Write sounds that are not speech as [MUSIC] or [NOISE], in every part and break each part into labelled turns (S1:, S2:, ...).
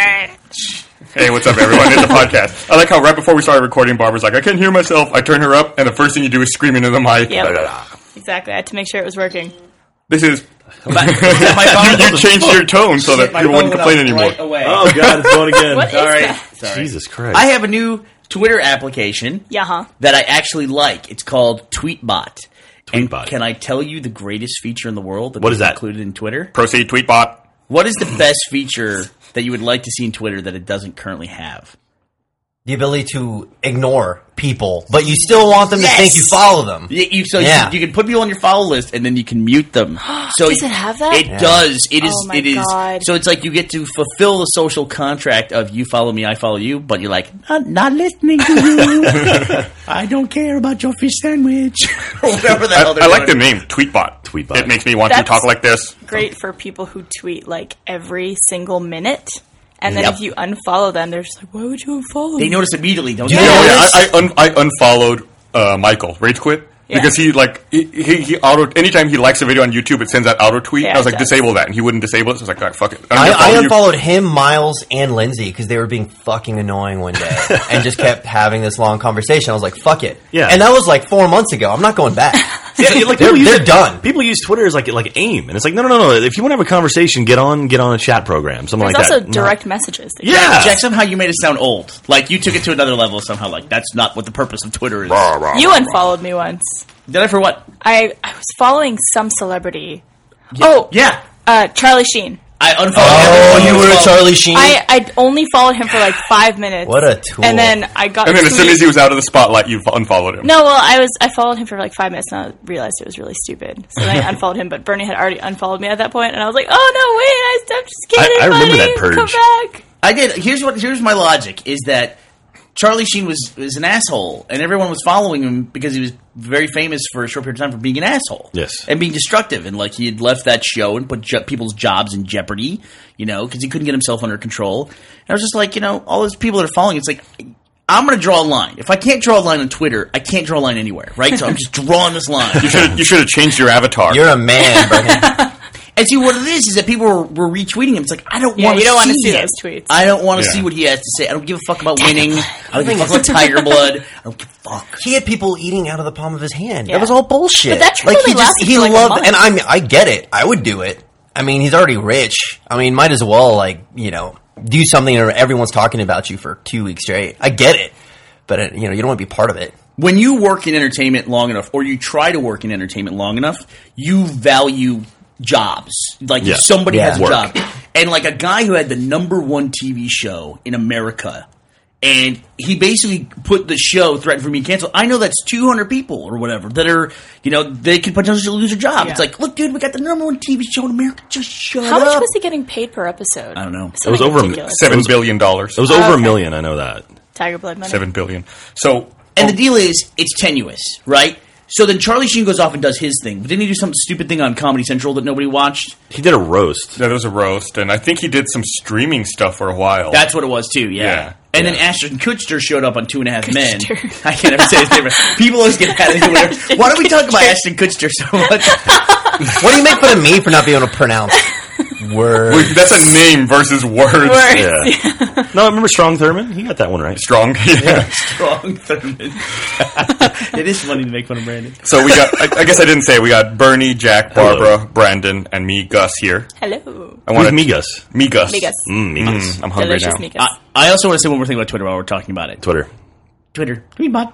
S1: Hey, what's up, everyone? It's a podcast. I like how right before we started recording, Barbara's like, I can't hear myself. I turn her up, and the first thing you do is scream into the mic.
S2: Yep.
S1: Blah, blah, blah.
S2: Exactly. I had to make sure it was working.
S1: This is. [LAUGHS]
S3: that my phone?
S1: you changed your tone so that people wouldn't complain anymore.
S3: Right away.
S4: Oh God, it's going
S2: [LAUGHS]
S4: again.
S2: What is
S3: Sorry.
S2: that?
S3: Sorry.
S4: Jesus Christ!
S3: I have a new Twitter application
S2: Yeah, huh?
S3: that I actually like. It's called Tweetbot. And
S4: Tweetbot.
S3: can I tell you the greatest feature in the world that
S4: What
S3: they've
S4: is that?
S3: included in Twitter?
S1: Proceed, tweetbot.
S3: What is the best feature that you would like to see in Twitter that it doesn't currently have?
S5: the ability to ignore people, but you still want them to think you follow them.
S3: Y- You, so
S5: Yeah.
S3: you, you can put people on your follow list and then you can
S2: [GASPS]
S3: mute them. So
S2: Does it have that?
S3: It
S2: Yeah.
S3: does. It is.
S2: Oh my
S3: it is.
S2: God.
S3: So it's like you get to fulfill the social contract of you follow me, I follow you, but you're like not, not listening to
S4: [LAUGHS]
S3: you. I don't care about your fish sandwich. Or Whatever the
S1: I,
S3: hell. they're
S1: I like the
S3: doing.
S1: name, tweetbot.
S4: Tweetbot.
S1: It makes me want to
S2: That's-
S1: talk like this.
S2: Great for people who tweet like every single minute. And then
S3: Yep.
S2: if you unfollow them, they're just like, why would you unfollow
S3: They
S2: me?
S3: notice immediately, don't
S5: Yeah.
S3: they?
S1: Oh, yeah, I, I, un- I unfollowed uh, Michael Rage Quit
S2: Yeah.
S1: because he like he, he, he auto anytime he likes a video on YouTube, it sends out auto tweet.
S2: Yeah,
S1: I was
S2: it
S1: like,
S2: does.
S1: disable that, and he wouldn't disable it. So I was like, "Ah, fuck it. I'm
S5: I,
S1: gonna
S5: I
S1: follow you."
S5: unfollowed him, Miles, and Lindsay because they were being fucking annoying one
S4: [LAUGHS]
S5: day and just kept having this long conversation. I was like, fuck it.
S4: Yeah.
S5: And that was like four months ago. I'm not going back.
S4: [LAUGHS] Yeah, you- like,
S5: they're,
S4: people use
S5: they're
S4: it-
S5: done.
S4: People use Twitter as like like aim, and it's like no, no, no, no. If you want to have a conversation, get on get on a chat program, something
S2: There's
S4: like
S2: also
S4: that.
S2: direct messages. that you-
S4: yeah,
S3: Jack, somehow you made it sound old. Like you took it to another level somehow. Like that's not what the purpose of Twitter is.
S2: You unfollowed me once.
S3: Did I for what?
S2: I, I was following some celebrity. Oh,
S3: Yeah.
S2: uh, Charlie Sheen.
S3: I unfollowed.
S5: Oh,
S3: everyone
S5: you
S3: who
S5: were
S3: was-
S5: Charlie Sheen?
S2: I, I only followed him for like five minutes.
S5: What a tool.
S2: And then I got.
S1: And then as soon
S2: tweet-
S1: as he was out of the spotlight, you unfollowed him.
S2: No, well, I was I followed him for like five minutes and I realized it was really stupid. So then
S4: [LAUGHS]
S2: I unfollowed him, but Bernie had already unfollowed me at that point, and I was like, "Oh no, wait! I, I'm just kidding.
S4: I remember
S2: buddy.
S4: that purge.
S2: Come back."
S3: I did. Here's what. Here's my logic: is that Charlie Sheen was was an asshole, and everyone was following him because he was very famous for a short period of time for being an asshole.
S4: Yes.
S3: and being destructive, and like he had left that show and put jo- people's jobs in jeopardy. You know, because he couldn't get himself under control. And I was just like, you know, all those people that are following, it's like. I'm going to draw a line. If I can't draw a line on Twitter, I can't draw a line anywhere, right? So I'm just drawing this line.
S1: You should you should have changed your avatar.
S5: You're a man, Brendan.
S3: And see, what it is is that people were, were retweeting him. It's like I don't
S2: Yeah,
S3: want.
S2: you don't
S3: want
S2: wanna
S3: to
S2: see
S3: it.
S2: those tweets.
S3: I don't want to
S1: Yeah.
S3: see what he has to say. I don't give a fuck about winning. I don't give a fuck
S2: [LAUGHS]
S3: about Tiger Blood. I don't give a fuck.
S5: he had people eating out of the palm of his hand.
S2: Yeah.
S5: That was all bullshit.
S2: But that trick
S5: he
S2: only lasted
S5: he
S2: for, like, a
S5: loved,
S2: month.
S5: and I mean, I get it. I would do it. I mean, he's already rich. I mean, might as well like you know do something where everyone's talking about you for two weeks straight. I get it, but uh, you know you don't want to be part of it.
S3: When you work in entertainment long enough, or you try to work in entertainment long enough, you value jobs. Like
S4: Yeah.
S3: if somebody
S5: Yeah.
S3: has a
S5: Work.
S3: job, and like a guy who had the number one TV show in America. And he basically put the show threatened for being canceled. I know that's 200 people or whatever that are, you know, they could potentially lose their job.
S2: Yeah.
S3: It's like, look, dude, we got the number one TV show in America. Just shut
S2: How
S3: up.
S2: much was he getting paid per episode? I
S3: don't know.
S2: It
S4: was over a-
S1: Seven billion dollars.
S4: it was over a
S2: okay.
S4: million. I know that.
S2: Tiger Blood [LAUGHS] money.
S1: seven billion. So oh,
S3: And the deal is, it's tenuous, right? So then Charlie Sheen goes off and does his thing. But didn't he do some stupid thing on Comedy Central that nobody watched?
S4: He did a roast.
S1: there was a roast, and I think he did some streaming stuff for a while.
S3: That's what it was too, yeah.
S1: Yeah,
S3: and then Ashton Kutcher showed up on Two and a Half Men. I can't ever say his name. right. People always get mad at me. whenever- Why do we talk about Ashton Kutcher so much? [LAUGHS]
S5: What do you make fun of me for not being able to
S2: [LAUGHS]
S5: pronounce
S1: [LAUGHS]
S5: words?
S1: Wait, that's a name versus words.
S2: Words.
S4: Yeah. no, I remember Strong Thurman. He got that one right.
S1: Strong. [LAUGHS] Yeah.
S3: Strong Thurman. [LAUGHS] it is funny to make fun of Brandon.
S1: so we got. I, I guess I didn't say we got Bernie, Jack,
S4: Hello.
S1: Barbara, Brandon, and me, Gus here.
S2: Hello,
S1: I
S4: Who's
S1: wanted
S4: Migas?
S1: me, Gus.
S2: Migas.
S4: Mm, Ah, Migas.
S1: Mm, I'm hungry
S2: Delicious
S1: now.
S2: Migas.
S3: I, I also want to say one more thing about Twitter while we're talking about it.
S4: Twitter.
S3: Twitter. Tweetbot.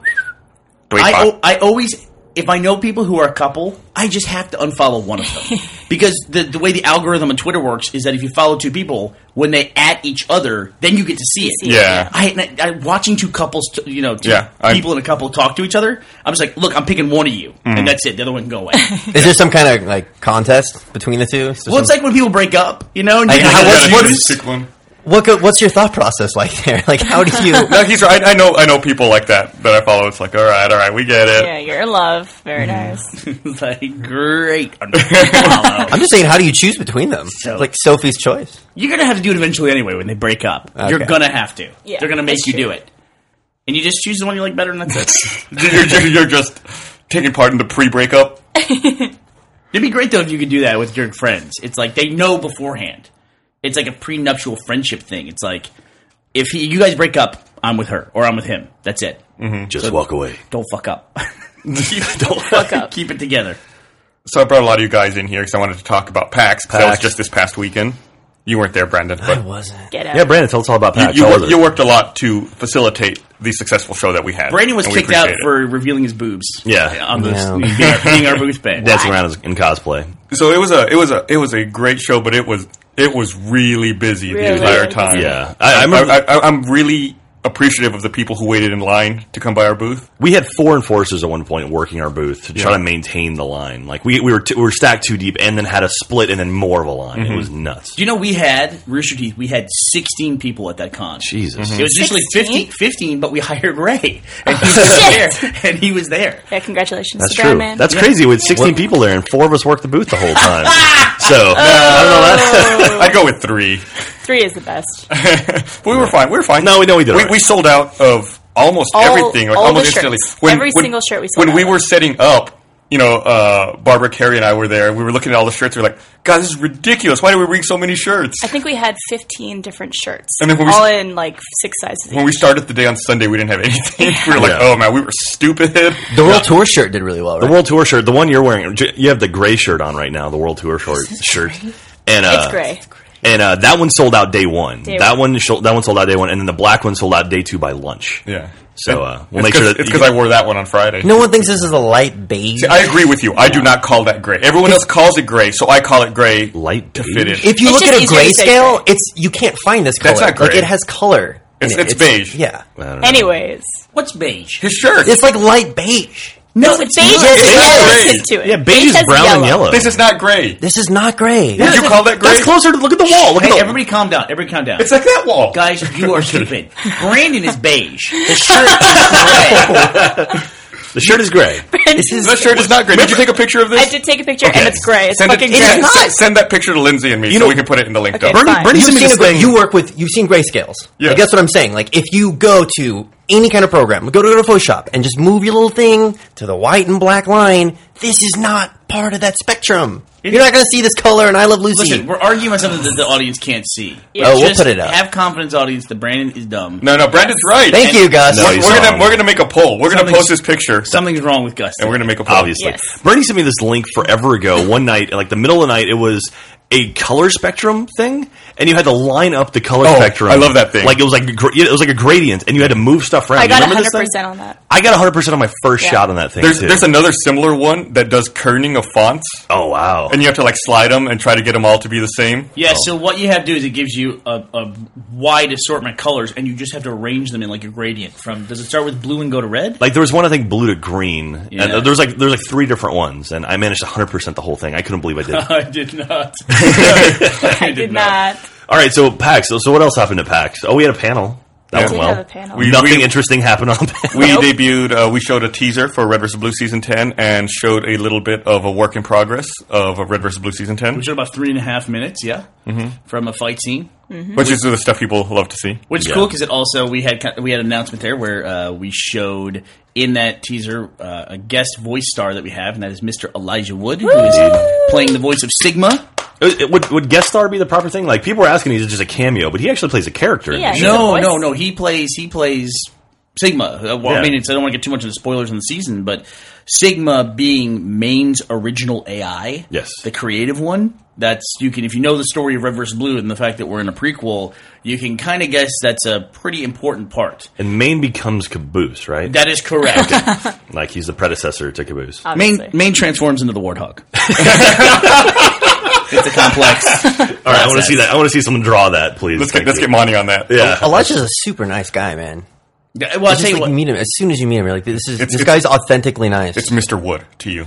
S1: Tweetbot.
S3: I, o- I always, if I know people who are a couple, I just have to unfollow one of them because the the way the algorithm on Twitter works is that if you follow two people, when they at each other, then you get to see it.
S2: see it,
S1: Yeah. yeah.
S3: I, and I, I watching two couples, t- you know, two
S1: Yeah, I-
S3: people in a couple talk to each other. I'm just like, look, I'm picking one of you, and that's it. The other one can go away.
S5: Is there some kind of like contest between the two? Is there
S3: well, it's
S5: some-
S3: like when people break up, you know. And you
S5: I- I-
S3: how-
S5: what's-
S1: Yeah,
S5: what
S1: you
S5: is-
S1: pick one.
S5: what go- what's your thought process like [LAUGHS] there? Like how
S3: [LAUGHS]
S5: do you?
S1: No, Uh, he's right. I know. I know people like that that I follow. It's like, all right, all right, we get it.
S2: yeah, you're in love. Very
S4: Mm.
S2: nice.
S3: it's [LAUGHS] like great.
S5: [LAUGHS]
S3: Unfollow.
S5: I'm just saying, how do you choose between them?
S3: So-
S5: Like Sophie's choice.
S3: You're gonna have to do it eventually anyway when they break up.
S5: Okay.
S3: You're gonna have to.
S2: Yeah,
S3: They're gonna make
S2: that's
S3: you
S2: true.
S3: do it. and you just choose the one you like better, and that's it.
S1: You're, you're, you're just taking part in the pre-breakup.
S3: It'd be great though if you could do that with your friends. It's like they know beforehand. It's like a prenuptial friendship thing. It's like if he, you guys break up, I'm with her or I'm with him. That's it.
S4: Just walk away.
S3: Don't fuck up.
S4: [LAUGHS] Don't
S3: fuck up. [LAUGHS] Keep it together.
S1: So I brought a lot of you guys in here because I wanted to talk about PAX. 'cause That was
S4: PAX.
S1: just this past weekend. You weren't there, Brandon.
S4: [SIGHS]
S5: I
S1: But
S5: wasn't.
S2: Get out.
S4: Yeah, Brandon, tell us all about
S1: you,
S4: PAX.
S1: you,
S4: How
S1: wor-
S4: was it?
S1: you worked a lot to facilitate the successful show that we had.
S3: Brandon was
S1: and we
S3: kicked out
S1: appreciate it.
S3: for revealing his boobs.
S4: Yeah.
S3: on the [LAUGHS]
S5: Yeah.
S3: being, our, being our booth band.
S4: dancing around as- in cosplay.
S1: So it was a it was a it was a great show, but it was it was really busy the
S2: Really
S1: entire
S2: busy.
S1: time.
S4: Yeah, I, I
S1: I,
S4: remember
S1: I, I, I'm really appreciative of the people who waited in line to come by our booth.
S4: we had four enforcers at one point working our booth to try to maintain the line. Like we, we were t- we were stacked too deep, and then had a split, and then more of a line. It was nuts.
S3: Do you know we had Rooster Teeth? We had 16 people at that con.
S4: Jesus,
S1: Mm-hmm.
S3: It was usually 50,
S2: 16?
S3: 15, but we [LAUGHS] hired Ray, and he was
S4: [LAUGHS]
S3: there. And he was there.
S2: Yeah, congratulations
S4: that's
S2: to
S4: true.
S2: Brandman.
S4: That's crazy. With sixteen people there, and four of us worked the booth the whole time. [LAUGHS] so I don't know that.
S1: I'd go with three.
S2: Oh.
S4: [LAUGHS]
S2: Three is the best.
S1: But we were fine. We were fine.
S4: No, we- no, we did
S1: Uh, We,
S4: alright.
S1: we sold out of almost
S2: All-
S1: everything. Like
S2: all the
S1: almost
S2: shirts.
S1: instantly.
S2: Every single shirt we sold
S1: When we
S2: out of.
S1: were setting up, you know, uh, Barbara Carey and I were there. and We were looking at all the shirts. We were like, "God, this is ridiculous. Why do we bring so many shirts?"
S2: I think we had 15 different shirts.
S1: And then when we-
S2: all in like six sizes.
S1: When we started the day on Sunday, we didn't have anything. [LAUGHS] we were like,
S4: Yeah.
S1: "Oh man, we were
S4: [LAUGHS]
S1: stupid."
S5: The World Tour shirt did really well,
S4: The
S5: right?
S4: World Tour shirt, the one you're wearing, j- you have the gray shirt on right now. The World Tour short shirt, and uh,
S2: it's gray.
S4: And uh, that one sold out day one.
S2: Day
S4: that
S2: one.
S4: one, sho- that one sold out day one, and then the black one sold out day two by lunch.
S1: Yeah.
S4: So uh, we'll
S1: It's
S4: make
S1: 'cause-
S4: sure that
S1: it's because I wore that one on Friday.
S5: no one thinks this is a light beige.
S1: See, I agree with you. I do not call that gray. Everyone else calls it gray, so I call it gray
S4: Light
S1: to
S4: beige?
S1: fit in.
S5: if you
S2: It's
S5: look at
S2: just
S5: a
S2: easier to say
S5: grayscale, it's you can't find this color.
S1: That's not
S5: Like
S1: gray.
S5: it has color. in
S1: It's-
S5: it.
S1: it's beige.
S5: Yeah,
S4: I don't know.
S2: Anyways,
S3: What's beige?
S1: His shirt.
S5: it's like light beige.
S3: No,
S2: beige
S3: it's
S2: has
S3: not.
S2: yellow
S1: gray.
S2: tint to it.
S4: yeah, beige is
S2: has
S4: brown and yellow.
S1: This is not gray.
S5: This is not gray.
S1: Would you
S3: that-
S1: call that gray?
S4: That's closer. To, look at the wall. Look
S3: Hey,
S4: at the
S3: everybody calm down. Everybody calm down.
S1: It's like that wall.
S3: Guys, you are stupid. Brandon is beige. The
S1: [LAUGHS]
S3: shirt is gray.
S4: The shirt is gray.
S5: This is
S1: That shirt is not gray. Did you take a picture of this?
S2: I did take a picture and it's gray. It's
S1: Send it,
S2: fucking
S1: send-
S2: gray.
S5: It's not.
S1: send- Send that picture to Lindsay and me so
S4: know-
S1: we can put it in the link
S2: Okay.
S1: dump.
S2: Burn-
S4: Bernie,
S2: fine.
S4: Bernie
S5: You've
S4: sent me
S5: seen
S4: this
S5: a gra-
S4: thing.
S5: you work with you've seen grayscales.
S1: Yeah.
S5: Like, that's what I'm saying. Like if you go to any kind of program, go to go to Photoshop and just move your little thing to the white and black line. This is not part of that spectrum. You're not going to see this color. And I love Lucy.
S3: Listen, we're arguing about something that the audience can't see.
S2: Yeah.
S5: Oh, we'll
S3: Just
S5: put it up.
S3: Have confidence, audience, that Brandon is dumb.
S1: No, no, Brandon's right.
S5: Thank you, Gus.
S4: No,
S1: We're,
S4: he's
S1: we're
S4: wrong.
S1: gonna we're gonna make a poll. We're gonna
S3: Something's-
S1: post this picture
S3: Something's wrong with Gus.
S1: and we're gonna make a poll.
S4: Obviously,
S2: Yes.
S4: Bernie sent me this link forever ago. One night, like the middle of the night, it was a color spectrum thing, and you had to line up the color
S1: Oh,
S4: spectrum.
S1: I love that thing.
S4: Like it was like a gra- it was like a gradient, and you had to move stuff around.
S2: I
S4: You
S2: got
S4: remember this
S2: 100%
S4: thing?
S2: on that.
S4: I got 100% on my first
S2: Yeah.
S4: shot on that thing.
S1: There's
S4: too.
S1: there's another similar one that does kerning of fonts,
S4: oh wow.
S1: and you have to like slide them and try to get them all to be the same.
S3: Yeah, so what you have to do is it gives you a, a wide assortment of colors, and you just have to arrange them in like a gradient. From does it start with blue and go to red? [LAUGHS]
S4: Like there was one I think blue to green,
S3: Yeah.
S4: and there's like there's like three different ones, and I managed 100 percent the whole thing. I couldn't believe
S2: [LAUGHS]
S4: I did.
S3: I did not. [LAUGHS] I
S2: I did not.
S4: All right, so PAX. So, so what else happened at PAX? Oh, we had a panel. That
S1: Yeah. We
S4: went well.
S2: did have a panel. We-
S4: Nothing
S1: we-
S4: interesting happened on. the panel.
S1: We
S2: Nope.
S1: debuted. Uh, we showed a teaser for Red vs. Blue season ten, and showed a little bit of a work in progress of Red vs. Blue season ten,
S3: We
S1: which,
S3: showed about three and a half minutes, yeah, from a fight scene,
S1: is the stuff people love to see.
S3: which is
S4: Yeah.
S3: cool because it also we had kind- we had an announcement there where uh, we showed in that teaser uh, a guest voice star that we have, and that is Mr. Elijah Wood, who is playing the voice of Sigma.
S4: It- it- would, would guest star be the proper thing? Like people were asking, is it just a cameo? But he actually plays a character. in the
S2: Yeah,
S4: show.
S2: He's the
S3: No,
S2: voice?
S3: no, no. He plays. He plays Sigma. Uh, well,
S4: Yeah.
S3: I mean, it's, I don't want to get too much into spoilers in the season, but Sigma being Maine's original AI,
S4: Yes.
S3: the creative one. That's you can if you know the story of Red vs. Blue and the fact that we're in a prequel, you can kind of guess that's a pretty important part.
S4: And Maine becomes Caboose, right?
S3: That is correct. [LAUGHS]
S4: like he's the predecessor to Caboose.
S2: Obviously.
S3: Maine Maine transforms into the warthog. it's a complex.
S4: All right, I want to see that. I want to see someone draw that, please.
S1: Let's
S4: Thank
S1: get let's
S4: you.
S1: get money on that.
S4: Yeah.
S5: Elijah's a super nice guy, man.
S3: Yeah, Well, I tell
S5: It's just
S3: you
S5: like
S3: what.
S5: you meet him as soon as you meet him, you're like, this is this
S1: it's-
S5: guy's authentically nice.
S1: It's Mr. Wood to
S4: [LAUGHS]
S1: you.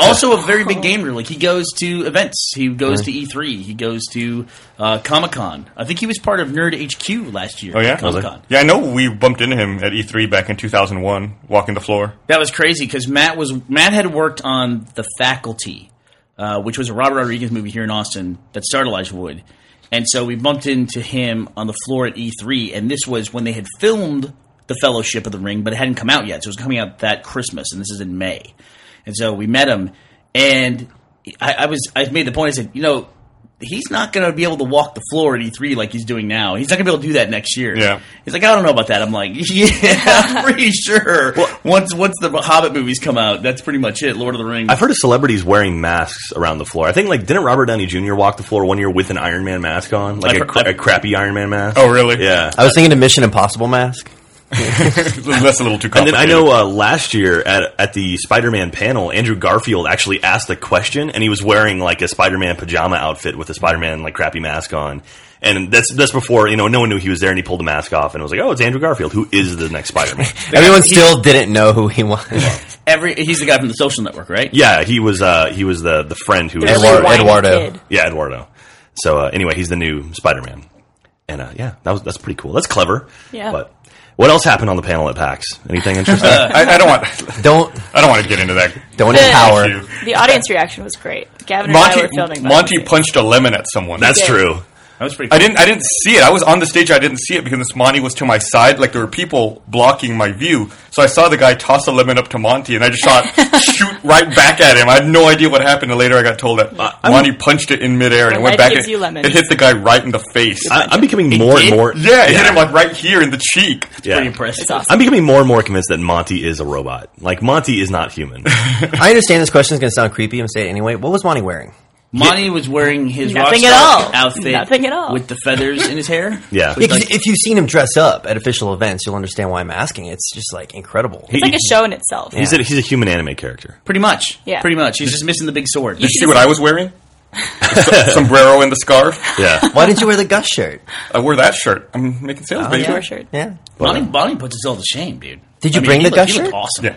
S3: also a very big gamer. Like he goes to events. He goes to E3. He goes to uh, Comic Con. I think he was part of Nerd HQ last year.
S1: Oh yeah,
S3: Comic Con.
S1: yeah. I know we bumped into him at E3 back in 2001, walking the floor.
S3: That was crazy because Matt was Matt had worked on the Faculty, uh, which was a Robert Rodriguez movie here in Austin that starred Elijah Wood, E and so we bumped into him on the floor at E3, and this was when they had filmed the Fellowship of the Ring, but it hadn't come out yet, so it was coming out that Christmas, and this is in May. And so we met him, and I, I was I made the point. I said, you know, he's not going to be able to walk the floor at E3 like he's doing now. He's not going to be able to do that next year.
S1: Yeah.
S3: He's like, I don't know about that. I'm like, [LAUGHS] yeah, I'm pretty sure. once once the Hobbit movies come out, that's pretty much it. Lord of the Rings.
S4: I've heard of celebrities wearing masks around the floor. I think like didn't Robert Downey Jr. walk the floor one year with an Iron Man mask on, like
S3: I've
S4: a,
S3: heard-
S4: cra- a
S3: I've-
S4: crappy Iron Man mask?
S1: Oh, really?
S4: yeah.
S5: I was thinking a Mission Impossible mask.
S1: [LAUGHS] That's a little too
S4: And
S1: complicated.
S4: then I know uh, last year at at the Spider Man panel, Andrew Garfield actually asked the question, and he was wearing like a Spider Man pajama outfit with a Spider Man like crappy mask on. And that's that's before you know no one knew he was there, and he pulled the mask off, and it was like, oh, it's Andrew Garfield, who is the next Spider [LAUGHS] Man.
S5: Everyone still didn't know who he was.
S3: Every he's the guy from the Social Network, right?
S4: yeah, he was uh, he was the the friend who was
S5: Edward-
S2: Really whiny
S5: Eduardo.
S2: kid.
S4: yeah Eduardo. So uh, anyway, he's the new Spider Man, and uh, yeah, that was that's pretty cool. That's clever.
S2: Yeah.
S4: But what else happened on the panel at PAX? Anything interesting?
S1: [LAUGHS] I, I don't want.
S5: [LAUGHS] don't
S1: I don't want to get into that.
S5: don't
S2: Yeah.
S5: empower.
S1: Issue.
S2: The audience reaction was great. Gavin and I were
S1: Monty
S2: filming.
S1: Monty punched a lemon at someone.
S4: that's
S2: Yeah.
S4: true.
S3: That was pretty.
S1: I
S3: Cool.
S1: didn't. I didn't see it. I was on the stage. I didn't see it because Monty was to my side. Like there were people blocking my view. So I saw the guy toss a lemon up to Monty, and I just saw
S2: [LAUGHS]
S1: it shoot right back at him. I had no idea what happened. And later, I got told that Monty punched it in midair, and it
S2: Well, life
S1: went back.
S2: gives
S1: and
S2: you lemons.
S1: It hit the guy right in the face.
S4: I, I'm becoming more and
S3: did?
S4: more.
S1: yeah, it hit him like right here in the cheek.
S4: Yeah.
S3: Pretty impressive.
S2: It's awesome.
S4: I'm becoming more and more convinced that Monty is a robot. Like Monty is not
S2: [LAUGHS]
S4: human.
S5: I understand this question is going to sound creepy. I'm going to say it anyway. What was Monty wearing?
S3: Monty was wearing his
S2: Nothing
S3: rockstar
S2: at all.
S3: outfit,
S2: Nothing at all.
S3: with the feathers in his hair.
S4: Yeah.
S5: Yeah, 'cause
S3: like-
S5: if you've seen him dress up at official events, you'll understand why I'm asking. It's just like incredible.
S2: It's like a show in itself.
S4: He's a, he's a human anime character.
S3: Pretty much.
S2: Yeah.
S3: Pretty much. He's just missing the big sword.
S1: Did you see what I was
S4: [LAUGHS]
S1: wearing? S- sombrero and the scarf.
S4: Yeah.
S5: Why didn't you wear the Gus shirt?
S1: I wore that shirt. I'm making sales, baby.
S2: Oh, Your shirt.
S5: Yeah.
S3: Bonnie, Bonnie puts us all to shame, dude.
S5: Did you bring
S3: he
S5: the
S3: looked-
S5: Gus
S3: he looked
S5: shirt?
S3: Awesome.
S1: Yeah.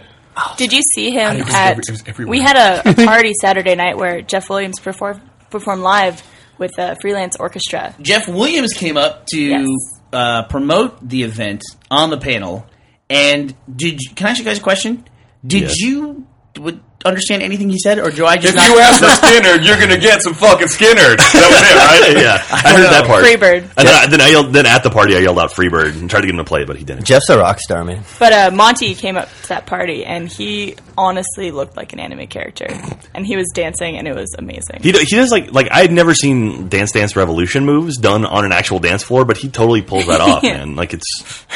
S2: Did you see him
S1: It was
S2: at?
S1: every- it was everywhere.
S2: we had a,
S3: [LAUGHS]
S2: a party Saturday night where Jeff Williams performed performed live with a freelance orchestra.
S3: Jeff Williams came up to
S2: Yes.
S3: uh, promote the event on the panel. And did you, can I ask you guys a question? Did
S4: Yes.
S3: you would understand anything he said, or do I just
S1: If
S3: not?
S1: you ask for Skinner, you're gonna get some fucking Skinner. That was it, right?
S4: [LAUGHS] Yeah. I heard that part.
S2: Freebird.
S4: And then, I, then I yelled. Then at the party, I yelled out Freebird and tried to get him to play it, but he didn't.
S5: Jeff's a rock star, man.
S2: But uh, Monty came up to that party and he honestly looked like an anime character, and he was dancing and it was amazing.
S4: He, do- he does like like I had never seen Dance Dance Revolution moves done on an actual dance floor, but he totally pulls that
S2: [LAUGHS]
S4: off,
S2: Yeah.
S4: man. Like it's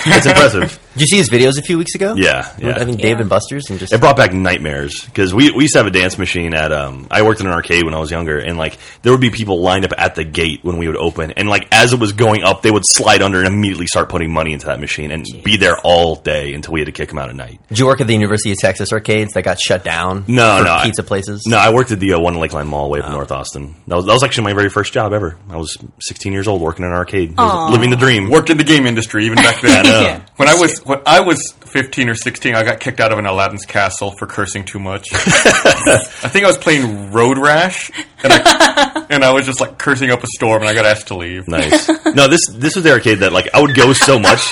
S4: it's impressive.
S5: Did you see his videos a few weeks ago?
S4: Yeah,
S5: With,
S4: yeah.
S5: I think Dave and Buster's and just
S4: It brought back nightmares because we, we used to have a dance machine at um I worked in an arcade when I was younger and like there would be people lined up at the gate when we would open and like as it was going up they would slide under and immediately start putting money into that machine and be there all day until we had to kick them out at night.
S5: Did you work at the University of Texas arcades that got shut down?
S4: No,
S5: for
S4: no, I-
S5: pizza places.
S4: No, I worked at the uh, One Lakeland Mall way up in North Austin. That was that was actually my very first job ever. I was 16 years old working in an arcade, It was living the dream.
S1: Worked in the game industry even back
S4: [LAUGHS]
S1: then.
S2: Yeah.
S1: When I was when I was 15 or 16, I got kicked out of an Aladdin's castle for cursing too
S4: [LAUGHS]
S1: much. I think I was playing Road Rash, and
S2: [LAUGHS]
S1: I, and I was just like cursing up a storm, and I got asked to leave.
S4: Nice. no, this this was the arcade that like I would go so much.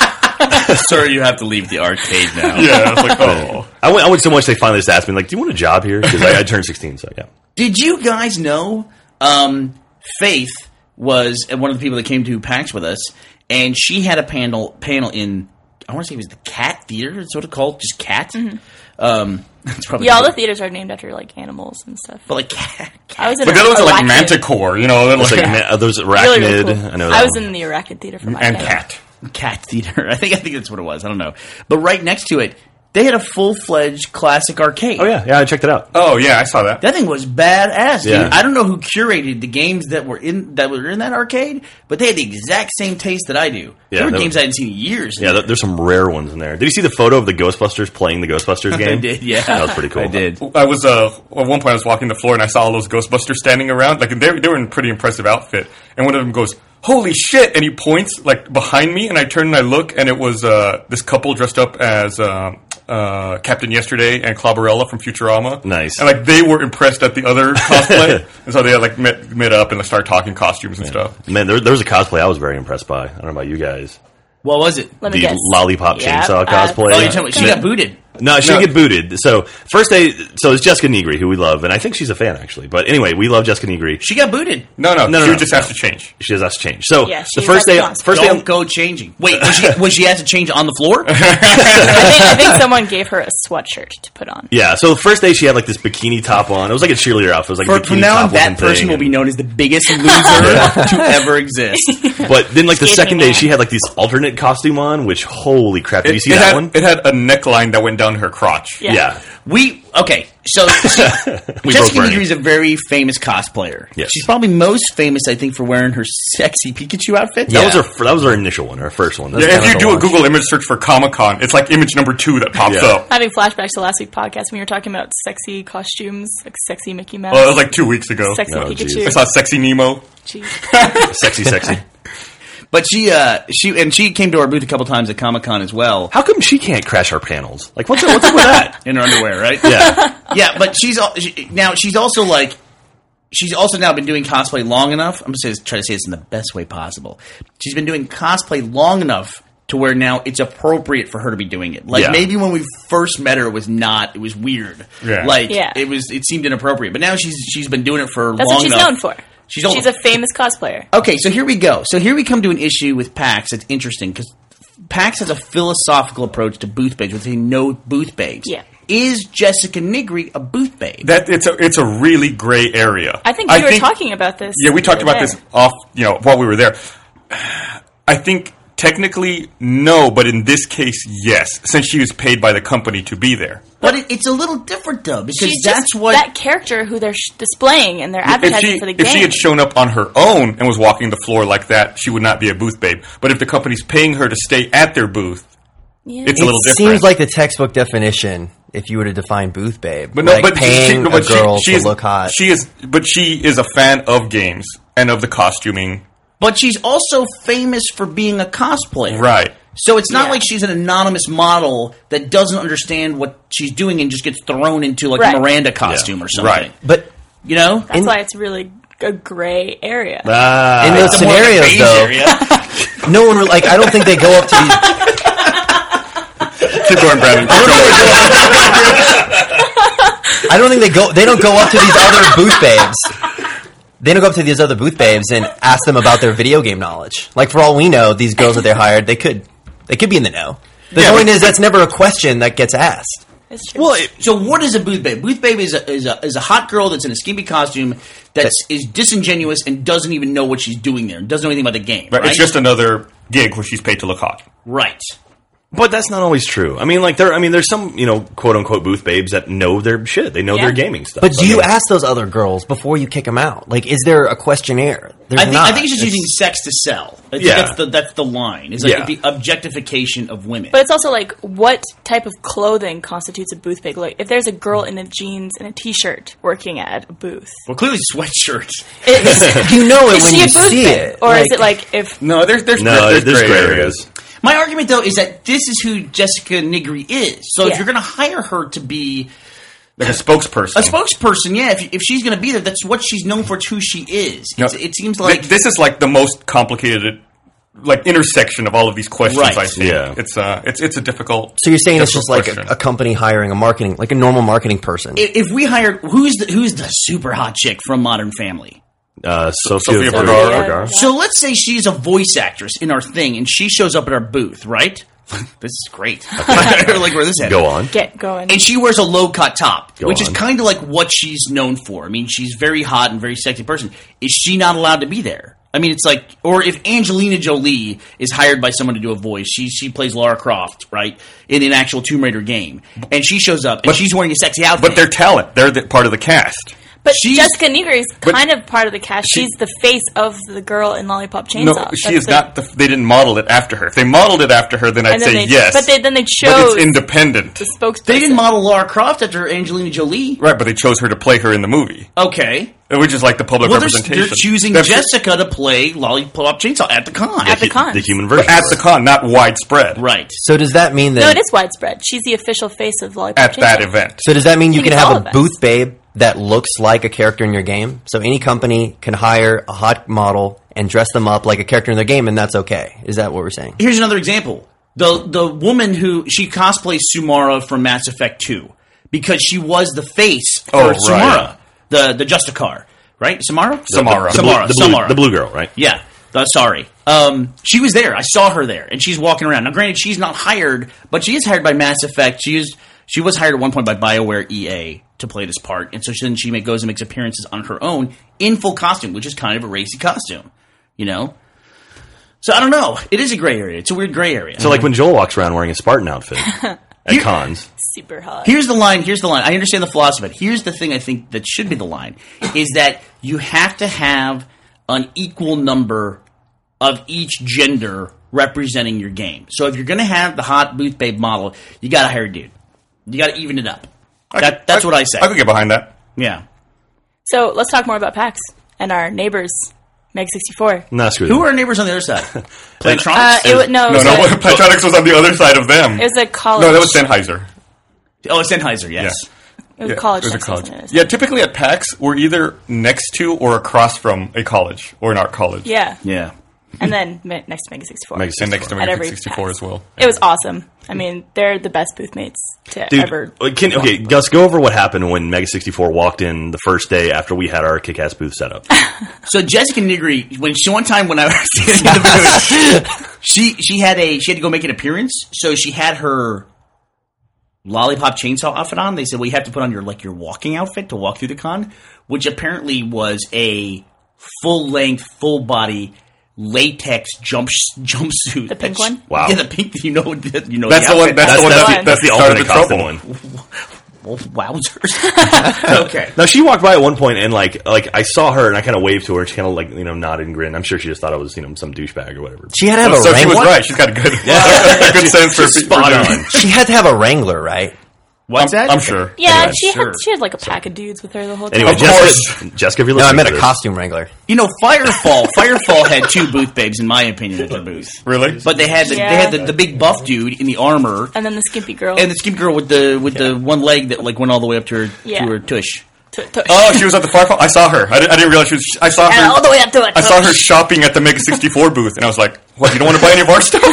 S3: Sir, you have to leave the arcade [LAUGHS] now.
S1: Yeah, I
S4: [LAUGHS]
S1: was like, oh.
S4: I went I went so much they finally just asked me like, "Do you want a job here?" Because I, I turned 16, so yeah.
S3: Did you guys know um, Faith was uh, one of the people that came to PAX with us, and she had a panel panel in I want to say it was the Cat Theater. It's what it's called, just Cat. Um, [LAUGHS] that's probably
S2: Yeah, all Mm-hmm. the theaters are named after like animals and stuff.
S3: but like Cat.
S2: I was in
S1: But the other ones are like
S2: arachnid.
S1: Manticore, you know, they're
S4: It's
S1: like,
S4: like man, uh, there's
S2: Really,
S4: arachnid.
S2: really cool.
S4: I know.
S2: I
S4: That
S2: was
S4: one.
S2: in the Arachnid Theater for my uh,
S1: and
S2: family.
S1: cat.
S3: Cat Theater. [LAUGHS] I think I think that's what it was. I don't know. But right next to it, they had a full fledged classic arcade.
S4: Oh yeah, yeah. I checked it out.
S1: Oh yeah, I saw that.
S3: That thing was badass, dude.
S4: Yeah.
S3: I don't know who curated the games that were in that were in that arcade, but they had the exact same taste that I do.
S4: Yeah,
S3: there were
S4: that
S3: games
S4: was-
S3: I hadn't seen in years.
S4: Yeah, th- there's some rare ones in there. Did you see the photo of the Ghostbusters playing
S2: [LAUGHS]
S4: the Ghostbusters game?
S3: did, yeah.
S4: that was pretty cool.
S3: I did.
S1: I was uh, at one point I was walking the floor and I saw all those Ghostbusters standing around. Like they they were in pretty impressive outfit, and one of them goes, "Holy shit!" and he points like behind me, and I turn and I look, and it was uh, this couple dressed up as. Uh, uh, Captain Yesterday and Clobberella from Futurama.
S4: Nice.
S1: And like they were impressed at the
S4: [LAUGHS]
S1: other cosplay, and so they like met, met up and like, started talking costumes and stuff.
S4: Man, there, there was a cosplay I was very impressed by. I don't know about you guys.
S3: What was it?
S2: Let me
S4: the
S2: guess.
S4: lollipop
S2: Yep, uh,
S4: chainsaw cosplay.
S3: Oh, you're talking about she got booted.
S4: No, she
S1: No.
S4: would get booted. So first they so it's Jessica Negri who we love, and I think she's a fan actually. But anyway, we love Jessica Negri. She,
S3: She got booted.
S1: No, no,
S4: No, no,
S1: she
S4: no,
S1: just
S4: no.
S1: has to change.
S4: she has us change. So
S2: Yeah,
S4: the
S2: she's
S4: first day,
S2: us.
S4: first day,
S3: Don't go changing. Wait, was she, was she asked to change on the
S4: [LAUGHS]
S3: floor?
S2: I think, I think someone gave her a sweatshirt to put on.
S4: yeah. So the first day she had like this bikini top on. It was like a cheerleader outfit. It was like a
S3: For,
S4: bikini
S3: from now
S4: top
S3: on, that
S4: looking thing.
S3: person will be
S4: And-
S3: known as the biggest
S4: [LAUGHS]
S3: loser to ever exist.
S4: But then like the
S2: Excuse
S4: second
S2: me,
S4: day,
S2: ma'am.
S4: she had like this alternate costume on, which holy crap! Did you see
S1: it
S4: that
S1: had,
S4: one?
S1: It had a neckline that went down her crotch.
S2: Yeah.
S4: yeah.
S3: We okay.
S4: [LAUGHS]
S3: So
S4: We broke
S3: Jessica
S4: Bernie.
S3: Negri is a very famous cosplayer.
S4: Yes.
S3: She's probably most famous, I think, for wearing her sexy Pikachu outfit.
S4: That
S3: Yeah.
S4: was her. That was her initial one, her first one. That's
S1: Yeah,
S4: the
S1: if
S4: one
S1: you
S4: I
S1: do a
S4: watched.
S1: Google image search for Comic Con, it's like image number two that pops
S4: Yeah.
S1: up.
S2: Having flashbacks to last week's podcast when you were talking about sexy costumes, like sexy Mickey Mouse,
S1: Well, that Oh, was like two weeks ago.
S2: sexy
S4: Oh,
S2: Pikachu.
S1: I saw Sexy Nemo.
S2: Jeez.
S4: sexy, sexy.
S3: But she, uh, she, and she came to our booth a couple times at Comic Con as well
S4: How come she can't crash our panels? Like, what's up,
S2: [LAUGHS]
S4: what's up with that?
S3: in her underwear, right?
S4: Yeah,
S3: yeah. But she's al- she, now she's also like she's also now been doing cosplay long enough. I'm gonna say, try to say this in the best way possible. She's been doing cosplay long enough to where now it's appropriate for her to be doing it. Like
S4: Yeah.
S3: maybe when we first met her, it was not. It was weird.
S1: Yeah.
S3: Like
S2: Yeah.
S3: it was. It seemed inappropriate. But now she's she's been doing it for
S2: That's
S3: long
S2: what she's
S3: enough.
S2: known for.
S3: She's old.
S2: she's a famous cosplayer.
S3: Okay, so here we go. So here we come to an issue with PAX that's interesting because PAX has a philosophical approach to booth babes, with a no booth babes.
S2: Yeah.
S3: Is Jessica Nigri a booth
S1: [LAUGHS]
S3: babe?
S1: That it's a it's a really gray area.
S2: I think we were talking about this.
S1: Yeah, we talked
S2: the other
S1: about
S2: day.
S1: this off. You know, while we were there, I think technically no, but in this case, yes, since she was paid by the company to be there.
S3: but it, it's a little different though because
S2: She's
S3: that's
S2: just
S3: what
S2: that character who they're sh- displaying and they're
S1: If
S2: advertising
S1: she,
S2: for the
S1: if
S2: game.
S1: she had shown up on her own and was walking the floor like that, she would not be a booth babe. But if the company's paying her to stay at their booth,
S2: Yeah.
S1: it's a little different.
S5: Seems like the textbook definition if you were to define booth babe.
S1: But no,
S5: like
S1: but
S5: paying
S1: she, no, but
S5: a girl
S1: she, she
S5: to
S1: is,
S5: look hot.
S1: She is, but she is a fan of games and of the costuming,
S3: but she's also famous for being a cosplayer.
S1: right?
S3: So it's not
S2: Yeah.
S3: like she's an anonymous model that doesn't understand what she's doing and just gets thrown into like
S2: Right.
S3: a Miranda costume or something.
S1: Right.
S5: but
S3: You know?
S2: That's why it's really a gray area. [LAUGHS]
S1: Uh,
S4: Ah,
S5: in those
S3: the more the
S5: scenarios,
S3: beige
S5: though,
S3: area.
S5: no one re- like. I don't think they go up to these.
S1: Keep going, Brandon. [LAUGHS]
S5: I don't think they go. They don't go up to these other booth babes. They don't go up to these other booth babes and ask them about their video game knowledge. Like for all we know, these girls that they hired, they could, they could be in the know. The
S1: Yeah,
S5: point
S1: but-
S5: is, that's never a question that gets asked.
S2: It's true.
S3: Well, so what is a booth babe? Booth babe is a, is a, is a hot girl that's in a skimpy costume that's is disingenuous and doesn't even know what she's doing there and doesn't know anything about the game. Right.
S1: Right, It's just another gig where she's paid to look hot.
S3: right.
S4: but that's not always true. I mean, like there. I mean, there's some you know quote unquote booth babes that know their shit. They know
S2: Yeah.
S4: their gaming stuff.
S5: But do
S4: I
S5: you
S4: mean,
S5: ask those other girls before you kick them out? Like, is there a questionnaire? There's
S3: I think
S5: not.
S3: I think it's just
S5: It's-
S3: using sex to sell. I think
S4: Yeah.
S3: that's the that's the line. It's like
S4: Yeah.
S3: the objectification of women.
S2: But it's also like what type of clothing constitutes a booth big? Like if there's a girl in a jeans and a t-shirt working at a booth,
S3: well, clearly sweatshirts.
S2: is, [LAUGHS]
S5: [LAUGHS] you know it
S2: is
S5: when
S2: she
S5: you
S2: a booth
S5: see
S2: big?
S5: it,
S2: or is it like if
S5: [LAUGHS]
S1: No, there's there's
S4: No,
S1: there's,
S4: there's
S1: gray,
S4: gray
S1: areas.
S4: areas.
S3: My argument though is that this is who Jessica Nigri is. So if
S2: Yeah.
S3: you're going to hire her to be
S1: Like a spokesperson.
S3: a spokesperson, yeah, if, if she's going to be there, that's what she's known for. It's who she is.
S1: No,
S3: It's- it seems
S1: Th-
S3: like
S1: this is like the most complicated, like intersection of all of these questions.
S3: Right.
S1: I see.
S4: Yeah.
S1: It's uh, it's it's a difficult.
S5: So you're saying it's
S1: difficult
S5: just like
S1: question.
S5: a, a company hiring a marketing, like a normal marketing person.
S3: if if we hired who's the, who's the super hot chick from Modern Family?
S4: Uh, Sophia,
S1: Sofia
S4: Vergara.
S1: Vergara.
S4: Vergara.
S2: Yeah.
S3: So let's say she's a voice actress in our thing, and she shows up at our booth, right? [LAUGHS] this is great. [LAUGHS] like where this at?
S4: Go on.
S2: get going?
S3: And she wears a low cut top,
S4: Go
S3: which is
S4: on.
S3: kind of like what she's known for. I mean, she's very hot and very sexy person. Is she not allowed to be there? I mean, it's like, or if Angelina Jolie is hired by someone to do a voice, she she plays Lara Croft, right, in an actual Tomb Raider game, and she shows up and she's wearing a sexy outfit.
S1: But they're talent. They're the, part of the cast.
S2: but
S3: she's-
S2: Jessica Negri is
S1: But-
S2: kind of part of the cast.
S1: She-
S2: she's the face of the girl in Lollipop Chainsaw.
S1: No,
S2: That's
S1: she is
S2: the-
S1: not. The, they didn't model it after her. If they modeled it after her, then I'd
S2: And then
S1: say
S2: they,
S1: yes.
S2: but they, then they
S1: But
S2: chose
S1: it's independent,
S2: the spokesperson.
S3: they didn't model Lara Croft after Angelina Jolie.
S1: right? But they chose her to play her in the movie,
S3: Okay.
S1: which is like the public
S3: Well, they're,
S1: representation.
S3: they're choosing
S1: That's-
S3: Jessica to play Lollipop Chainsaw at the con.
S2: At the con.
S4: The human
S1: but
S4: version.
S1: at the con, not widespread.
S3: right.
S5: So does that mean that?
S2: No, it is widespread. She's the official face of Lollipop
S1: At
S2: Chainsaw.
S1: that event,
S5: So does that mean you
S2: think
S5: can
S2: it's all
S5: have
S2: of
S5: a
S2: us.
S5: booth babe that looks like a character in your game? So any company can hire a hot model and dress them up like a character in their game, and that's okay. Is that what we're saying?
S3: Here's another example. The the woman who she cosplays Sumara from Mass Effect Two because she was the face for
S1: Oh, right.
S3: Sumara, the the Justicar, right? Samara,
S1: Samara.
S3: Samara,
S4: the, blue, the, blue,
S3: Samara.
S4: the blue girl, right?
S3: Yeah. Uh, sorry. Um, she was there. I saw her there, and she's walking around. Now, granted, she's not hired, but she is hired by Mass Effect. She is she was hired at one point by Bioware EA to play this part, and so she, then she ma- goes and makes appearances on her own in full costume, which is kind of a racy costume, you know. So I don't know. It is a gray area. It's a weird gray area.
S4: So like when Joel walks around wearing a Spartan
S2: [LAUGHS]
S4: outfit at cons,
S2: Super hot.
S3: Here's the line. Here's the line. I understand the philosophy, but here's the thing I think that should be the line is that you have to have an equal number of each gender representing your game. So if you're going to have the hot booth babe model, you got to hire a dude. You got to even it up. that, that's what I say.
S1: I could get behind that.
S3: yeah.
S2: So let's talk more about PAX and our neighbors, Meg 64.
S4: nah, screw
S3: Who
S4: them.
S3: are our neighbors on the other side?
S2: Uh,
S3: Plantronics?
S2: it, wa- no, it
S1: No,
S2: was
S1: no,
S2: a,
S1: [LAUGHS] Plantronics was on the other side of them.
S2: it was a college.
S1: no, that was Sennheiser.
S3: oh, it's Sennheiser, yes.
S1: Yeah.
S2: It was a college.
S1: it was a
S2: next
S1: college.
S2: to it.
S1: Yeah, typically at PAX, we're either next to or across from a college or an art college.
S2: Yeah.
S3: Yeah.
S2: And then me- next to Mega 64.
S4: Mega
S1: And next to
S2: At
S1: Mega
S2: every
S1: 64
S2: PAX.
S1: as well.
S2: It was awesome. I mean, they're the best booth mates to
S4: Dude,
S2: ever.
S1: oh,
S4: uh, can, okay, Gus, go over what happened when Mega sixty four walked in the first day after we had our kick ass booth set up.
S3: So Jessica Nigri, when she one time when I [LAUGHS] was in
S1: [LAUGHS]
S3: the booth, she she had a she had to go make an appearance. So she had her lollipop chainsaw outfit on. They said, "Well, you have to put on your like your walking outfit to walk through the con," which apparently was a full length, full body latex jump jumpsuit.
S2: The pink
S3: That's-
S2: one?
S4: Wow.
S3: yeah, the pink. You know, the, you know,
S1: That's the one.
S3: outfit.
S1: That's, the one.
S2: That's the-
S1: That's, the, that's the
S4: alternate
S1: started the
S4: costume
S1: trouble.
S4: one.
S3: Oh, [LAUGHS] wowzers. [LAUGHS] okay.
S4: Now she walked by at one point and like like I saw her and I kind of waved to her. and She kind of like you know nodded and grinned. I'm sure she just thought I was you know some douchebag or whatever.
S5: She had to have a
S1: Oh, So she was
S5: wrangler.
S1: right. She's got a good,
S4: [LAUGHS]
S1: a good sense for
S4: spot
S1: for-
S4: on.
S5: [LAUGHS] She had to have a wrangler, right?
S3: What's that?
S1: I'm sure.
S2: Yeah,
S4: Anyway,
S2: she,
S3: sure.
S2: had, she had like a pack of dudes with her the whole time.
S4: Anyway,
S1: Of
S4: Jessica, Jessica, if you're
S5: No, I
S4: listening
S5: meant
S4: to
S5: a
S4: this-
S5: costume wrangler.
S3: You know, Firefall. [LAUGHS] Firefall had two booth babes, in my opinion, at their booth.
S1: Really?
S3: But they had the, they
S2: Yeah.
S3: had the, the big buff dude in the armor,
S2: And then the skimpy girl.
S3: and the skimp girl with the with the one leg that like went all the way up to her
S2: Yeah.
S3: to her tush.
S2: T- t-
S1: Oh, she was at the far. I saw her. I didn't, I didn't realize she was. I saw her.
S2: and all the way up to it.
S1: I saw her shopping at the Mega 64 booth, and I was like, "What? You don't want to buy any of
S2: [LAUGHS]
S1: our stuff?"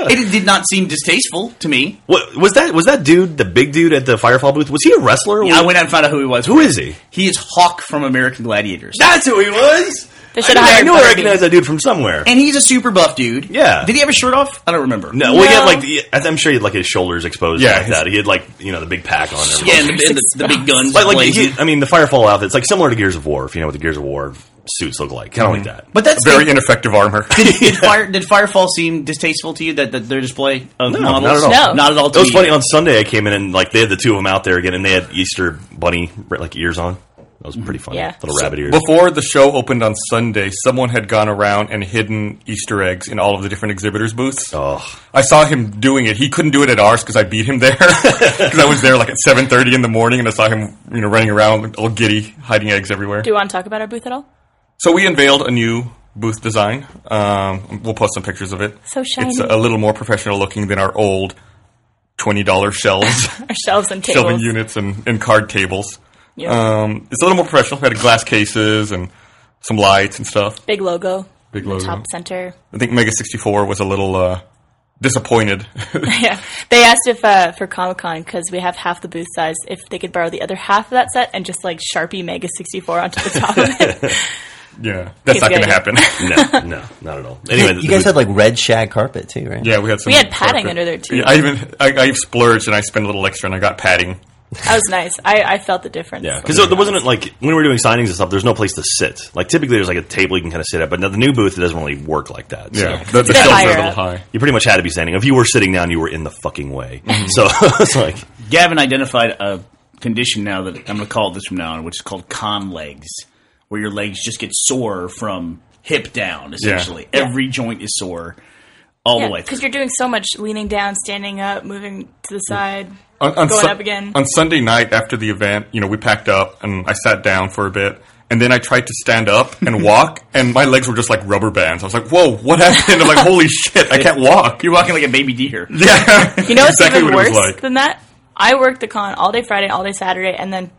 S3: It did not seem distasteful to me.
S4: What, was that was that dude the big dude at the Firefall booth? Was he a wrestler?
S3: I went out and found out who he was.
S4: Who is he?
S3: He is Hawk from American Gladiators,
S4: That's who he was.
S2: They
S4: I
S2: should
S4: knew,
S2: have
S4: I
S2: hired
S4: knew I
S2: Barbie.
S4: recognized that dude from somewhere.
S3: and he's a super buff dude.
S4: Yeah.
S3: Did he have a shirt off? I don't remember.
S4: No, well, he had
S2: No.
S4: like the, I'm sure he had like his shoulders exposed.
S1: Yeah,
S4: Yeah, like that. He had like you know the big pack on. and everything.
S3: Yeah, and the, and the, the big guns.
S4: But like,
S3: blazing.
S4: he- I mean, the Firefall outfit's like similar to Gears of War. If you know what the Gears of War suits look like, kind of like that.
S3: but that's
S1: Very
S3: the,
S1: ineffective armor.
S3: did, Fire, did Firefall seem distasteful to you? That, that their display of
S4: No,
S3: models,
S4: not at all.
S2: No.
S3: not at all.
S4: it
S3: To
S4: was
S3: you.
S4: funny. On Sunday, I came in and like they had the two of them out there again, and they had Easter bunny like ears on. That was pretty funny.
S2: Mm-hmm. Yeah.
S4: Little rabbit
S1: [LAUGHS]
S4: ears.
S1: Before the show opened on Sunday, someone had gone around and hidden Easter eggs in all of the different exhibitors' booths.
S4: Oh.
S1: I saw him doing it. He couldn't do it at ours because I beat him [LAUGHS] there. Because I was there like at 7:30 in the morning, and I saw him, you know, running around all giddy, hiding eggs everywhere.
S2: Do you want to talk about our booth at all?
S1: So we unveiled a new booth design. Um, we'll post some pictures of it.
S2: So shiny.
S1: It's a little more professional looking than our old twenty
S2: [LAUGHS]
S1: dollar shelves,
S2: Our shelves and tables.
S1: shelving units, and, and card tables.
S2: Yeah.
S1: Um, it's a little more professional. We had glass cases and some lights and stuff.
S2: Big logo.
S1: Big
S2: in the
S1: logo.
S2: Top center.
S1: I think Mega sixty four was a little uh, disappointed. [LAUGHS]
S2: yeah. [LAUGHS] They asked if uh, for Comic Con because we have half the booth size, if they could borrow the other half of that set and just like Sharpie Mega 64 onto the top of
S1: [LAUGHS]
S2: it.
S1: yeah, that's not
S2: Good
S1: going to happen.
S4: no, [LAUGHS] no, not at all. Anyway,
S5: You guys had like red shag carpet too, right?
S1: [LAUGHS] yeah, we had some.
S2: We had padding under there, too.
S1: Yeah, I even I, I splurged and I spent a little extra and I got padding.
S2: that was nice. I, I felt the difference.
S4: Yeah, because there wasn't like when we were doing signings and stuff. There's no place to sit. Like typically, there's like a table you can kind of sit at, but now the new booth it doesn't really work like that. so.
S1: Yeah, the, the
S2: Bit
S1: shelves are a
S2: higher
S1: little
S2: up.
S1: high.
S4: you pretty much had to be standing. If you were sitting down, you were in the fucking way. So [LAUGHS] it's like
S3: Gavin identified a condition now that I'm going to call it this from now on, which is called con legs, where your legs just get sore from hip down, essentially.
S2: Yeah.
S3: Every joint is sore all the way
S2: because
S3: through.
S2: you're doing so much leaning down, standing up, moving to the side,
S1: on, on
S2: going
S1: Sun-
S2: up again.
S1: on Sunday night after the event. You know, we packed up and I sat down for a bit, and then I tried to stand up
S2: [LAUGHS]
S1: and walk, and my legs were just like rubber bands. I was like, "Whoa, what happened?" I'm
S2: [LAUGHS]
S1: like, "Holy shit, I can't walk." [LAUGHS]
S3: You're walking like a baby deer.
S1: Yeah,
S2: you know what's
S1: exactly
S2: even
S1: what it
S2: worse
S1: was like.
S2: than that? I worked the con all day Friday, all day Saturday, and then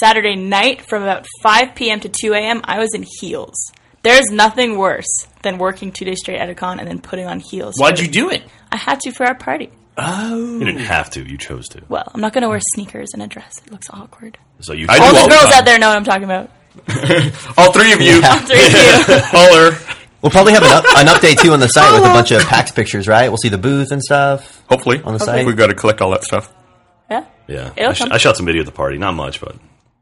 S2: Saturday night from about 5 p.m. to 2 a.m. I was in heels. There is nothing worse than working two days straight at a con and then putting on heels.
S3: Why'd you do it?
S2: I had to for our party.
S4: You didn't have to. You chose to.
S2: Well, I'm not going to wear sneakers and a dress. It looks awkward.
S4: So you.
S1: I
S2: All
S1: do
S2: the
S1: all the
S2: girls
S1: time.
S2: out there know what I'm talking about.
S1: All three of you.
S5: Yeah.
S2: Three of you.
S1: Holler.
S5: [LAUGHS] We'll probably have an, up, an update too on the site with a bunch of PAX pictures, right? We'll see the booth and stuff.
S1: Hopefully.
S5: On the site.
S1: We've got to collect all that stuff.
S2: Yeah.
S4: Yeah.
S2: It'll
S4: I, sh-
S2: come.
S4: I shot some video at the party. Not much, but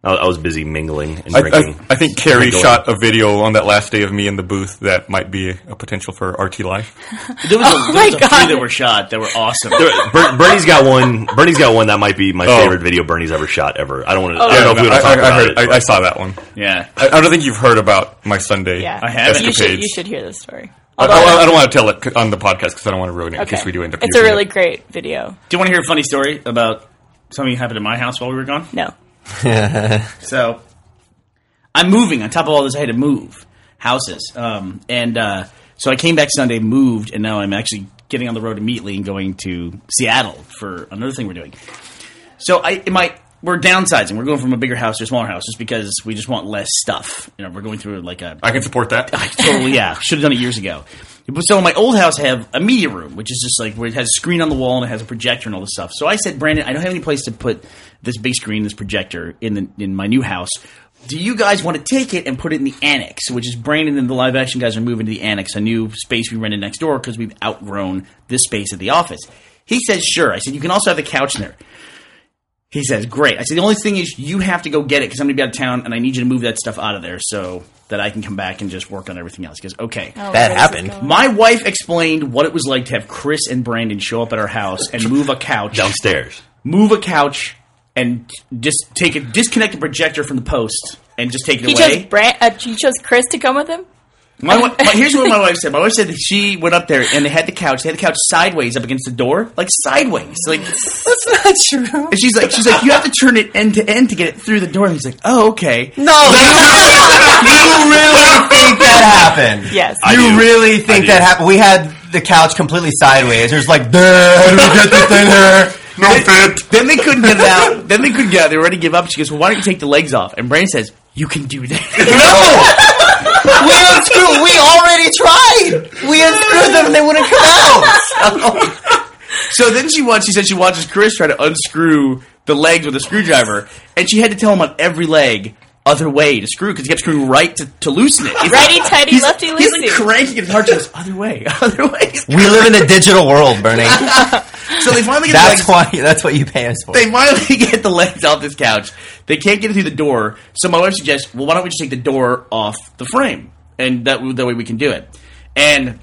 S4: I, I was busy mingling and
S1: I,
S4: drinking.
S1: I, I think Carrie
S4: Mingling. [LAUGHS]
S1: shot a video on that last day of me in the booth that might be a potential for RT Life.
S3: There
S2: [LAUGHS]
S3: was, a, there was
S2: Oh my
S3: a few
S2: God.
S3: that were shot that were awesome.
S4: Ber- Bernie's got one. Bernie's got one that might be my favorite video Bernie's ever shot ever. I don't
S2: Oh,
S4: want to. Oh. I
S1: Yeah,
S4: don't know if
S1: no,
S4: we want
S1: I,
S4: to
S1: I,
S4: talk
S1: I,
S4: about
S1: heard,
S4: it.
S1: I, I
S4: but-
S1: saw that one.
S3: yeah.
S1: I, I don't think you've heard about my Sunday.
S2: Yeah.
S3: I haven't.
S2: You should, you
S1: escapades.
S2: should hear this story.
S1: I,
S2: Although
S1: I- I don't want to tell it c- on the podcast because I don't want to ruin it in
S2: okay.
S1: case we do end up.
S2: It's a
S1: using
S2: really
S1: it.
S2: great video.
S3: Do you want to hear a funny story about something that happened in my house while we were gone?
S2: No. Oh,
S3: So I'm moving. On top of all this, I had to move houses. Um, and uh, so I came back Sunday, moved, and now I'm actually getting on the road immediately and going to Seattle for another thing we're doing. So I in my we're downsizing. We're going from a bigger house to a smaller house just because we just want less stuff. You know, we're going through like a
S1: I can support that.
S3: totally yeah. Should have done it years ago. But So in my old house, I have a media room, which is just like where it has a screen on the wall and it has a projector and all this stuff. So I said, Brandon, I don't have any place to put this big screen, this projector in the in my new house. Do you guys want to take it and put it in the annex, which is Brandon and the live action guys are moving to the annex, a new space we rented next door because we've outgrown this space at the office. He says, sure. I said, you can also have the couch in there. He says, "Great." I said, "The only thing is, you have to go get it because I'm going to be out of town, and I need you to move that stuff out of there so that I can come back and just work on everything else." He goes, "Okay."
S2: Oh, where's
S5: That
S2: it
S5: happened.
S2: going?
S3: My wife explained what it was like to have Chris and Brandon show up at our house and move a couch,
S4: downstairs.
S3: move a couch, and just take it, disconnect the projector from the post, and just take it
S2: He
S3: away.
S2: chose, Bra- uh, he chose Chris to come with him?
S3: My, wi- my here's what my wife said. My wife said that she went up there and they had the couch. They had the couch sideways up against the door, like sideways. Like that's not true. And she's like, she's like, you have to turn it end to end to get it through the door. And he's like, oh okay.
S5: No, [LAUGHS] you really think that happened?
S2: Yes.
S4: I
S5: You
S4: do.
S5: really
S4: I
S5: think
S4: do.
S5: that happened? We had the couch completely sideways. It was like, "Duh, how do we get this in there?
S1: No fit.
S3: Then they couldn't get it out. Then they couldn't get out. They were ready to give up. She goes, well, why don't you take the legs off? And Brandon says, you can do that.
S5: [LAUGHS]
S3: [LAUGHS]
S5: No, [LAUGHS] we unscrewed. We already tried. We unscrewed them, and they wouldn't come out.
S3: so then she watched. She said she watches Chris try to unscrew the legs with a screwdriver, and she had to tell him on every leg. Other way to screw because he kept screwing right to, to loosen it. He's like-
S2: Righty tighty, lefty
S3: He's like
S2: loosey.
S3: cranking his hard goes other way, [LAUGHS] other way.
S5: We live in a digital world, [LAUGHS] Bernie.
S3: So they finally get
S5: That's
S3: the legs.
S5: why. That's what you pay us for.
S3: They finally [LAUGHS] get the legs off this couch. They can't get it through the door. So my wife suggests, well, why don't we just take the door off the frame, and that that way we can do it. And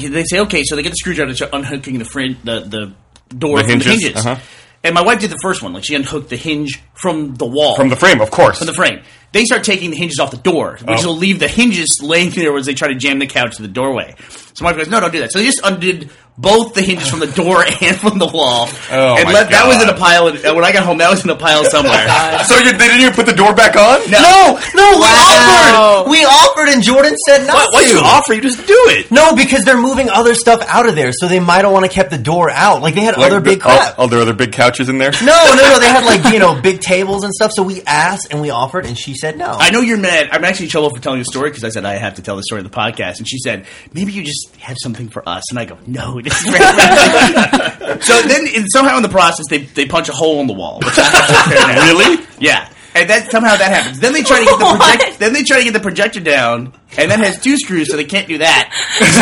S3: they say, okay. So they get the screwdriver to start unhooking the fringe, the the door
S1: The
S3: from the
S1: hinges,
S3: hinges.
S1: uh-huh.
S3: And my wife did the first one. Like she unhooked the hinge from the wall
S1: From the frame, of course.
S3: from the frame. They start taking the hinges off the door, which
S1: Oh.
S3: will leave the hinges laying there as they try to jam the couch to the doorway. So my wife goes, "No, don't do that." So they just undid both the hinges from the door [LAUGHS] and from the wall,
S1: Oh,
S3: and
S1: my
S3: left, that was in
S1: God.
S3: a pile. and when I got home, that was in a pile
S1: [LAUGHS] [LAUGHS]
S3: somewhere. [LAUGHS]
S1: so you didn't even put the door back on?
S5: no, no. We
S2: Wow.
S5: offered. We offered, and Jordan said not
S4: Why, why'd you
S5: to.
S4: offer? You just do it.
S5: No, because they're moving other stuff out of there, so they might have want to kept the door out. Like oh, they had
S1: Like
S5: other
S1: the-
S5: big crap.
S1: All, all their other big couches in there.
S5: No, no, no. They had like you know big tables and stuff. So we asked and we offered, and she said no.
S3: I know you're mad. I'm actually in trouble for telling the story because I said I have to tell the story of the podcast, and she said maybe you just have something for us. And I go, no. This is very-" [LAUGHS] so then, in, somehow in the process, they they punch a hole in the wall. which I have to tear down.
S1: Really?
S3: Yeah. And that somehow that happens. Then they try to get the project, then they try to get the projector down, and that has two screws, so they can't do that.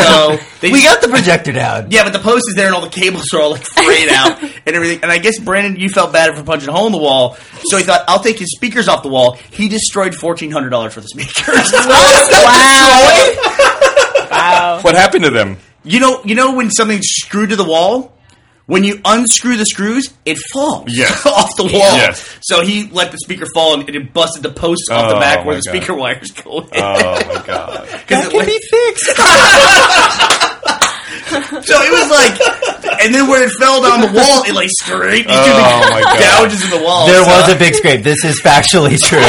S3: So they
S5: we
S3: just-
S5: got the projector down.
S3: yeah, but the post is there, and all the cables are all like frayed out
S5: [LAUGHS]
S3: and everything. And I guess Brandon, you felt bad for punching a hole in the wall, so he thought, "I'll take his speakers off the wall." He destroyed fourteen hundred dollars for the
S5: [LAUGHS]
S3: speakers.
S2: Wow.
S1: [LAUGHS]
S2: wow.
S1: What happened to them?
S3: you know, you know when something's screwed to the wall. When you unscrew the screws, it falls
S1: Yes.
S3: [LAUGHS] off the wall.
S1: Yes.
S3: So he let the speaker fall, and it busted the post off the
S1: Oh,
S3: back where
S1: my
S3: the
S1: God.
S3: speaker wires go. In.
S1: Oh my god.
S3: 'Cause
S5: That
S3: it
S5: can
S3: went-
S5: be fixed.
S3: [LAUGHS] So it was like, and then when it fell down the wall, it like scraped into
S1: Oh, my
S3: the
S1: God.
S3: [LAUGHS] gouges in the wall.
S5: There
S3: So-
S5: was a big scrape. This is [LAUGHS] factually true.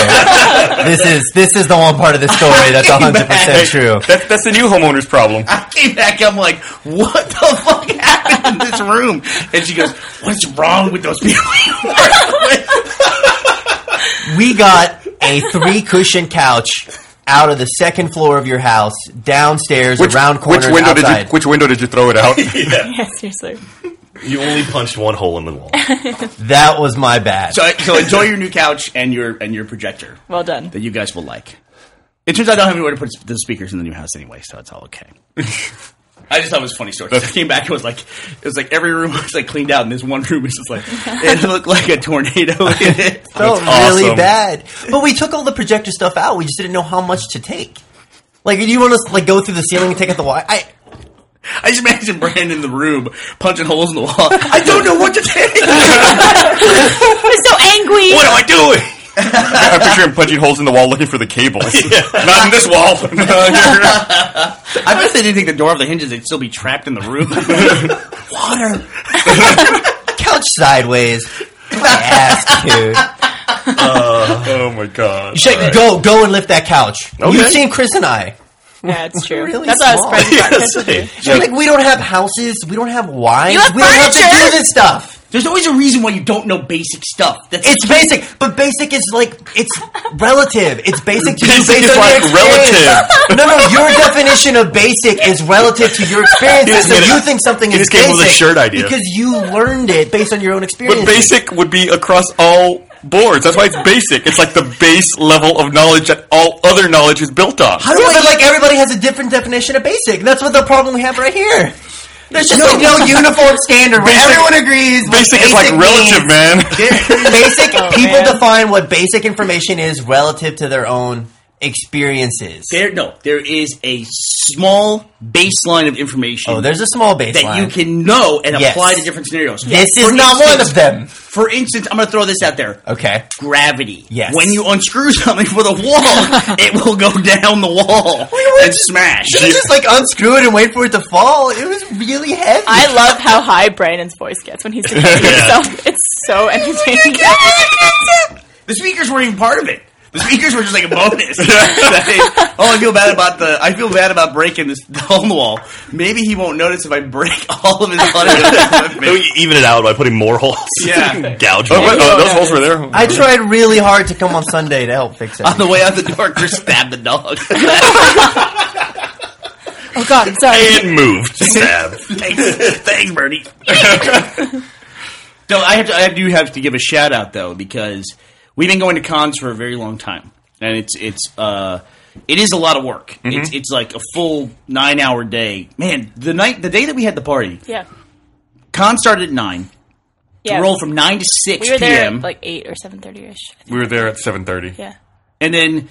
S5: this is this is the one part of the story that's hundred percent true.
S1: That's that's the new homeowner's problem.
S3: I came back. I'm like, what the fuck happened in this room? And she goes, what's wrong with those people? you work with?"
S5: We got a three cushion couch out of the second floor of your house, downstairs, around corners,
S1: window
S5: outside.
S1: did you which window did you throw it out?
S2: Yeah, [LAUGHS] seriously.
S4: You only punched one hole in the wall.
S5: that was my
S3: [LAUGHS]
S5: bad.
S3: So, so enjoy your new couch and your and your projector
S2: Well done. [LAUGHS]
S3: that you guys will like. It turns out I don't have anywhere to put the speakers in the new house anyway, so it's all okay. [LAUGHS] I just thought it was a funny story. 'cause I came back and was like, it was like every room [LAUGHS] was like cleaned out, and this one room was just like it looked like a tornado. [LAUGHS] in it.
S5: felt
S4: That's
S5: really
S4: awesome.
S5: bad. But we took all the projector stuff out. We just didn't know how much to take. Like, do you want us to like go through the ceiling and take out the wire? I
S3: I just imagine Brandon in the room punching holes in the wall. I don't know what to [LAUGHS] take. what
S2: I'm so angry.
S3: am I doing?
S1: I picture him punching holes in the wall looking for the cables. [LAUGHS] Not in this wall. [LAUGHS]
S3: I bet if they didn't take the door off the hinges, they'd still be trapped in the room. [LAUGHS] Water.
S5: couch sideways. My ass, [LAUGHS] dude.
S1: oh my god.
S5: Check, Go, go and lift that couch. You've
S4: Okay.
S5: seen Chris and I.
S2: yeah, it's true.
S5: Really
S2: That's
S5: small.
S2: what I was surprised about.
S4: Yes, hey.
S5: She's like, we don't have houses. We don't have wives.
S2: You have
S5: we don't have to
S2: furniture."
S5: do this stuff.
S3: There's always a reason why you don't know basic stuff. That's
S5: It's basic, but basic is like it's relative. It's basic to you
S1: Basic is
S5: based on
S1: like
S5: your experience.
S1: relative.
S5: No, no, your definition of basic is relative to your
S4: He
S5: experiences.
S4: just
S5: So
S4: made a-
S5: you think something
S4: he
S5: is
S4: just came up
S5: basic
S4: with a shirt idea.
S5: because you learned it based on your own experience.
S1: But basic would be across all boards. That's why it's basic. It's like the base level of knowledge that all other knowledge is built on.
S5: How do I, but like everybody has a different definition of basic. That's what the problem we have right here. There's just like no uniform standard where
S1: Basic-
S5: everyone agrees. what
S1: Basic is like relative,
S5: means.
S1: man. [LAUGHS]
S5: [LAUGHS] basic
S2: Oh,
S5: people
S2: man.
S5: define what basic information is relative to their own experiences.
S3: There, no, there is a small baseline of information
S5: Oh, there's a small baseline.
S3: that you can know and
S5: Yes.
S3: apply to different scenarios.
S5: This
S3: For
S5: is not one
S3: instance-
S5: of them.
S3: For instance, I'm going to throw this out there.
S5: Okay.
S3: Gravity.
S5: Yes.
S3: When you unscrew [LAUGHS] something for the
S5: [LAUGHS]
S3: wall, it will go down the wall and smash.
S5: Should just like unscrew it and wait for it to fall. It was really heavy.
S2: I love how high Brandon's voice gets when he's defending himself. It's so entertaining.
S3: The speakers weren't even part of it. The speakers were just like a [LAUGHS] bonus. That is- oh, I feel bad about the. I feel bad about breaking this the home wall. Maybe he won't notice if I break all of [LAUGHS] his audio
S4: Maybe
S3: equipment.
S4: you even it out by putting more holes.
S1: [LAUGHS]
S3: Yeah.
S4: Gouge
S1: Oh,
S4: more.
S1: what? Oh, those holes were there.
S5: I tried really hard to come on Sunday to help fix
S3: [LAUGHS]
S5: it.
S3: On the way out the door, just stab the dog. [LAUGHS]
S2: Oh god, I'm sorry.
S4: And moved. Stab.
S3: thanks, thanks, Bernie. [LAUGHS] so I have to, I do have to give a shout out though because we've been going to cons for a very long time, and it's it's uh it is a lot of work. It's it's like a full nine hour day. Man, the night the day that we had the party,
S2: Yeah.
S3: con started at nine.
S2: Yeah.
S3: Roll from nine to six
S2: we were there
S3: p.m.
S2: at like eight or seven thirty ish.
S1: We were there at seven thirty.
S2: Yeah.
S3: and then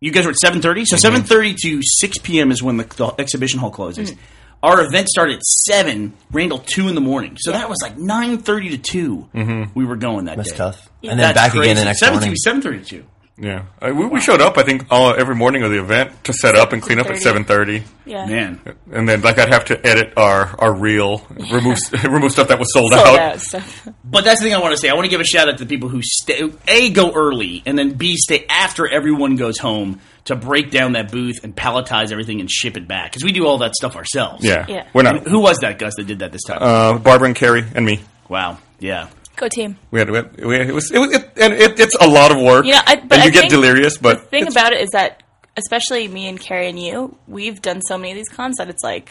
S3: you guys were at seven thirty.
S5: Mm-hmm.
S3: So seven thirty to six p.m. is when the, the exhibition hall closes.
S2: Mm-hmm.
S3: Our event started at seven. Randall two in the morning. So that was like nine thirty to 2 We were going that
S5: Mm-hmm. That's
S3: day.
S5: tough. And then back again the next morning.
S3: Seven thirty two.
S1: Yeah, I, we, we showed up. I think all, every morning of the event to set up and clean up at seven thirty.
S2: Yeah.
S3: Man,
S1: And then, like, I'd have to edit our, our reel, remove [LAUGHS] remove stuff that was sold,
S2: Sold
S1: out.
S2: out stuff. [LAUGHS]
S3: but that's the thing I want to say. I want to give a shout out to the people who stay, a go early, and then b stay after everyone goes home to break down that booth and palletize everything and ship it back because we do all that stuff ourselves.
S1: Yeah.
S2: Yeah.
S1: we're not.
S3: Who was that, Gus, that did that this time?
S1: Uh, Barbara and Carrie and me.
S3: wow. Yeah.
S2: Go team.
S1: We had, we had we- it was it, was- it, and it it's a lot of work.
S2: Yeah, I- but
S1: and you
S2: I
S1: get
S2: think
S1: delirious, but
S2: The thing about it is that, especially me and Carrie and you, we've done so many of these cons that it's like,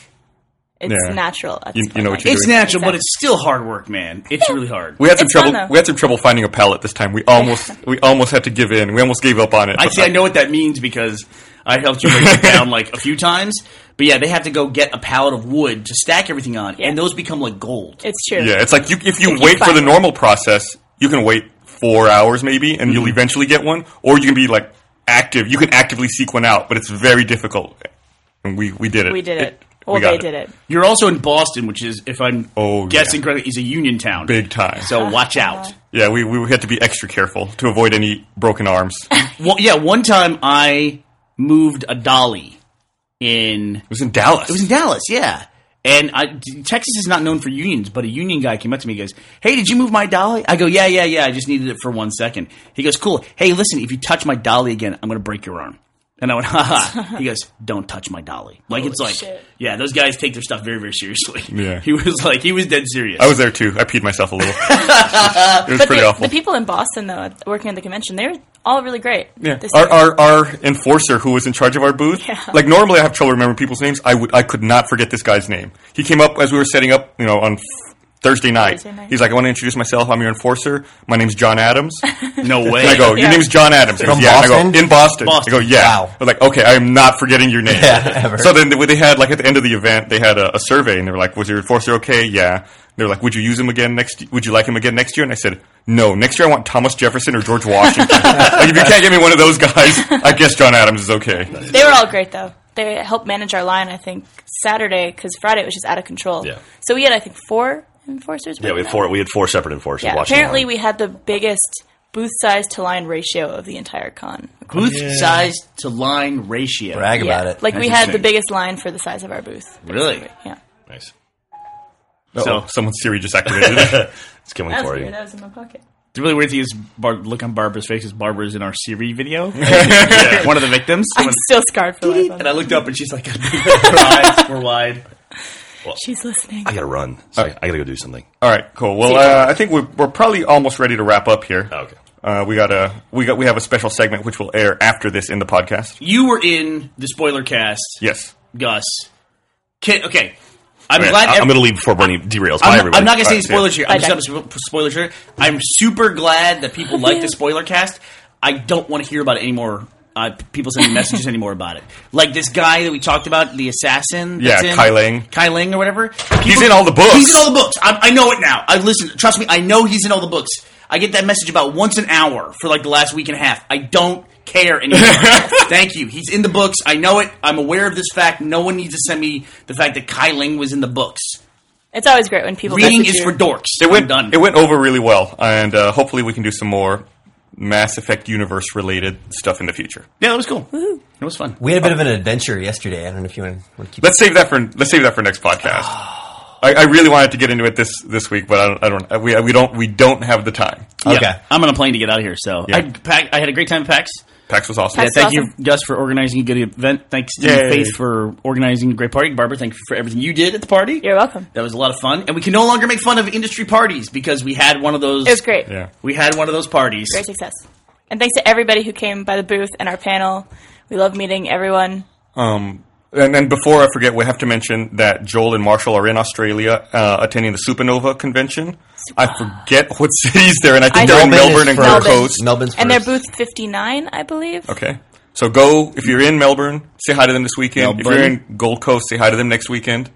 S2: it's
S1: Yeah.
S2: natural. At
S1: You-
S2: this
S1: you
S2: point.
S1: know what
S2: Like,
S1: you're
S3: It's
S1: doing.
S3: natural, but it's still hard work, man. It's really hard.
S1: we had some
S2: It's fun,
S1: trouble.
S2: though.
S1: we had some trouble finding a palette this time. We
S2: [LAUGHS]
S1: almost we almost had to give in. We almost gave up on it.
S3: I
S1: But
S3: see. I know what that means because I helped you break
S1: [LAUGHS]
S3: it down like a few times. But yeah, they have to go get a pallet of wood to stack everything on,
S2: Yeah.
S3: and those become like gold.
S2: It's true.
S1: Yeah, it's like you, if you
S2: If you
S1: wait for
S2: find
S1: the
S2: one.
S1: normal process, you can wait four hours maybe, and
S2: Mm-hmm.
S1: you'll eventually get one, or you can be like active. You can actively seek one out, but it's very difficult. And we we did it.
S2: We did it.
S1: we
S2: Well,
S1: got
S2: they did it.
S3: You're also in Boston, which is, if I'm
S1: Oh,
S3: guessing
S1: yeah.
S3: correctly, is a union town.
S1: big time.
S3: So watch out.
S1: Yeah, we, we had to be extra careful to avoid any broken
S3: [LAUGHS]
S1: arms. it
S3: Well, yeah, one time I moved a dolly in.
S1: was in Dallas.
S3: It was in Dallas, yeah. And I, Texas is not known for unions, but a union guy came up to me and goes, Hey, did you move my dolly? I go, Yeah, yeah, yeah. I just needed it for one second. He goes, Cool. Hey, listen, if you touch my dolly again, I'm going to break your arm. And I went, "Ha ha." He goes, Don't touch my dolly. Like, it's like,
S2: shit.
S3: yeah, those guys take their stuff very, very seriously.
S1: Yeah.
S3: [LAUGHS]
S1: Oh,
S3: He was like, He was dead serious.
S1: I was
S2: [LAUGHS]
S1: there too. I peed myself a little. it was
S2: But
S1: pretty
S2: the,
S1: awful.
S2: the people in Boston, though, at- working at the convention, they were all really great.
S1: Yeah.
S2: This
S1: Our,
S2: year.
S1: our our enforcer who was in charge of our booth.
S2: Yeah.
S1: Like normally I have trouble remembering people's names. I would I could not forget this guy's name. He came up as we were setting up, you know, on Thursday night.
S2: Thursday night.
S1: He's like, I want to introduce myself. I'm your enforcer. My name's John
S2: [LAUGHS]
S1: Adams. and
S3: No way.
S1: I go, Your
S2: Yeah.
S1: name's John Adams. He goes,
S5: From
S1: yeah. And I go,
S5: Boston?
S1: In Boston.
S3: Boston.
S1: I go, yeah.
S5: Wow.
S1: I was like, okay, I am not forgetting your name.
S5: Yeah, ever.
S1: So then they, they had like at the end of the event, they had a, a survey and they were like, was your enforcer okay? Yeah. They were like, would you use him again next? Would you like him again next year? And I said, no. Next year, I want Thomas Jefferson or George Washington. like, if you can't give me one of those guys, I guess John Adams is okay.
S2: They were all great though. They helped manage our line. I think Saturday because Friday it was just out of control.
S4: Yeah.
S2: So we had I think four enforcers.
S4: Yeah, we had four. We had four separate enforcers.
S2: Yeah.
S4: watching
S2: Apparently
S4: along.
S2: we had the biggest booth size to line ratio of the entire con.
S3: Booth size to line ratio.
S5: Brag
S2: Yeah.
S5: about it.
S2: Like we
S3: That's
S2: had the
S3: insane.
S2: biggest line for the size of our booth.
S3: Really?
S2: basically. Yeah.
S4: nice.
S1: So someone's Siri just activated. it.
S4: It's coming
S2: That was
S4: for you.
S2: weird. That was in my
S3: [LAUGHS]
S2: pocket.
S3: The really weird thing is, Bar- look on Barbara's face is Barbara's in our Siri video. One of the victims.
S2: I'm still scarred for life. on
S3: and I
S2: that.
S3: looked up and she's like, [LAUGHS] her eyes were wide.
S2: She's listening.
S4: I gotta run. Sorry, I gotta go do something.
S1: All right, cool. Well, uh, I think we're, we're probably almost ready to wrap up here.
S4: Oh, Okay.
S1: Uh, we got a we got we have a special segment which will air after this in the podcast.
S3: You were in the spoiler cast,
S1: Yes.
S3: Gus. Can, okay. I'm
S4: All right,
S3: glad.
S4: I- I'm
S3: ev-
S4: gonna leave before Bernie derails. Bye,
S3: I'm,
S4: everybody.
S3: I'm not going to say the
S1: All
S3: spoiler
S1: right,
S3: here.
S2: Bye,
S3: I'm just going to spoiler here. I'm super glad that people like the spoiler cast. I don't want to hear about it anymore. Uh, people sending messages anymore about it. Like this guy that we talked about, the assassin. that's
S1: Yeah,
S3: in-
S1: Kai Ling.
S3: Kai Ling or whatever.
S1: He's in all the books.
S3: He's in all the books. I, I know it now. I listen. Trust me. I know he's in all the books. I get that message about once an hour for like the last week and a half. I don't care
S1: [LAUGHS]
S3: anymore. Thank you. He's in the books. I know it. I'm aware of this fact. No one needs to send me the fact that Kai Ling was in the books.
S2: It's always great when people
S3: Reading
S2: message
S3: is
S2: you.
S3: for dorks.
S1: It
S3: I'm
S1: went
S3: done.
S1: It went over really well, and uh, hopefully we can do some more Mass Effect universe related stuff in the future.
S3: yeah, that was cool. It was fun.
S5: We had a bit of an adventure yesterday. I don't know if you want to keep.
S1: Let's save that for let's save that for next
S3: [SIGHS]
S1: podcast. I, I really wanted to get into it this this week, but I don't. I don't we, we don't we don't have the time.
S5: Okay.
S3: Yeah. I'm on a plane to get out of here. So I, pack, I had a great time at PAX.
S1: PAX was awesome.
S2: Yeah,
S3: Thank
S2: awesome.
S3: you, Gus, for organizing a good event. Thanks to
S1: Yay.
S3: Faith for organizing a great party. Barbara, thank you for everything you did at the party.
S2: You're welcome.
S3: That was a lot of fun, and we can no longer make fun of industry parties because we had one of those.
S2: It was great.
S1: yeah.
S3: We had one of those parties.
S2: Great success. And thanks to everybody who came by the booth and our panel. We love meeting everyone.
S1: Um, and then before I forget, we have to mention that Joel and Marshall are in Australia uh, attending the Supernova convention. I forget what [LAUGHS] cities they're in. I think
S2: I
S1: they're in
S2: think-
S1: Melbourne and Gold
S2: Melbourne.
S1: Coast.
S5: Melbourne's
S2: and
S5: first.
S2: they're booth 59, I believe.
S1: Okay. So go if you're in Melbourne, say hi to them this weekend. If you're
S3: Melbourne.
S1: in Gold Coast, say hi to them next weekend.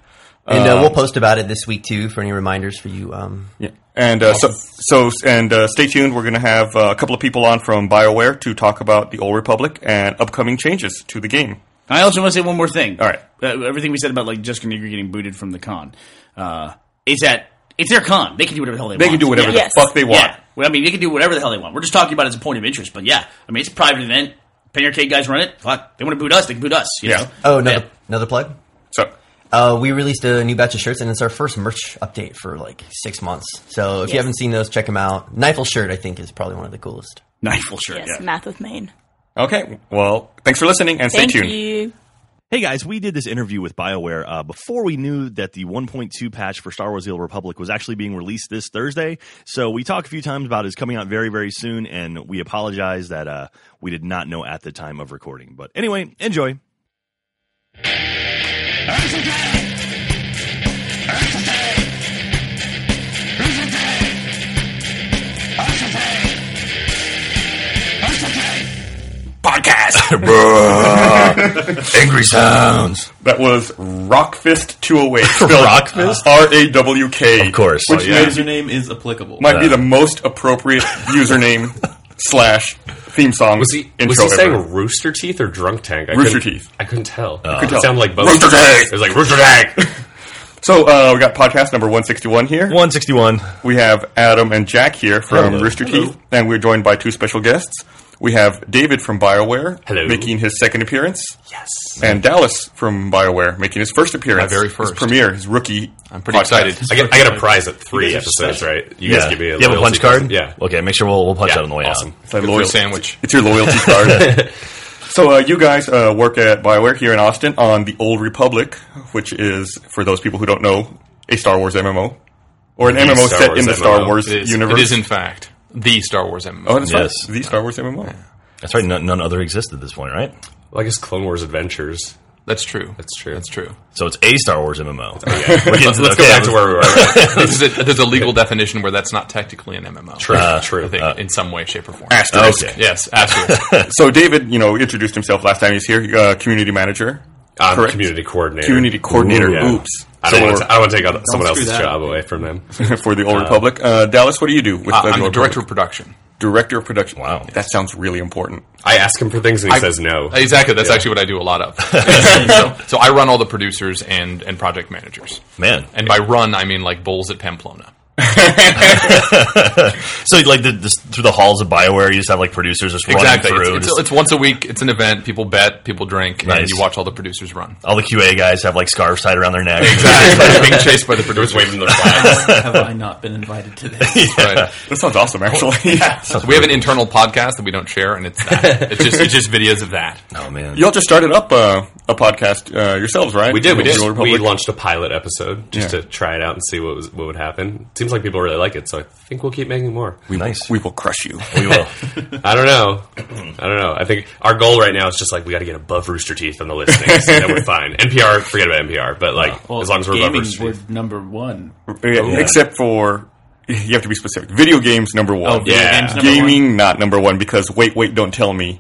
S5: and uh,
S1: Um,
S5: we'll post about it this week too for any reminders for you. Um,
S1: Yeah. And uh, so, so, and uh, stay tuned. We're going to have uh, a couple of people on from BioWare to talk about the Old Republic and upcoming changes to the game.
S3: I also want to say one more thing.
S1: All right.
S3: uh, everything we said about like Jessica Nigri getting booted from the con uh, is that it's their con. They can do whatever the hell they,
S1: They
S3: want.
S1: can do whatever
S2: Yeah.
S1: the
S2: Yes.
S1: fuck they want.
S3: Yeah. Well, I mean, they can do whatever the hell they want. We're just talking about it as a point of interest, but yeah, I mean, it's a private event. Penny Arcade guys run it. Fuck, they want to boot us. They can boot us. You
S1: Yeah.
S3: Know?
S5: oh, another
S3: Yeah.
S5: another plug.
S1: So,
S5: Uh, we released a new batch of shirts, and it's our first merch update for like six months. So if you
S2: Yes.
S5: haven't seen those, check them out. Knifel shirt, I think, is probably one of the coolest.
S3: Knifeful shirt.
S2: Yes,
S3: yeah.
S2: Math with Maine.
S1: okay. Well, thanks for listening and stay
S2: Thank
S1: tuned.
S2: you.
S4: Hey guys, we did this interview with BioWare uh, before we knew that the 1.2 patch for Star Wars The Old Republic was actually being released this Thursday. So we talked a few times about it's coming out very, very soon, and we apologize that uh, we did not know at the time of recording. But anyway, enjoy.
S5: Angry sounds.
S1: That was Rockfist 208. spelled
S4: Rockfist?
S1: R A W K.
S4: Of course.
S1: Which
S4: Oh, yeah.
S1: may-
S6: username is applicable.
S1: might be the most appropriate username slash theme song
S7: Was he
S1: intro
S7: was he
S1: ever.
S7: saying Rooster Teeth or Drunk Tank? I
S1: Rooster
S7: couldn't-
S1: Teeth.
S7: I couldn't tell. It
S1: tell.
S7: sounded like both.
S1: Rooster Teeth.
S7: It was like Rooster Tank.
S1: So uh, we got podcast number 161 here.
S4: 161.
S1: We have Adam and Jack here from
S4: Hello.
S1: Rooster Teeth, and we're joined by two special guests. We have David from BioWare
S7: Hello.
S1: making his second appearance. Yes. And Dallas from BioWare making his first appearance.
S6: My very
S1: His
S6: first.
S1: premiere, his rookie.
S6: I'm pretty excited.
S7: [LAUGHS] I get I get a prize at
S4: You
S7: three
S4: guys are
S7: episodes,
S4: special.
S7: right? You guys give me a
S4: you have a punch
S7: loyalty
S4: card?
S7: prize. Yeah.
S4: Okay, make sure we'll, we'll punch
S7: Yeah,
S4: out on the way
S7: awesome.
S1: It's like
S6: Good for a
S1: loyalty-
S6: sandwich.
S1: It's your loyalty
S6: [LAUGHS]
S1: card. so uh, you guys uh, work at BioWare here in Austin on the Old Republic, which is, for those people who don't know, a Star Wars MMO. Or an
S7: The
S1: MMO
S7: Star
S1: set
S7: Wars
S1: in the
S7: MMO.
S1: Star Wars
S6: It is,
S1: universe.
S6: it is, in fact, the Star Wars MMO.
S1: Oh, that's
S4: Yes.
S1: right. The Star Wars MMO.
S4: That's right. None, none other exist at this point, right?
S7: Well, I guess Clone Wars Adventures.
S6: That's true. That's
S7: true.
S6: That's true.
S4: So it's a Star Wars MMO. [LAUGHS]
S7: let's let's go back to where we were.
S6: there's, a, there's a legal definition where that's not technically an MMO. True.
S7: true.
S6: I think in some way, shape, or form.
S4: Okay.
S6: Yes, absolutely.
S1: So David, you know, introduced himself last time he's here, uh, community manager,
S7: [LAUGHS]
S1: [LAUGHS]
S7: I'm
S1: Correct.
S7: community coordinator.
S1: community coordinator.
S4: Ooh, yeah.
S1: Oops.
S7: I
S1: So
S7: don't, want to, I don't want to take out someone
S6: screw
S7: else's
S6: that
S7: job away from them.
S1: we're- for the Old Republic, uh, Dallas, what do you do? With
S6: Uh,
S1: the
S6: I'm the
S1: Old
S6: director
S1: Republic?
S6: of production.
S1: director of production.
S4: Wow.
S1: that sounds really important.
S7: I ask him for things and he
S6: I-
S7: says no.
S6: Exactly. That's actually what I do a lot of. [LAUGHS] so, so I run all the producers and, and project managers.
S4: Man.
S6: And by run, I mean like bowls at Pamplona.
S4: So like the, this, through the halls of Bioware, you just have like producers just
S6: Exactly.
S4: running through.
S6: It's, it's,
S4: just-
S6: it's once a week. It's an event. People bet. People drink.
S4: Nice.
S6: And you watch all the producers run. [LAUGHS]
S4: all the QA guys have like scarves tied around their neck.
S6: Exactly. being chased by the
S7: He was
S6: producers.
S7: waving their flag.
S8: Have I not been invited to this?
S6: [LAUGHS] Right.
S1: That sounds awesome, actually.
S6: So we have an internal podcast that we don't share, and it's
S4: [LAUGHS]
S6: that. It's just it's just videos of that.
S4: [LAUGHS] oh
S1: [LAUGHS]
S4: man.
S1: Y'all just started up uh, a podcast uh, yourselves, right?
S7: We did. We
S1: The
S7: did.
S1: Old
S7: We
S1: Republic.
S7: launched a pilot episode just
S1: Yeah.
S7: to try it out and see what was what would happen. Seems like people really like it, so I think we'll keep making more.
S4: nice.
S1: We will crush you. [LAUGHS]
S4: we will.
S7: I don't know. I don't know. I think our goal right now is just like we got to get above Rooster Teeth on the listings, and then we're fine. NPR, forget about NPR, but like as long as we're above
S8: gaming
S7: Rooster Teeth.
S8: was number one.
S3: Oh,
S1: Yeah, Except for you have to be specific. Video games number
S3: Oh,
S1: one.
S8: video
S7: Yeah.
S8: games number
S1: Gaming not number one because wait, wait, don't tell me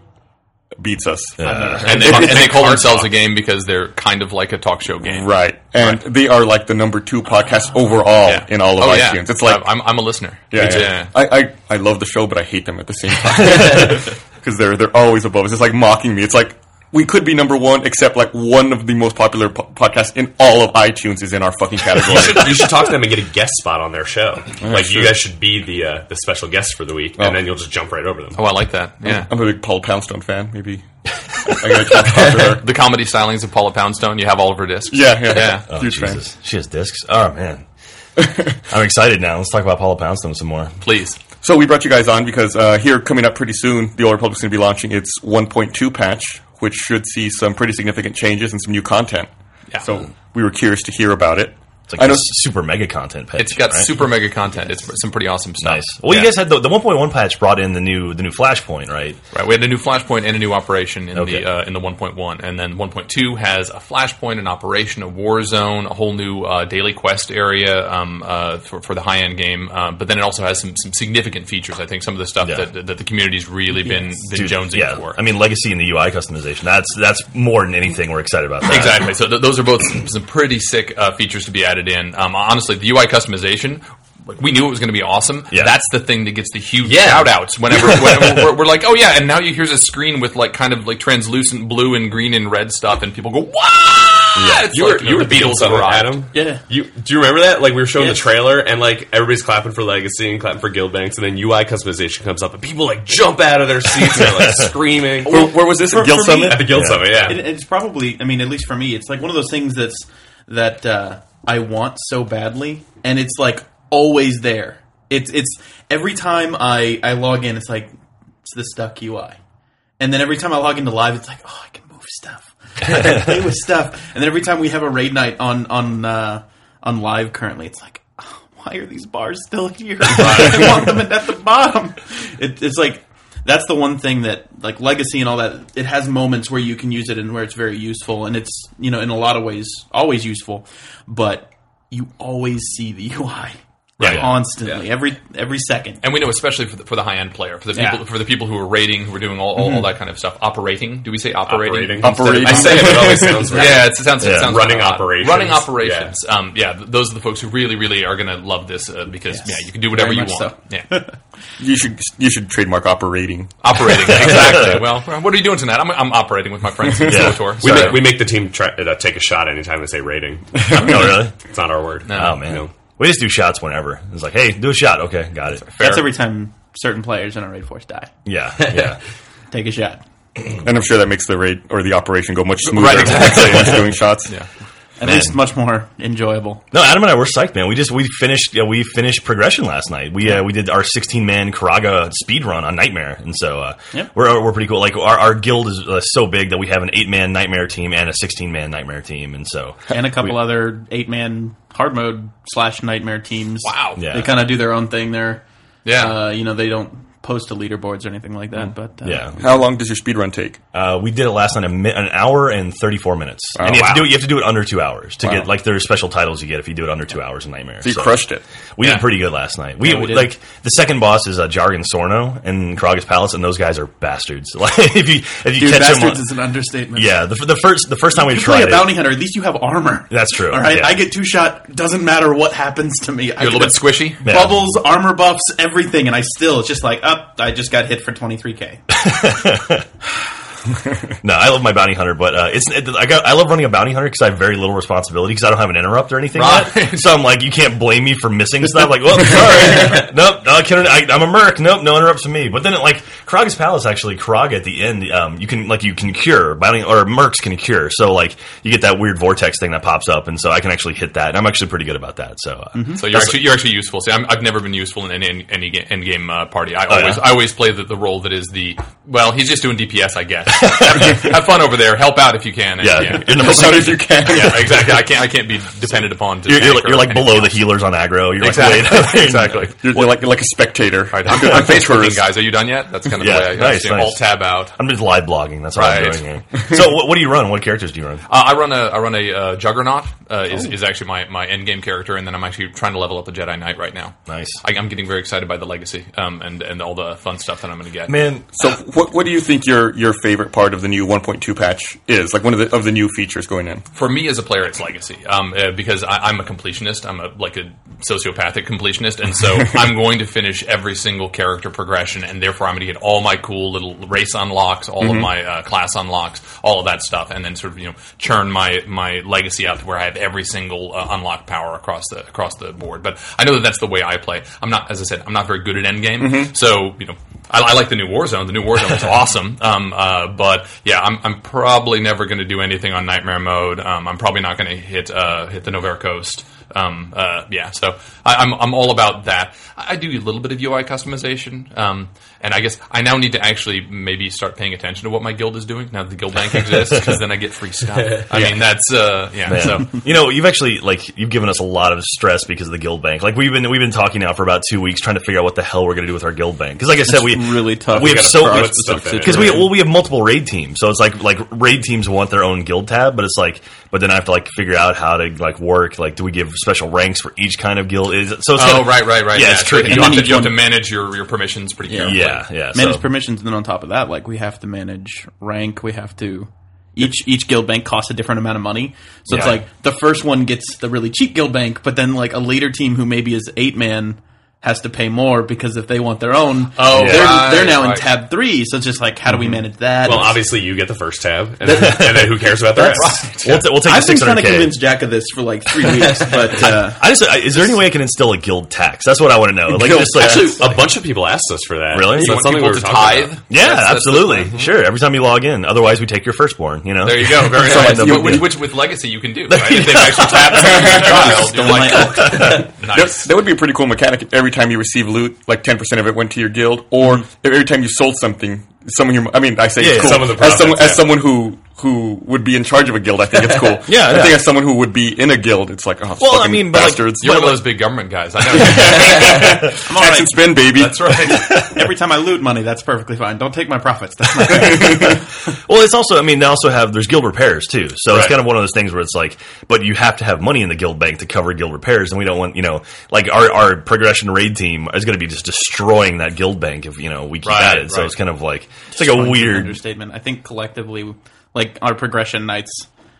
S1: beats us.
S6: And they, and they call themselves a game because they're kind of like a talk show game.
S1: Right, and they are like the number two podcast overall
S6: Yeah.
S1: in all of
S6: oh, yeah.
S1: iTunes. It's like
S6: I'm, I'm a listener.
S1: Yeah,
S6: It's-
S1: yeah. I, I, I love the show, but I hate them at the same
S4: [LAUGHS]
S1: time because they're they're always above us. It's like mocking me. It's like we could be number one, except like one of the most popular po- podcasts in all of iTunes is in our fucking
S4: [LAUGHS]
S7: You
S1: category.
S7: should, you should talk to them and get a guest spot on their show. like you guys should be the uh, the special guest for the week,
S1: Oh.
S7: and then you'll just jump right over them.
S6: Oh, I like that. Yeah.
S1: I'm a big Paul Poundstone fan. Maybe I gotta talk after her.
S6: [LAUGHS] The comedy stylings of Paula Poundstone. You have all of her discs.
S1: Yeah, yeah,
S6: Yeah.
S1: yeah. Huge fan.
S4: Oh, Jesus. She has discs. Oh
S7: [LAUGHS]
S4: man. I'm excited now. Let's talk about Paula Poundstone some more.
S6: Please.
S1: So we brought you guys on because uh, here coming up pretty soon, the Old Republic's going to be launching its 1.2 patch, which should see some pretty significant changes and some new content.
S6: Yeah.
S1: So we were curious to hear about it.
S4: It's like
S1: I know-
S4: this super mega content patch.
S6: It's got
S4: right?
S6: super mega content. It's some pretty awesome stuff.
S4: nice. Well, you
S6: Yeah.
S4: guys had the, the 1.1 patch brought in the new the new Flashpoint, right?
S6: Right, we had a new flashpoint and a new operation in
S4: Okay.
S6: the uh, in the 1.1, and then 1.2 has a flashpoint, an operation, a war zone, a whole new uh, daily quest area um, uh, for, for the high end game. Um, but then it also has some, some significant features. I think some of the stuff
S4: Yeah.
S6: that, that the community's really been been
S4: Dude,
S6: jonesing
S4: yeah.
S6: for.
S4: I mean, legacy and the UI customization. That's that's more than anything we're excited about. [LAUGHS]
S7: Uh,
S4: That.
S6: Exactly. So th- those are both some, some pretty sick uh, features to be added in. Um, honestly, the UI customization. like, We knew it was going to be awesome.
S4: Yeah.
S6: That's the thing that gets the huge shout
S7: [LAUGHS]
S6: outs whenever, whenever we're, we're like, oh yeah, and now you here's a screen with like kind of like translucent blue and green and red stuff, and people go, wow! It's
S7: You
S6: like,
S7: were you were
S6: know,
S7: beating something,
S6: arrived.
S7: Adam.
S8: Yeah.
S7: You do you remember that? Like we were showing the
S8: Yes.
S7: trailer, and like everybody's clapping for Legacy and clapping for Guild Banks, and then UI customization comes up, and people like jump out of their seats and they're like [LAUGHS] screaming.
S1: Where, where was this?
S8: For-
S1: Guild
S8: for me-
S1: Summit?
S7: At the Guild Summit, yeah.
S8: It, it's probably, I mean, at least for me, it's like one of those things that's that uh, I want so badly, and it's like always there. It's it's every time I I log in, it's like it's the stuck UI, and then every time I log into live, it's like oh, I can move stuff, [LAUGHS] I can play with stuff, and then every time we have a raid night on on uh, on live currently, it's like. oh, Why are these bars still here? [LAUGHS] I want them at the bottom. It, it's like that's the one thing that like legacy and all that it has moments where you can use it and where it's very useful and it's you know in a lot of ways always useful but you always see the ui
S4: Yeah.
S8: constantly every every second
S6: And we know, especially for the, for the high end player, for the people
S8: Yeah. Mm-hmm.
S6: for the people who are rating, who are doing all, all, all that kind of stuff. Operating? Do we say
S7: Operating.
S6: operating?
S1: Operating.
S7: I say it, but it always [LAUGHS] sounds right.
S6: Yeah, it's, it sounds,
S4: Yeah.
S6: it sounds
S7: Running
S6: like a lot.
S7: operations.
S6: Running operations. Yeah, um, yeah th- those are the folks who really, really are going to love this uh, because
S8: Yes.
S6: yeah, you can do whatever
S8: Very
S6: you want.
S8: much
S6: Yeah,
S1: You should you should trademark operating.
S4: [LAUGHS]
S6: operating exactly. Well, what are you doing tonight? I'm, I'm operating with my friends. in
S4: Yeah.
S6: SWTOR.
S7: We
S6: Sorry.
S7: make, we make the team try, uh, take a shot anytime they say rating.
S4: no, Oh, really.
S7: It's not our word.
S4: Oh man.
S7: No.
S4: We just do shots whenever. It's like, hey, do a shot. Okay, got it.
S8: that's
S3: [LAUGHS]
S8: every time certain players in our raid force die
S4: Yeah, yeah.
S8: take a shot
S1: And I'm sure that makes the raid or the operation go much smoother once doing shots.
S6: Yeah.
S8: at
S4: Man.
S8: least much more enjoyable
S4: No, Adam and I were psyched, man. We just we finished yeah, we finished progression last night. We uh, we did our 16 man Karaga speed run on Nightmare, and so uh,
S8: Yep.
S4: we're we're pretty cool. Like our, our guild is uh, so big that we have an eight man Nightmare team and a 16 man Nightmare team, and so
S8: and a couple other eight man hard mode slash nightmare teams
S6: Wow.
S4: Yeah.
S8: they kind of do their own thing there
S6: Yeah.
S8: uh, you know they don't
S3: post to leaderboards or anything like that. But uh,
S4: Mm. Yeah.
S1: How long does your speed run take?
S4: Uh, we did it last night a mi- an hour and 34 minutes. and you have, to do it, you have to do it under two hours to get, like, there are special titles you get if you do it under two hours in Nightmare.
S1: So you crushed it.
S4: We
S7: Yeah.
S4: did pretty good last night. We,
S7: Yeah, we did.
S4: like the second boss is uh, Jargon Sorno in Karaga's Palace, and those guys are bastards. [LAUGHS] Like if you if you
S3: dude,
S4: catch them,
S3: bastards
S4: on-
S3: is an understatement.
S4: yeah. The, f- the first the first time we
S3: If you're
S4: tried
S3: a bounty
S4: it,
S3: hunter. At least you have armor.
S4: That's true,
S3: All right,
S4: yeah.
S3: I get two shot. Doesn't matter what happens to me. You're I
S6: a little
S3: get
S6: bit squishy?
S4: Yeah.
S3: Bubbles, armor buffs, everything, and I still it's just like up. I just got hit for twenty three k.
S4: no, I love my bounty hunter, but uh, it's it, I got I love running a bounty hunter because I have very little responsibility because I don't have an interrupt or anything.
S6: Right.
S4: Yet. So I'm like, you can't blame me for missing stuff. Like, well, sorry, nope, no, I can't, I, I'm a merc. Nope, no interrupts from me. But then, like Karaga's Palace, actually, Karaga at the end, um, you can like you can cure bounty or mercs can cure. So like you get that weird vortex thing that pops up, and so I can actually hit that, and I'm actually pretty good about that. So uh,
S6: So you're actually, you're actually useful. See, I'm, I've never been useful in any any, any ga- end game uh, party. I always
S4: Oh, yeah?
S6: I always play the, the role that is the well. He's just doing DPS, I guess. [LAUGHS] have, have fun over there. Help out if you can. And,
S4: yeah,
S6: yeah.
S4: you're number
S1: As hard as you can.
S6: Yeah, exactly. I can't I can't be dependent upon. To
S4: You're, you're
S6: tank
S4: like,
S6: or
S4: you're like
S6: anything.
S4: below the healers on aggro. You're like [LAUGHS]
S6: Exactly.
S4: way
S6: Exactly.
S1: You're, you're like like a spectator.
S6: All right,
S1: [LAUGHS]
S6: I'm, I'm face clicking, guys. Are you done yet? That's kind of
S4: Yeah,
S6: the way I,
S4: nice,
S6: I see it.
S4: nice.
S6: alt tab out.
S4: I'm just live blogging. That's all I'm
S6: Right.
S4: doing here. So, what, what do you run? What characters do you run?
S6: Uh, I run a I run a uh, Juggernaut uh,
S4: Oh.
S6: is, is actually my, my end game character, and then I'm actually trying to level up the Jedi Knight right now.
S4: Nice.
S6: I, I'm getting very excited by the legacy um, and and all the fun stuff that I'm going to get.
S4: Man,
S1: So what what do you think your your favorite part of the new 1.2 patch is? Like one of the of the new features going in.
S6: for me as a player, it's legacy um, uh, because I, I'm a completionist. I'm a like a sociopathic completionist, and so I'm going to finish every single character progression, and therefore I'm going to get all my cool little race unlocks, all of my uh, class unlocks, all of that stuff, and then sort of you know churn my my legacy out to where I have every single uh, unlock power across the across the board. But I know that that's the way I play. I'm not, as I said, I'm not very good at endgame, so you know. I, I like the new Warzone. The new Warzone is awesome. Um, uh, but yeah, I'm, I'm probably never going to do anything on Nightmare Mode. Um, I'm probably not going to hit uh, hit the Novara Coast. Um, uh, yeah, so I, I'm I'm all about that. I I do a little bit of UI customization, um, and I guess I now need to actually maybe start paying attention to what my guild is doing now that the guild bank exists, because then I get free stuff. I mean, that's uh, yeah.
S4: [LAUGHS]
S6: So
S4: you know, you've actually like you've given us a lot of stress because of the guild bank. Like we've been we've been talking now for about two weeks trying to figure out what the hell we're going to do with our guild bank. Because like I said, we
S3: really tough.
S4: We
S3: We
S4: have
S3: gotta
S4: so
S3: prioritize
S4: much
S3: stuff in it.
S4: because we well we have multiple raid teams, so it's like like raid teams want their own guild tab, but it's like but then I have to like figure out how to like work. Like, do we give special ranks for each kind of guild? Is it- so it's
S6: oh
S4: kinda-
S6: right, right, right.
S4: Yeah, it's
S6: so
S4: tricky.
S6: You have,
S3: And
S6: to,
S3: then
S6: you have to
S3: each one-
S6: manage your, your permissions pretty carefully.
S4: Yeah, yeah. so-
S3: manage permissions, and then on top of that, like we have to manage rank. We have to each each guild bank costs a different amount of money, so it's
S4: Yeah.
S3: like the first one gets the really cheap guild bank, but then like a later team who maybe is eight man has to pay more because if they want their own,
S6: Oh,
S3: they're,
S6: right,
S3: they're now
S6: right.
S3: in tab three. So it's just like how do we manage that?
S7: Well, obviously you get the first tab, and then, and then who cares about the rest?
S4: We'll, t- we'll
S3: [LAUGHS]
S4: take
S3: I've
S4: the
S3: been trying to
S4: 600K.
S3: convince Jack of this for like three weeks, but uh,
S4: I just I, is there any way I can instill a guild tax? That's what I want to know. Like
S7: Guild
S4: just like
S7: Actually, a bunch of people asked us for that.
S4: Really?
S7: So
S4: You want
S7: that's something we
S6: people
S7: were
S6: to
S7: talking
S6: tithe.
S7: about.
S4: yeah,
S6: That's- that's the mm-hmm.
S4: absolutely, sure. Every time you log in, otherwise we take your firstborn. You know,
S6: There you go. Very
S4: So
S6: nice.
S4: I
S6: Wh-
S4: know-
S6: which, which with legacy you can do. Right? If they've actually tapped the child, you're like, "Oh,
S1: That,
S6: [LAUGHS] nice.
S1: that would be a pretty cool mechanic. if Every time you receive loot, like ten percent of it went to your guild, or if every time you sold something, someone. You, I mean, I say
S4: Mm-hmm. Yeah,
S1: it's cool.
S4: some of the
S1: as, someone,
S4: profits,
S1: as someone who who would be in charge of a guild, I think it's cool.
S4: [LAUGHS] Yeah,
S1: I
S4: yeah.
S1: think as someone who would be in a guild, it's like oh,
S4: Well, I
S1: fucking
S4: mean, but, like,
S1: bastards.
S6: You're one of those big government guys. I know.
S3: I'm all
S1: Tax
S3: right.
S1: and spend, baby.
S6: That's right.
S3: Every time I loot money, that's perfectly fine. Don't take my profits. That's not
S4: Well, it's also I mean they also have there's guild repairs too, so it's
S6: Right.
S4: kind of one of those things where it's like, but you have to have money in the guild bank to cover guild repairs, and we don't want you know like our our progression raid team is going to be just destroying that guild bank if you know we keep at
S6: Right,
S4: it. So
S6: right.
S4: it's kind of like it's like a
S3: It's an
S4: weird
S3: understatement. I think collectively, like our progression nights,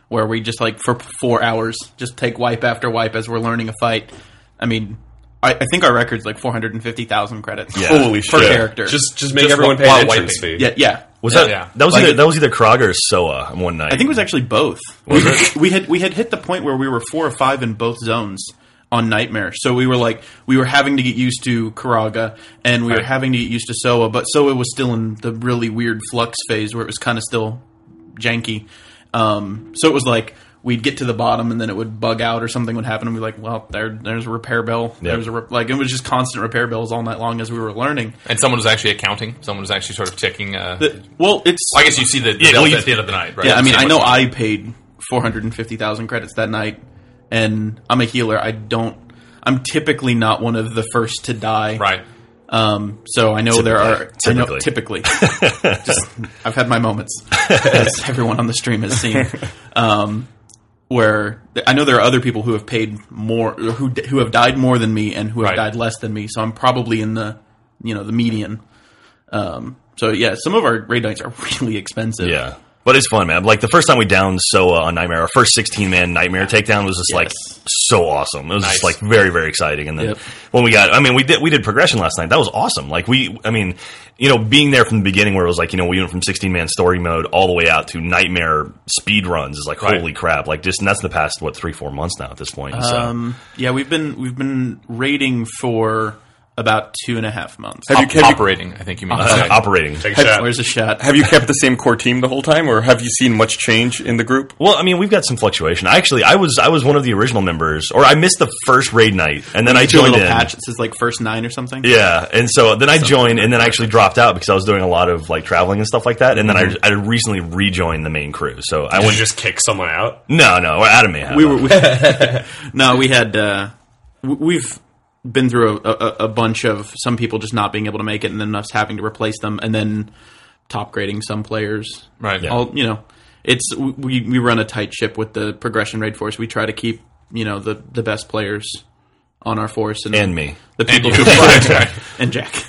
S3: where we just like for four hours just take wipe after wipe as we're learning a fight. I mean, I, I think our record's like four hundred and fifty thousand credits.
S4: Yeah.
S1: Holy shit.
S3: per charactor.
S7: Just, just make
S6: Just
S7: everyone pay
S6: while
S7: an entrance
S6: wiping.
S7: fee.
S3: yeah, yeah.
S4: was
S6: Yeah,
S4: that
S6: yeah.
S4: that was
S3: Like-
S4: either that was either Kraga or Soa on one night.
S3: I think it was actually both. we, we had we had hit the point where we were four or five in both zones on Nightmare. So we were like we were having to get used to Karaga and we were having to get used to Soa, but Soa was still in the really weird flux phase where it was kind of still janky. Um, so it was like we'd get to the bottom and then it would bug out or something would happen and we'd be like, well, there there's a repair bell.
S4: Yeah.
S3: There was a re- like it was just constant repair bells all night long as we were learning.
S6: And someone was actually accounting. Someone was actually sort of checking. Uh,
S3: The- well, it's
S6: I guess you see the, the
S4: Yeah,
S6: delta
S4: well, you-
S6: at the end of the night, right?
S3: Yeah, I
S6: You
S3: mean,
S6: see
S3: I
S6: what's
S3: know
S6: going on.
S3: I paid 450,000 credits that night, and I'm a healer. I don't. I'm typically not one of the first to die.
S6: Right.
S3: Um, so I know there are I know,
S6: [LAUGHS]
S3: typically. Just, I've had my moments, as
S6: [LAUGHS]
S3: everyone on the stream has seen, um, where I know there are other people who have paid more, or who who have died more than me, and who have
S6: Right.
S3: died less than me. So I'm probably in the you know the median. Um, so yeah, some of our raid nights are [LAUGHS] really expensive.
S4: Yeah. But it's fun, man. Like the first time we downed Soa on Nightmare, our first 16 man Nightmare takedown was just like
S3: Yes.
S4: so awesome. It was just like very, very exciting. And then
S3: Yep.
S4: when we got, I mean, we did, we did progression last night. That was awesome. Like we, I mean, you know, being there from the beginning where it was like, you know, we went from 16 man story mode all the way out to Nightmare speed runs is like,
S6: Right.
S4: holy crap. Like just, and that's in the past, what, three, four months now at this point. So,
S3: Um, yeah, we've been we've been raiding for about two and a half months.
S1: Have you,
S6: Op-
S1: have, you,
S6: operating, I think
S4: [LAUGHS]
S6: you mean. to
S4: uh,
S6: say.
S4: [LAUGHS] operating.
S7: Take a shot.
S3: Where's the shot?
S1: have you kept the same core team the whole time, or have you seen much change in the group?
S4: Well, I mean, we've got some fluctuation. I actually, I was, I was one of the original members, or I missed the first raid night, and then I
S3: Do a
S4: joined
S3: little
S4: in.
S3: patch that says like first nine or something.
S4: Yeah, and so then I joined, and then I actually dropped out because I was doing a lot of like traveling and stuff like that. And then
S3: Mm-hmm.
S4: I, I recently rejoined the main crew, so I
S7: I would
S4: went.
S7: just kick someone out.
S4: No, no, we're out of Mayhem.
S3: we [LAUGHS] were. We, no, we had. Uh, w- we've been through a, a, a bunch of some people just not being able to make it, and then us having to replace them, and then top grading some players.
S6: Right. Yeah.
S3: [LAUGHS] All you know, it's we we run a tight ship with the progression raid force. We try to keep you know the the best players on our force and,
S4: and me,
S3: the people
S4: [LAUGHS]
S3: who
S6: you. Right.
S3: and Jack.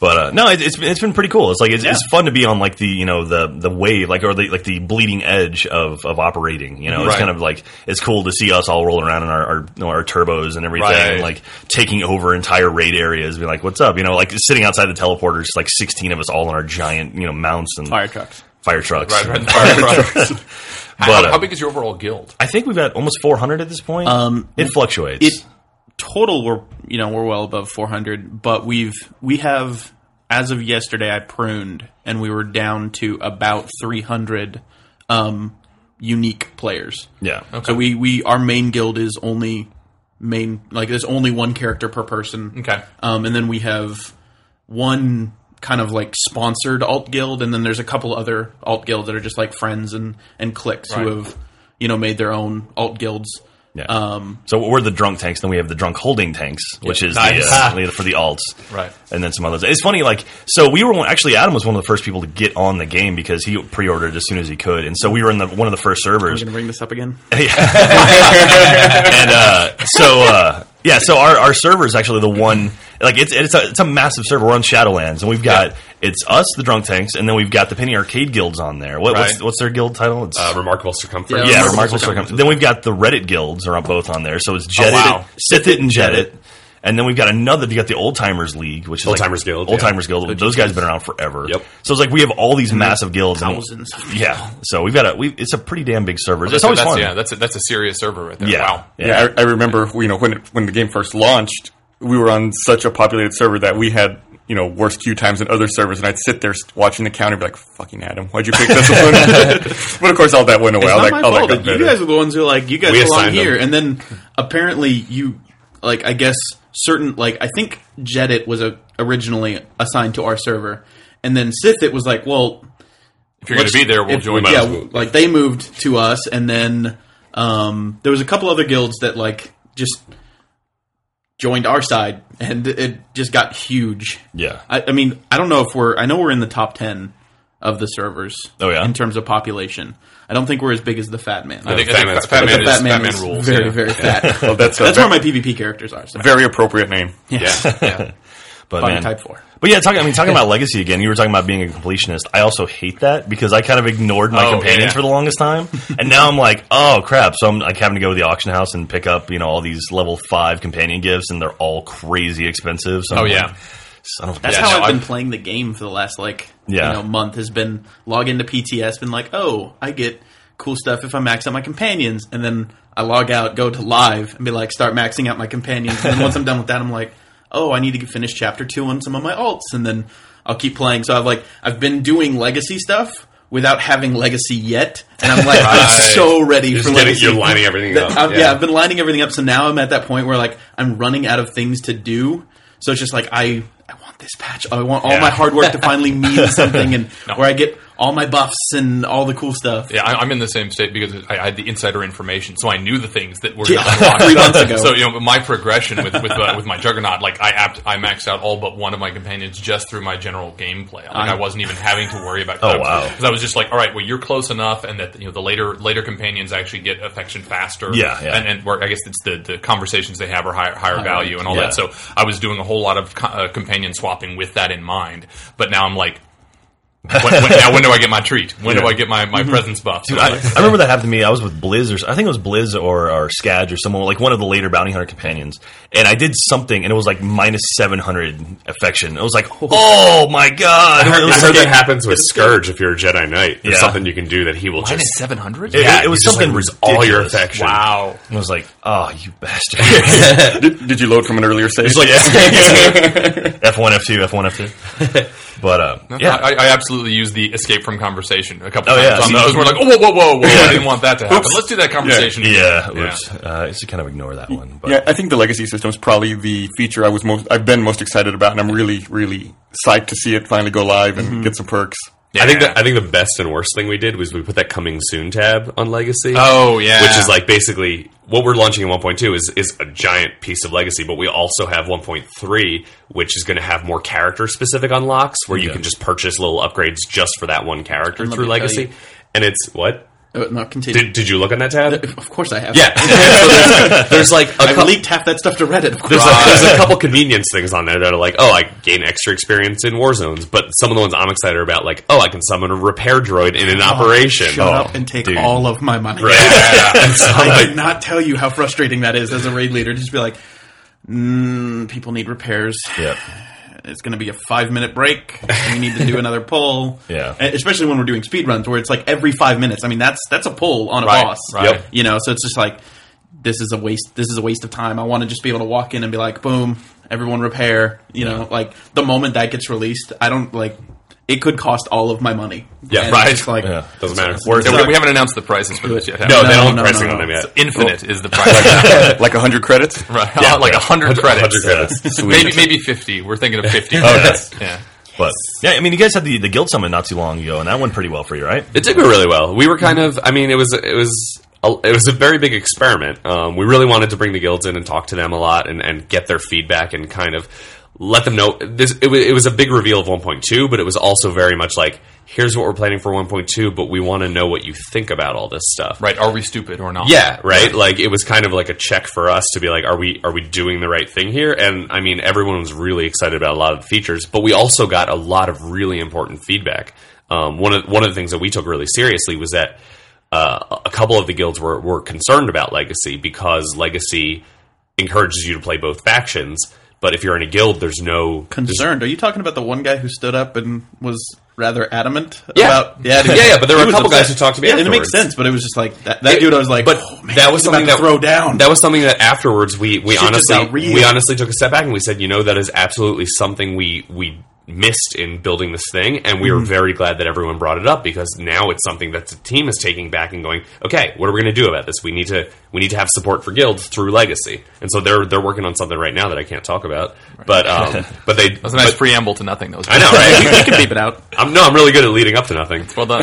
S4: but uh, no, it, it's it's been pretty cool. It's like it's, it's fun to be on like the you know the the wave, like or the like the bleeding edge of of operating. You know, it's
S6: Right.
S4: kind of like it's cool to see us all rolling around in our our, you know, our turbos and everything,
S6: Right.
S4: and, like taking over entire raid areas. Be like, what's up? You know, like sitting outside the teleporters, like sixteen of us all on our giant you know mounts and
S3: Fire trucks.
S4: fire trucks.
S6: Right, [LAUGHS] right, fire trucks.
S4: But,
S6: how,
S4: uh,
S6: how big is your overall guild?
S4: I think we've got almost 400 at this point.
S3: Um,
S4: it fluctuates.
S3: it total we're you know we're well above 400 but we've we have as of yesterday i pruned and we were down to about 300 um unique players
S4: yeah.
S3: so we we our main guild is only main like there's only one character per person
S6: Okay.
S3: um and then we have one kind of like sponsored alt guild and then there's a couple other alt guilds that are just like friends and and cliques
S6: Right.
S3: who have you know made their own alt guilds
S4: Yeah.
S3: um
S4: so we're the drunk tanks, then we have the drunk holding tanks, which is
S6: Nice.
S4: the,
S6: [LAUGHS]
S4: uh, for the alts.
S6: Right.
S4: And then some others. It's funny, like, so we were one, actually, Adam was one of the first people to get on the game because he pre ordered as soon as he could. And so we were in the one of the first servers.
S6: [LAUGHS]
S3: i'm gonna bring this up again
S4: and uh, so uh, yeah, so our, our server is actually the one like it's it's a, it's a massive server. We're on Shadowlands, and we've got it's us, the Drunk Tanks, and then we've got the Penny Arcade guilds on there. What, what's
S6: Right.
S4: what's their guild title? It's
S7: Uh, remarkable circumference.
S3: Yeah,
S4: yeah,
S3: Remarkable
S4: remarkable
S3: Circumference.
S4: circumstance. Um, Then we've got the Reddit guilds are both on there, so it's Jet
S6: wow.
S4: it, Sith it, and Jet it. And then we've got another. We got the Old Timers League, which is
S7: Old
S4: like-
S7: Timers Guild,
S4: Old
S7: yeah.
S4: Timers Guild. Those guys have been around forever.
S7: Yep.
S4: So it's like we have all these massive guilds. and-
S3: thousands of
S4: yeah. So we've got a. We, it's a pretty damn big server. It's
S6: That's,
S4: always
S6: that's,
S4: fun.
S6: Yeah, that's a, that's a serious server right there.
S4: Yeah.
S6: Wow.
S1: Yeah, I, I remember you know when it, when the game first launched, we were on such a populated server that we had you know worse queue times than other servers, and I'd sit there st- watching the counter, and be like, "Fucking Adam, why'd you pick this one?" but of course, all that went away.
S3: It's
S1: all that,
S3: not my
S1: all that
S3: fault.
S1: got
S3: Like, you
S1: better.
S3: guys are the ones who like you guys
S7: We
S3: belong
S7: assigned them.
S3: here, and then apparently you like I guess certain like I think Jedit was a, originally assigned to our server, and then Sithit was like, well,
S6: If you're going to be there, we'll
S3: if-
S6: join
S3: Yeah,
S6: you.
S3: w- like they moved to us, and then um, there was a couple other guilds that like just joined our side, and it just got huge.
S4: Yeah.
S3: I, I mean, I don't know if we're. I know we're in the top ten of the servers.
S4: Oh, yeah?
S3: in terms of population, I don't think we're as big as the Fat Man.
S6: I think, I
S7: Fat
S6: think
S7: Man's
S6: Fat, Fat
S7: pretty
S6: Man
S3: But
S6: is,
S3: Fat Man
S6: Fat Man
S3: is
S6: rules.
S3: very,
S6: yeah. [LAUGHS]
S3: very fat.
S1: Oh, that's a
S3: That's
S1: ve-
S3: where my PvP characters are. So.
S1: very appropriate name.
S3: [LAUGHS]
S6: Yeah. yeah.
S4: But
S3: Body
S4: man-
S3: type four.
S4: But yeah, talking. I mean, talking about legacy again. You were talking about being a completionist. I also hate that because I kind of ignored my
S6: Oh,
S4: companions
S6: yeah.
S4: for the longest
S6: [LAUGHS]
S4: time, and now I'm like, oh crap! So I'm like having to go to the auction house and pick up you know all these level five companion gifts, and they're all crazy expensive. So
S6: Oh,
S4: I'm
S6: yeah.
S4: like, son of a-
S3: That's
S6: Yeah,
S3: how
S6: no,
S3: I've been
S6: I've-
S3: playing the game for the last like
S4: Yeah.
S3: you know month. Has been log into PTS, been like, oh, I get cool stuff if I max out my companions, and then I log out, go to live, and be like, start maxing out my companions. And then once I'm done with that, I'm like, oh, I need to get- finish chapter two on some of my alts, and then I'll keep playing. So I've like I've been doing legacy stuff without having legacy yet, and I'm
S7: [LAUGHS]
S3: like, I'm so ready
S7: You're
S3: for
S7: just getting-
S3: legacy.
S7: you're lining everything
S3: That-
S7: up.
S3: I've- yeah.
S7: Yeah.
S3: I've been lining everything up, so now I'm at that point where like I'm running out of things to do.
S7: [LAUGHS]
S3: So it's just like I, I want this patch. I want all my hard work to finally mean something, and where I get
S8: all my buffs and all the cool stuff.
S6: Yeah, I, I'm in the same state because I, I had the insider information, so I knew the things that were
S8: Yeah.
S6: not unlocked.
S8: Three months ago.
S6: So you know, my progression with with, uh, with my juggernaut, like I apt, I maxed out all but one of my companions just through my general gameplay. Like I,
S8: I-
S6: wasn't even having to worry about.
S4: Oh, wow.
S6: Because I was just like, all right, well, you're close enough, and that you know the later later companions actually get affection faster.
S4: Yeah, yeah.
S6: And, and where I guess it's the, the conversations they have are higher, higher value and all
S4: Yeah.
S6: that. So I was doing a whole lot of co- uh, companion swapping with that in mind. But now I'm like. when, when, now when do I get my treat? When do
S4: Yeah.
S6: I get my, my presence buff? So
S4: I, I remember that happened to me. I was with Blizz, or I think it was Blizz or, or Skadge or someone like one of the later bounty hunter companions, and I did something, and it was like minus seven hundred affection. It was
S6: [LAUGHS]
S4: like, oh my god! It
S7: I
S4: was
S7: heard that
S4: like-
S7: happens with Scourge if you're a Jedi Knight. There's
S4: Yeah.
S7: something you can do that he will just.
S6: seven hundred.
S4: It-
S7: Yeah,
S4: it was
S7: you just, like,
S4: something
S7: lose all your
S4: ridiculous.
S7: affection.
S6: Wow.
S4: It was like, oh, you bastard! [LAUGHS]
S1: Did, did you load from an earlier save?
S4: It's like F one, F two, F one, F two. But uh,
S6: Yeah,
S4: yeah,
S6: I, I absolutely used the escape from conversation a couple
S4: Oh, yeah.
S6: times. on those. We're like, oh, whoa, whoa, whoa, whoa! I didn't want that to happen.
S1: Oops.
S6: Let's do that conversation.
S4: yeah.
S6: Yeah.
S4: Oops. Uh, I should kind of ignore that one. But
S1: Yeah, I think the legacy system is probably the feature I was most I've been most excited about, and I'm really really psyched to see it finally go live and get some perks.
S7: I think that I think the best and worst thing we did was we put that coming soon tab on Legacy.
S6: Oh, yeah.
S7: which is like basically what we're launching in 1.2 is is a giant piece of Legacy, but we also have 1.3, which is going to have more character specific unlocks where you
S4: Yeah.
S7: can just purchase little upgrades just for that one character
S8: let
S7: through
S8: me tell
S7: Legacy.
S8: you-
S7: And it's what
S8: Oh, no, continue.
S7: did did you look on that tab?
S8: of course, I have.
S7: [LAUGHS] Yeah, So there's like, there's like a
S8: I
S7: cou-
S8: leaked half that stuff to Reddit. Of course,
S7: there's, a, there's a couple convenience things on there that are like, oh, I gain extra experience in war zones, but some of the ones I'm excited are about, like, oh, I can summon a repair droid in an operation. Oh,
S8: shut up and take all of my money.
S7: Yeah. [LAUGHS] And so,
S8: [LAUGHS] I
S7: like,
S8: could not tell you how frustrating that is as a raid leader. Just be like, mm, people need repairs.
S4: yeah.
S8: It's going to be a five minute break. We need to
S7: [LAUGHS]
S8: do another pull.
S4: Yeah.
S8: And especially when we're doing speed runs where it's like every five minutes. I mean, that's that's a pull on a
S6: Right,
S8: boss.
S6: right. Yep.
S8: You know, so it's just like this is a waste. This is a waste of time. I want to just be able to walk in and be like, boom, everyone repair. You know, like the moment that gets released, I don't like. It could cost all of my money.
S7: Yeah,
S8: And
S7: right.
S8: it's Like,
S4: Yeah.
S7: doesn't matter.
S6: Yeah, we, we haven't announced the prices for this yet. have
S7: no,
S6: we?
S7: they
S8: No,
S7: don't
S8: no,
S7: have pricing
S8: no,
S7: on
S8: no.
S7: them yet.
S6: infinite is the
S7: [LAUGHS]
S6: price.
S1: like hundred credits.
S6: right. [LAUGHS] like a hundred
S7: 100
S6: credits.
S7: credits.
S6: Maybe maybe fifty. We're thinking
S7: [LAUGHS]
S6: of fifty.
S4: that's-
S6: yeah.
S4: But yeah, I mean, you guys had the, the guild summit not too long ago, and that went pretty well for you, right?
S7: It did go really well. We were kind of, I mean, it was it was a, it was a very big experiment. Um, we really wanted to bring the guilds in and talk to them a lot and, and get their feedback and kind of let them know. This it, wa- it was a big reveal of 1.2, but it was also very much like here's what we're planning for 1.2, but we want to know what you think about all this stuff.
S6: Right. Are we stupid or not?
S7: Yeah, right. Like it was kind of like a check for us to be like, are we are we doing the right thing here? And I mean, everyone was really excited about a lot of the features, but we also got a lot of really important feedback. Um, one of one of the things that we took really seriously was that uh, a couple of the guilds were were concerned about legacy because legacy encourages you to play both factions. But if you're in a guild, there's no
S8: concerned. Are you talking about the one guy who stood up and was rather adamant
S7: Yeah.
S8: about?
S7: Yeah, yeah, but
S8: he
S7: there were a
S8: was
S7: couple
S8: upset.
S7: guys who talked to me
S8: Yeah, and it makes
S7: afterwards.
S8: sense, but it was just like that, that
S7: It-
S8: dude. I was like,
S7: but
S8: oh, man,
S7: that was
S8: he's
S7: something
S8: about
S7: that
S8: to throw down.
S7: That was something that afterwards we we
S8: Shit just
S7: honestly
S8: got real.
S7: we honestly took a step back and we said, you know, that is absolutely something we we missed in building this thing, and
S8: Mm-hmm.
S7: we were very glad that everyone brought it up because now it's something that the team is taking back and going, okay, what are we going to do about this? We need to we need to have support for guilds through legacy, and so they're they're working on something right now that I can't talk about,
S8: [LAUGHS]
S7: but um, but they
S6: That was a nice preamble to nothing. That was. [LAUGHS]
S7: I know, right? [LAUGHS]
S8: you can beep it out.
S7: I'm, no, I'm really good at leading up to nothing [LAUGHS]
S6: Well done.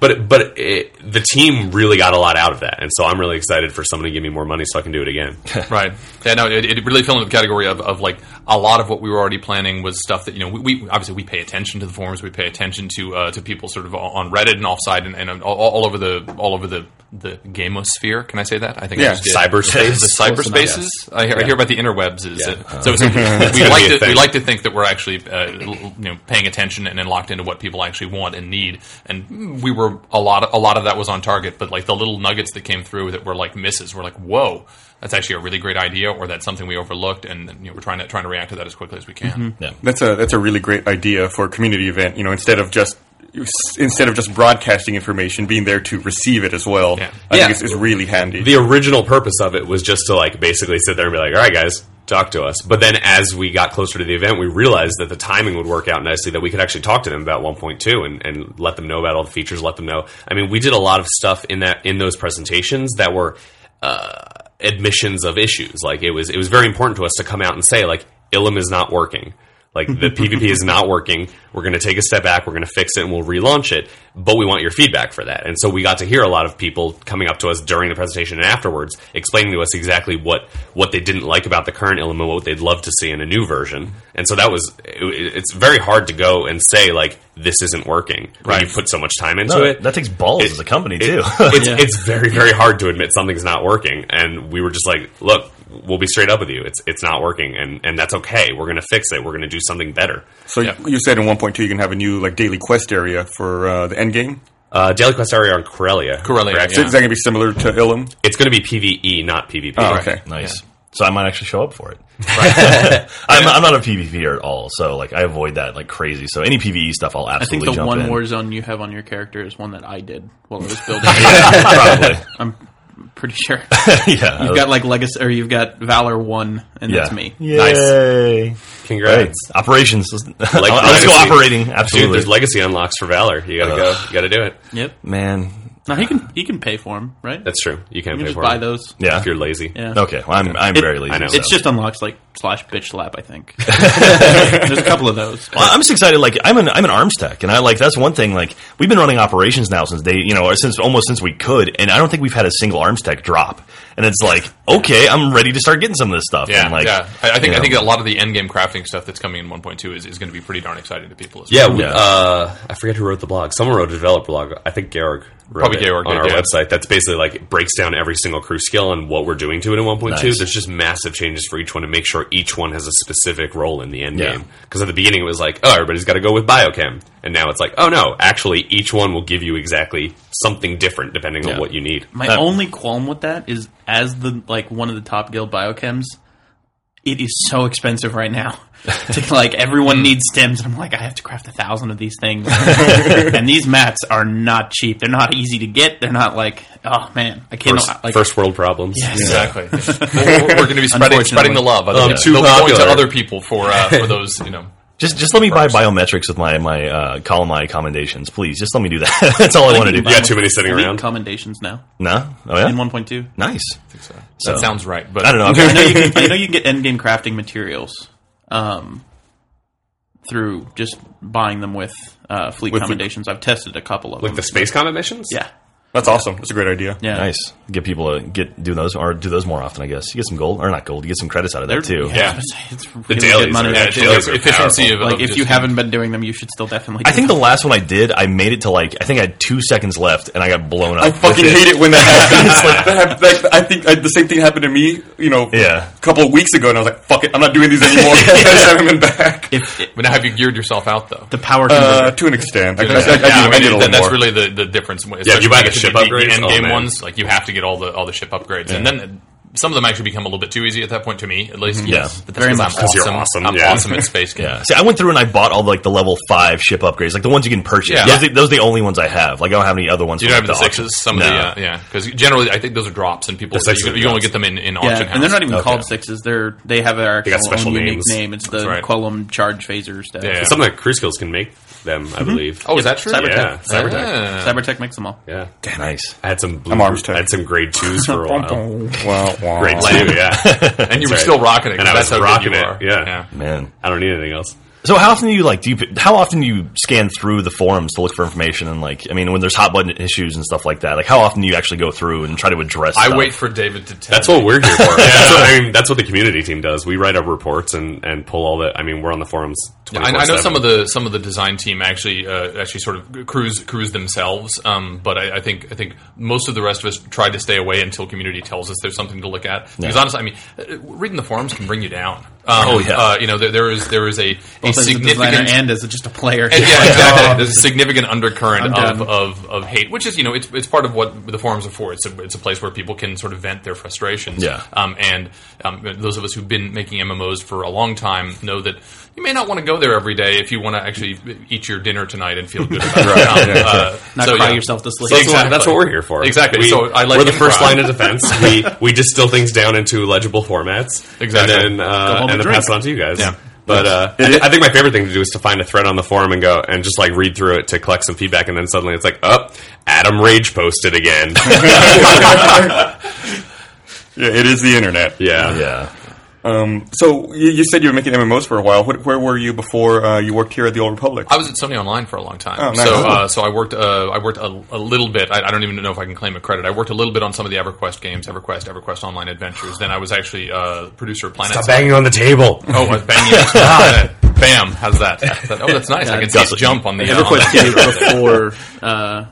S7: but but it, the team really got a lot out of that, and so I'm really excited for someone to give me more money so I can do it again.
S6: right. Yeah, no, it, it really fell into the category of, of like a lot of what we were already planning was stuff that you know we, we obviously we pay attention to the forums, we pay attention to uh, to people sort of on Reddit and offside and, and all, all over the all over the the gamosphere. Can I say that? I think I
S1: Yeah.
S6: just did.
S7: Cyberspace.
S6: the cyberspaces. I, hear, I hear about the interwebs. Is
S7: Yeah.
S6: it-
S7: [LAUGHS]
S6: so, so we,
S7: gonna
S6: like
S7: be a
S6: to, we
S7: thing.
S6: like to think that we're actually uh, l- you know paying attention and then locked into what people actually want and need. And we were a lot of, a lot of that was on target, but like the little nuggets that came through that were like misses, were like whoa. That's actually a really great idea, or that's something we overlooked, and you know, we're trying to trying to react to that as quickly as we can.
S7: Mm-hmm.
S1: That's a that's a really great idea for a community event. You know, instead of just instead of just broadcasting information, being there to receive it as well.
S6: Yeah.
S1: I
S7: Yeah.
S1: think it's, it's really handy.
S7: The original purpose of it was just to like basically sit there and be like, "All right, guys, talk to us." But then as we got closer to the event, we realized that the timing would work out nicely that we could actually talk to them about 1.2 and, and let them know about all the features. Let them know. I mean, we did a lot of stuff in that in those presentations that were. Uh, admissions of issues like it was it was very important to us to come out and say like Ilum is not working Like the PvP is not working. We're going to take a step back. We're going to fix it and we'll relaunch it. But we want your feedback for that. And so we got to hear a lot of people coming up to us during the presentation and afterwards explaining to us exactly what, what they didn't like about the current ILM and what they'd love to see in a new version. And so that was, it, it's very hard to go and say like, this isn't working. Right. You put so much time into
S4: No,
S7: it.
S4: that takes balls as a company
S7: It-
S4: too.
S7: [LAUGHS]
S4: [LAUGHS]
S7: it's, it's very, very hard to admit something's not working. And we were just like, look, we'll be straight up with you. It's it's not working, and and that's okay. We're gonna fix it. We're gonna do something better.
S1: So
S7: Yeah.
S1: you said in 1.2 you can have a new like daily quest area for uh, the end game.
S7: Uh, Daily Quest area on Corellia.
S6: Corellia,
S7: correct?
S1: So
S6: yeah.
S1: is that going to be similar to Ilum?
S7: It's gonna be PVE, not PvP.
S1: Oh, okay.
S4: nice. So I might actually show up for it. [LAUGHS] I'm, I'm not a PvPer at all, so like I avoid that like crazy. So any PVE stuff, I'll
S3: I think
S4: absolutely
S3: the
S4: jump
S3: one
S4: [LAUGHS] in.
S3: Warzone you have on your character is one that I did while I
S7: [LAUGHS]
S3: was building.
S4: Probably,
S3: I'm pretty sure
S4: yeah.
S7: Oh.
S3: you've got like legacy, or you've got Valor One, and
S4: yeah.
S3: that's me.
S4: Yay!
S7: Congrats.
S4: Right. Operations. [LAUGHS] Let's,
S7: Like
S4: let's go
S7: legacy.
S4: operating.
S7: Dude,
S4: Absolutely.
S7: there's legacy unlocks for Valor. You gotta go. You gotta do it.
S3: Yep.
S4: Man.
S3: Now he can he can pay for them, right?
S7: That's true. You can't
S3: you
S7: pay
S3: just
S7: for
S3: buy
S7: it
S3: those.
S4: Yeah.
S7: if you're lazy.
S3: Yeah.
S4: Okay. Well, I'm I'm
S3: It-
S4: very lazy.
S7: I know.
S4: so.
S3: It's just unlocks like slash bitch slap. I
S7: [LAUGHS]
S3: think there's a couple of those.
S4: Well, I'm just excited. Like I'm an I'm an arms tech, and I like that's one thing. Like we've been running operations now since they you know or since almost since we could, and I don't think we've had a single arms tech drop. And it's like okay, I'm ready to start getting some of this stuff.
S6: Yeah,
S4: and like,
S6: yeah. I, I think
S4: you
S6: I think
S4: know.
S6: a lot of the end game crafting stuff that's coming in 1.2 is, is going to be pretty darn exciting to people. As well.
S7: Yeah, we,
S4: Yeah.
S7: Uh, I forget who wrote the blog. Someone wrote a developer blog. I think Georg wrote
S6: Probably
S7: it
S6: Georg
S7: on
S6: did,
S7: our
S6: yeah.
S7: website. That's basically like it breaks down every single crew skill and what we're doing to it in 1.2.
S4: Nice.
S7: There's just massive changes for each one to make sure each one has a specific role in the end
S4: Yeah.
S7: game. Because at the beginning it was like, oh, everybody's got to go with biochem, and now it's like, oh no, actually each one will give you exactly something different depending on what you need.
S3: My
S4: Uh,
S3: only qualm with that is as the like one of the top guild biochems, it is so expensive right
S7: [LAUGHS]
S3: now. [LAUGHS] to, like everyone needs stems, and I'm like, I have to craft a thousand of these
S7: [LAUGHS]
S3: things, and these mats are not cheap. They're not easy to get. They're not like, oh man, I can't.
S7: First,
S3: like,
S7: first world problems.
S6: exactly. we're going to be spreading, spreading the love. Other,
S7: Um,
S6: yeah,
S7: too
S6: they'll point to
S7: popular.
S6: other people for uh, for those. You know,
S4: just just let me buy biometrics with my my uh, column I commendations, please. Just let me do that. [LAUGHS] that's all I want to do.
S7: You got too many sitting
S3: I need
S7: around.
S3: commendations now
S4: No. Oh yeah.
S3: in 1.2.
S4: nice.
S6: that sounds right. But
S4: I don't know. I'm
S3: [LAUGHS] I know you can, I know you can get end game crafting materials um, through just buying them with uh, fleet
S1: the-
S3: commendations. I've tested a couple of
S7: Like
S3: them.
S7: the space comet missions?
S3: yeah,
S1: That's awesome. That's a great idea.
S3: yeah.
S4: Nice. Get people to get do those or do those more often. I guess you get some gold or not gold. You get some credits out of that too.
S7: Yeah.
S3: it's really
S7: The
S3: good
S7: dailies.
S3: money.
S7: Are,
S3: Yeah,
S7: yeah, dailies are
S6: efficiency
S7: powerful.
S6: of
S3: like
S6: of
S3: if
S6: just-
S3: you haven't been doing them, you should still definitely.
S4: I think the last one I did, I made it to like I think I had two seconds left, and I got blown up.
S1: I fucking hate it when that happens. It's like, that, like, I think I, the same thing happened to me, you know,
S4: Yeah.
S1: a couple of weeks ago, and I was like, "Fuck it, I'm not doing these anymore." I just haven't been back
S6: But now have you geared yourself out though?
S3: the power.
S1: uh,
S3: converter.
S1: to an extent. I, I, I,
S6: Yeah,
S1: I, do- I,
S6: I
S1: did a
S6: mean,
S1: little
S6: that- that's
S1: more.
S6: really the, the difference.
S7: Yeah, you buy the
S6: especially
S7: ship upgrades?
S6: end
S7: Oh,
S6: game
S7: man.
S6: ones. Like you have to get all the all the ship upgrades, and then some of them actually become a little bit too easy at that point to me, at
S7: Mm-hmm.
S6: least.
S4: Yeah.
S6: but that's very much. I'm
S7: 'Cause you're
S6: awesome.
S7: awesome, [LAUGHS]
S6: I'm
S7: yeah.
S6: awesome at space games.
S4: Yeah. See, I went through and I bought all the, like the level five ship upgrades, like the ones you can purchase.
S6: Yeah.
S4: Those, are, those are the only ones I have. Like I don't have any other ones.
S6: You
S4: from,
S6: don't have the
S4: like, auction.
S6: sixes. Some
S4: No.
S6: of the uh, yeah, because generally I think those are drops, and people
S7: The sixes
S6: you,
S7: are
S6: you only
S7: drops.
S6: get them in in
S3: yeah,
S6: auction house.
S3: and they're not even
S4: Okay.
S3: called sixes. They're they have their actual
S7: special
S3: own unique
S7: names.
S3: name. It's the
S6: That's right.
S3: Quellum Charge Phaser stuff.
S6: Yeah.
S7: Some of the crew skills can make them, I believe.
S6: Oh, is that true?
S7: yeah,
S3: Cybertech.
S7: Cybertech.
S6: Ah.
S3: Cybertech makes them all.
S7: Yeah.
S4: Nice.
S7: I had some blue,
S1: I'm arms tech.
S7: I had some grade
S3: [LAUGHS]
S7: twos for a while.
S1: Wow, wow.
S7: Grade two,
S6: [LAUGHS]
S7: yeah.
S6: [LAUGHS] and you were
S7: That's
S6: still
S7: right.
S6: rocking it.
S7: And
S6: 'cause
S7: I
S6: that's
S7: was
S6: how good
S7: rocking
S6: you
S7: it,
S6: are.
S7: yeah.
S4: Man.
S7: I don't need anything else.
S4: So how often do you like do you how often do you scan through the forums to look for information and like I mean when there's hot button issues and stuff like that like how often do you actually go through and try to address
S6: I
S4: stuff?
S6: wait for David to tell.
S7: That's what we're
S6: [LAUGHS]
S7: here for. that's what, I mean, that's what the community team does. We write up reports and, and pull all the. I mean, we're on the forums.
S6: Yeah, I, I know some of the some of the design team actually uh, actually sort of cruise cruise themselves, um, but I, I think I think most of the rest of us try to stay away until community tells us there's something to look at. Because honestly, I mean, uh, reading the forums can bring you down. Um, oh
S4: yeah.
S6: uh, you know there, there is there is a, a
S3: Both as a
S6: significant
S3: designer and as a- just a player.
S7: [LAUGHS]
S6: And yeah, exactly.
S7: Um,
S6: There's a significant undercurrent
S3: I'm
S6: of,
S3: done.
S6: of, of hate, which is you know it's it's part of what the forums are for. It's a it's a place where people can sort of vent their frustrations.
S4: Yeah.
S6: Um, and um, those of us who've been making MMOs for a long time know that you may not want to go there every day if you want to actually eat your dinner tonight and feel good about it. Um, uh,
S3: Not
S6: so,
S3: cry
S6: yeah.
S3: yourself to sleep.
S7: That's,
S6: Exactly.
S7: what, that's what we're here for.
S6: Exactly.
S7: We,
S6: So I let
S7: we're the
S6: him
S7: first
S6: cry.
S7: line of
S6: [LAUGHS]
S7: defense. we we distill things down into legible formats.
S6: Exactly.
S7: And then,
S3: Go
S7: uh,
S3: home
S7: and
S3: and
S7: then
S3: drink.
S7: pass it on to you guys. But uh, I, I think my favorite thing to do is to find a thread on the forum and go and just like read through it to collect some feedback, and then suddenly it's like, oh, Adam Rage posted
S6: [LAUGHS]
S7: again.
S1: Yeah, it is the internet.
S7: yeah.
S4: yeah
S1: Um, so you, you said you were making MMOs for a while. What, where were you before uh, you worked here at the Old Republic?
S6: I was at Sony Online for a long time.
S1: Oh, nice.
S6: So, uh, so I worked. Uh, I worked a, a little bit. I, I don't even know if I can claim a credit. I worked a little bit on some of the EverQuest games, EverQuest, EverQuest Online Adventures. Then I was actually uh, producer of Planet.
S7: Stop banging on the table.
S6: Oh, I was banging! it. Uh, Bam! How's that? That- Oh, that's nice. I can see it jump on the. Uh, on
S8: EverQuest
S6: the- [LAUGHS]
S8: came before uh,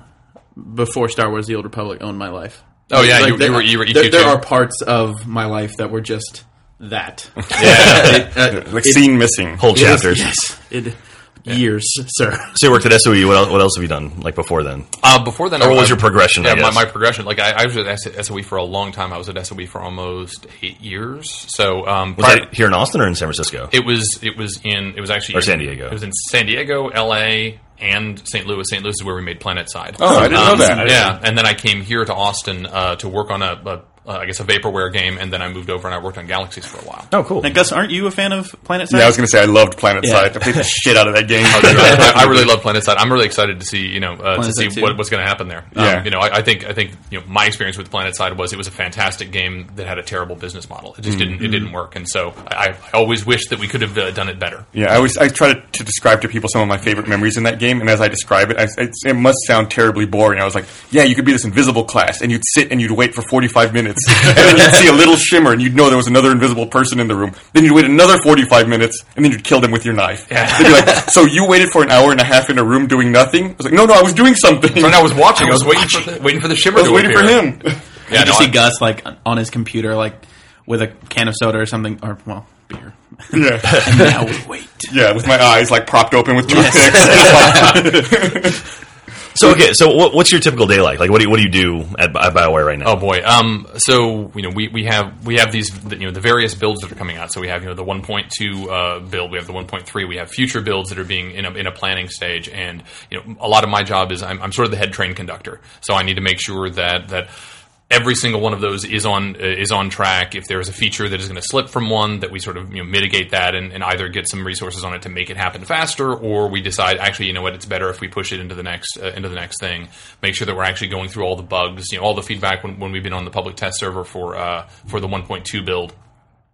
S8: before Star Wars: The Old Republic owned my life.
S6: Oh, yeah, you-
S8: there,
S6: you were- you were
S8: there,
S6: EQ2.
S8: there are parts of my life that were just
S6: [LAUGHS]
S8: that. [LAUGHS] Yeah,
S1: like scene missing.
S9: Whole chapters.
S8: yes, it, years, sir.
S9: So you worked at
S4: E.
S9: SOE. What else, what else have you done like before then?
S6: Uh, before then,
S9: Or what
S6: I-
S9: was your progression,
S6: Yeah,
S9: I
S6: my,
S9: guess?
S6: my progression. Like I, I was at SOE E for a long time. I was at SOE for almost eight years. So um,
S9: Was
S6: prior-
S9: that here in Austin or in San Francisco?
S6: It was it was in it was actually
S9: Or
S6: in-
S9: San Diego.
S6: It was in San Diego, L.A., and St. Louis. St. Louis is where we made Planetside.
S1: Oh, I didn't know that.
S6: Yeah, and then I came here to Austin uh, to work on a, a uh, I guess a vaporware game, and then I moved over and I worked on Galaxies for
S9: [LAUGHS]
S6: a while.
S9: oh, cool.
S8: Now, Gus, aren't you a fan of Planet Side?
S1: Yeah, I was going to say I loved Planet Side. I played the shit out of that game.
S6: I, I really love Planetside. I'm really excited to see you know uh, to
S8: Planetside
S6: see
S8: 2.
S6: what, what's going to happen there. Um,
S1: Yeah.
S6: you know, I, I think I think you know my experience with Planetside was it was a fantastic game that had a terrible business model.
S1: Mm-hmm.
S6: It just didn't it didn't work, and so I, I always wish that we could have uh, done it better.
S1: Yeah, I always I try to, to describe to people some of my favorite memories in that game, and as I describe it, I, it's, it must sound terribly boring. I was like, yeah, you could be this invisible class, and you'd sit and you'd wait for forty five minutes, and then you'd see a little shimmer, and you'd know there was another invisible person in the room. Then you'd wait another forty five minutes, and then you'd kill them with your knife. They'd be like, so you waited for an hour and a half in a room doing nothing? I was like, no, no, I was doing something.
S6: And I was watching. I was, waiting for the, waiting for the
S1: [LAUGHS]
S6: shimmer.
S1: I was
S6: to
S1: waiting for
S6: appear.
S1: him.
S8: Did
S6: Yeah,
S8: you
S6: no,
S8: see
S6: I-
S8: Gus like on his computer, like with a can of soda or something, or well,
S6: [LAUGHS]
S8: beer? [LAUGHS]
S1: [LAUGHS] yeah,
S8: And now we wait.
S1: yeah, with my eyes like propped open with two [LAUGHS] picks.
S9: So okay, so what, what's your typical day like? Like, what do you, what do you do at, at Bioware right now?
S6: Oh boy. Um, so you know we, we have we have these you know the various builds that are coming out. So we have you know the 1.2 uh, build, we have the 1.3, we have future builds that are being in a, in a planning stage, and you know a lot of my job is I'm, I'm sort of the head train conductor. So I need to make sure that that. Every single one of those is on uh, is on track. If there is a feature that is going to slip from one, that we sort of you know, mitigate that and, and either get some resources on it to make it happen faster, or we decide actually you know what it's better if we push it into the next uh, into the next thing. Make sure that we're actually going through all the bugs, you know, all the feedback when, when we've been on the public test server for uh, for the 1.2 build.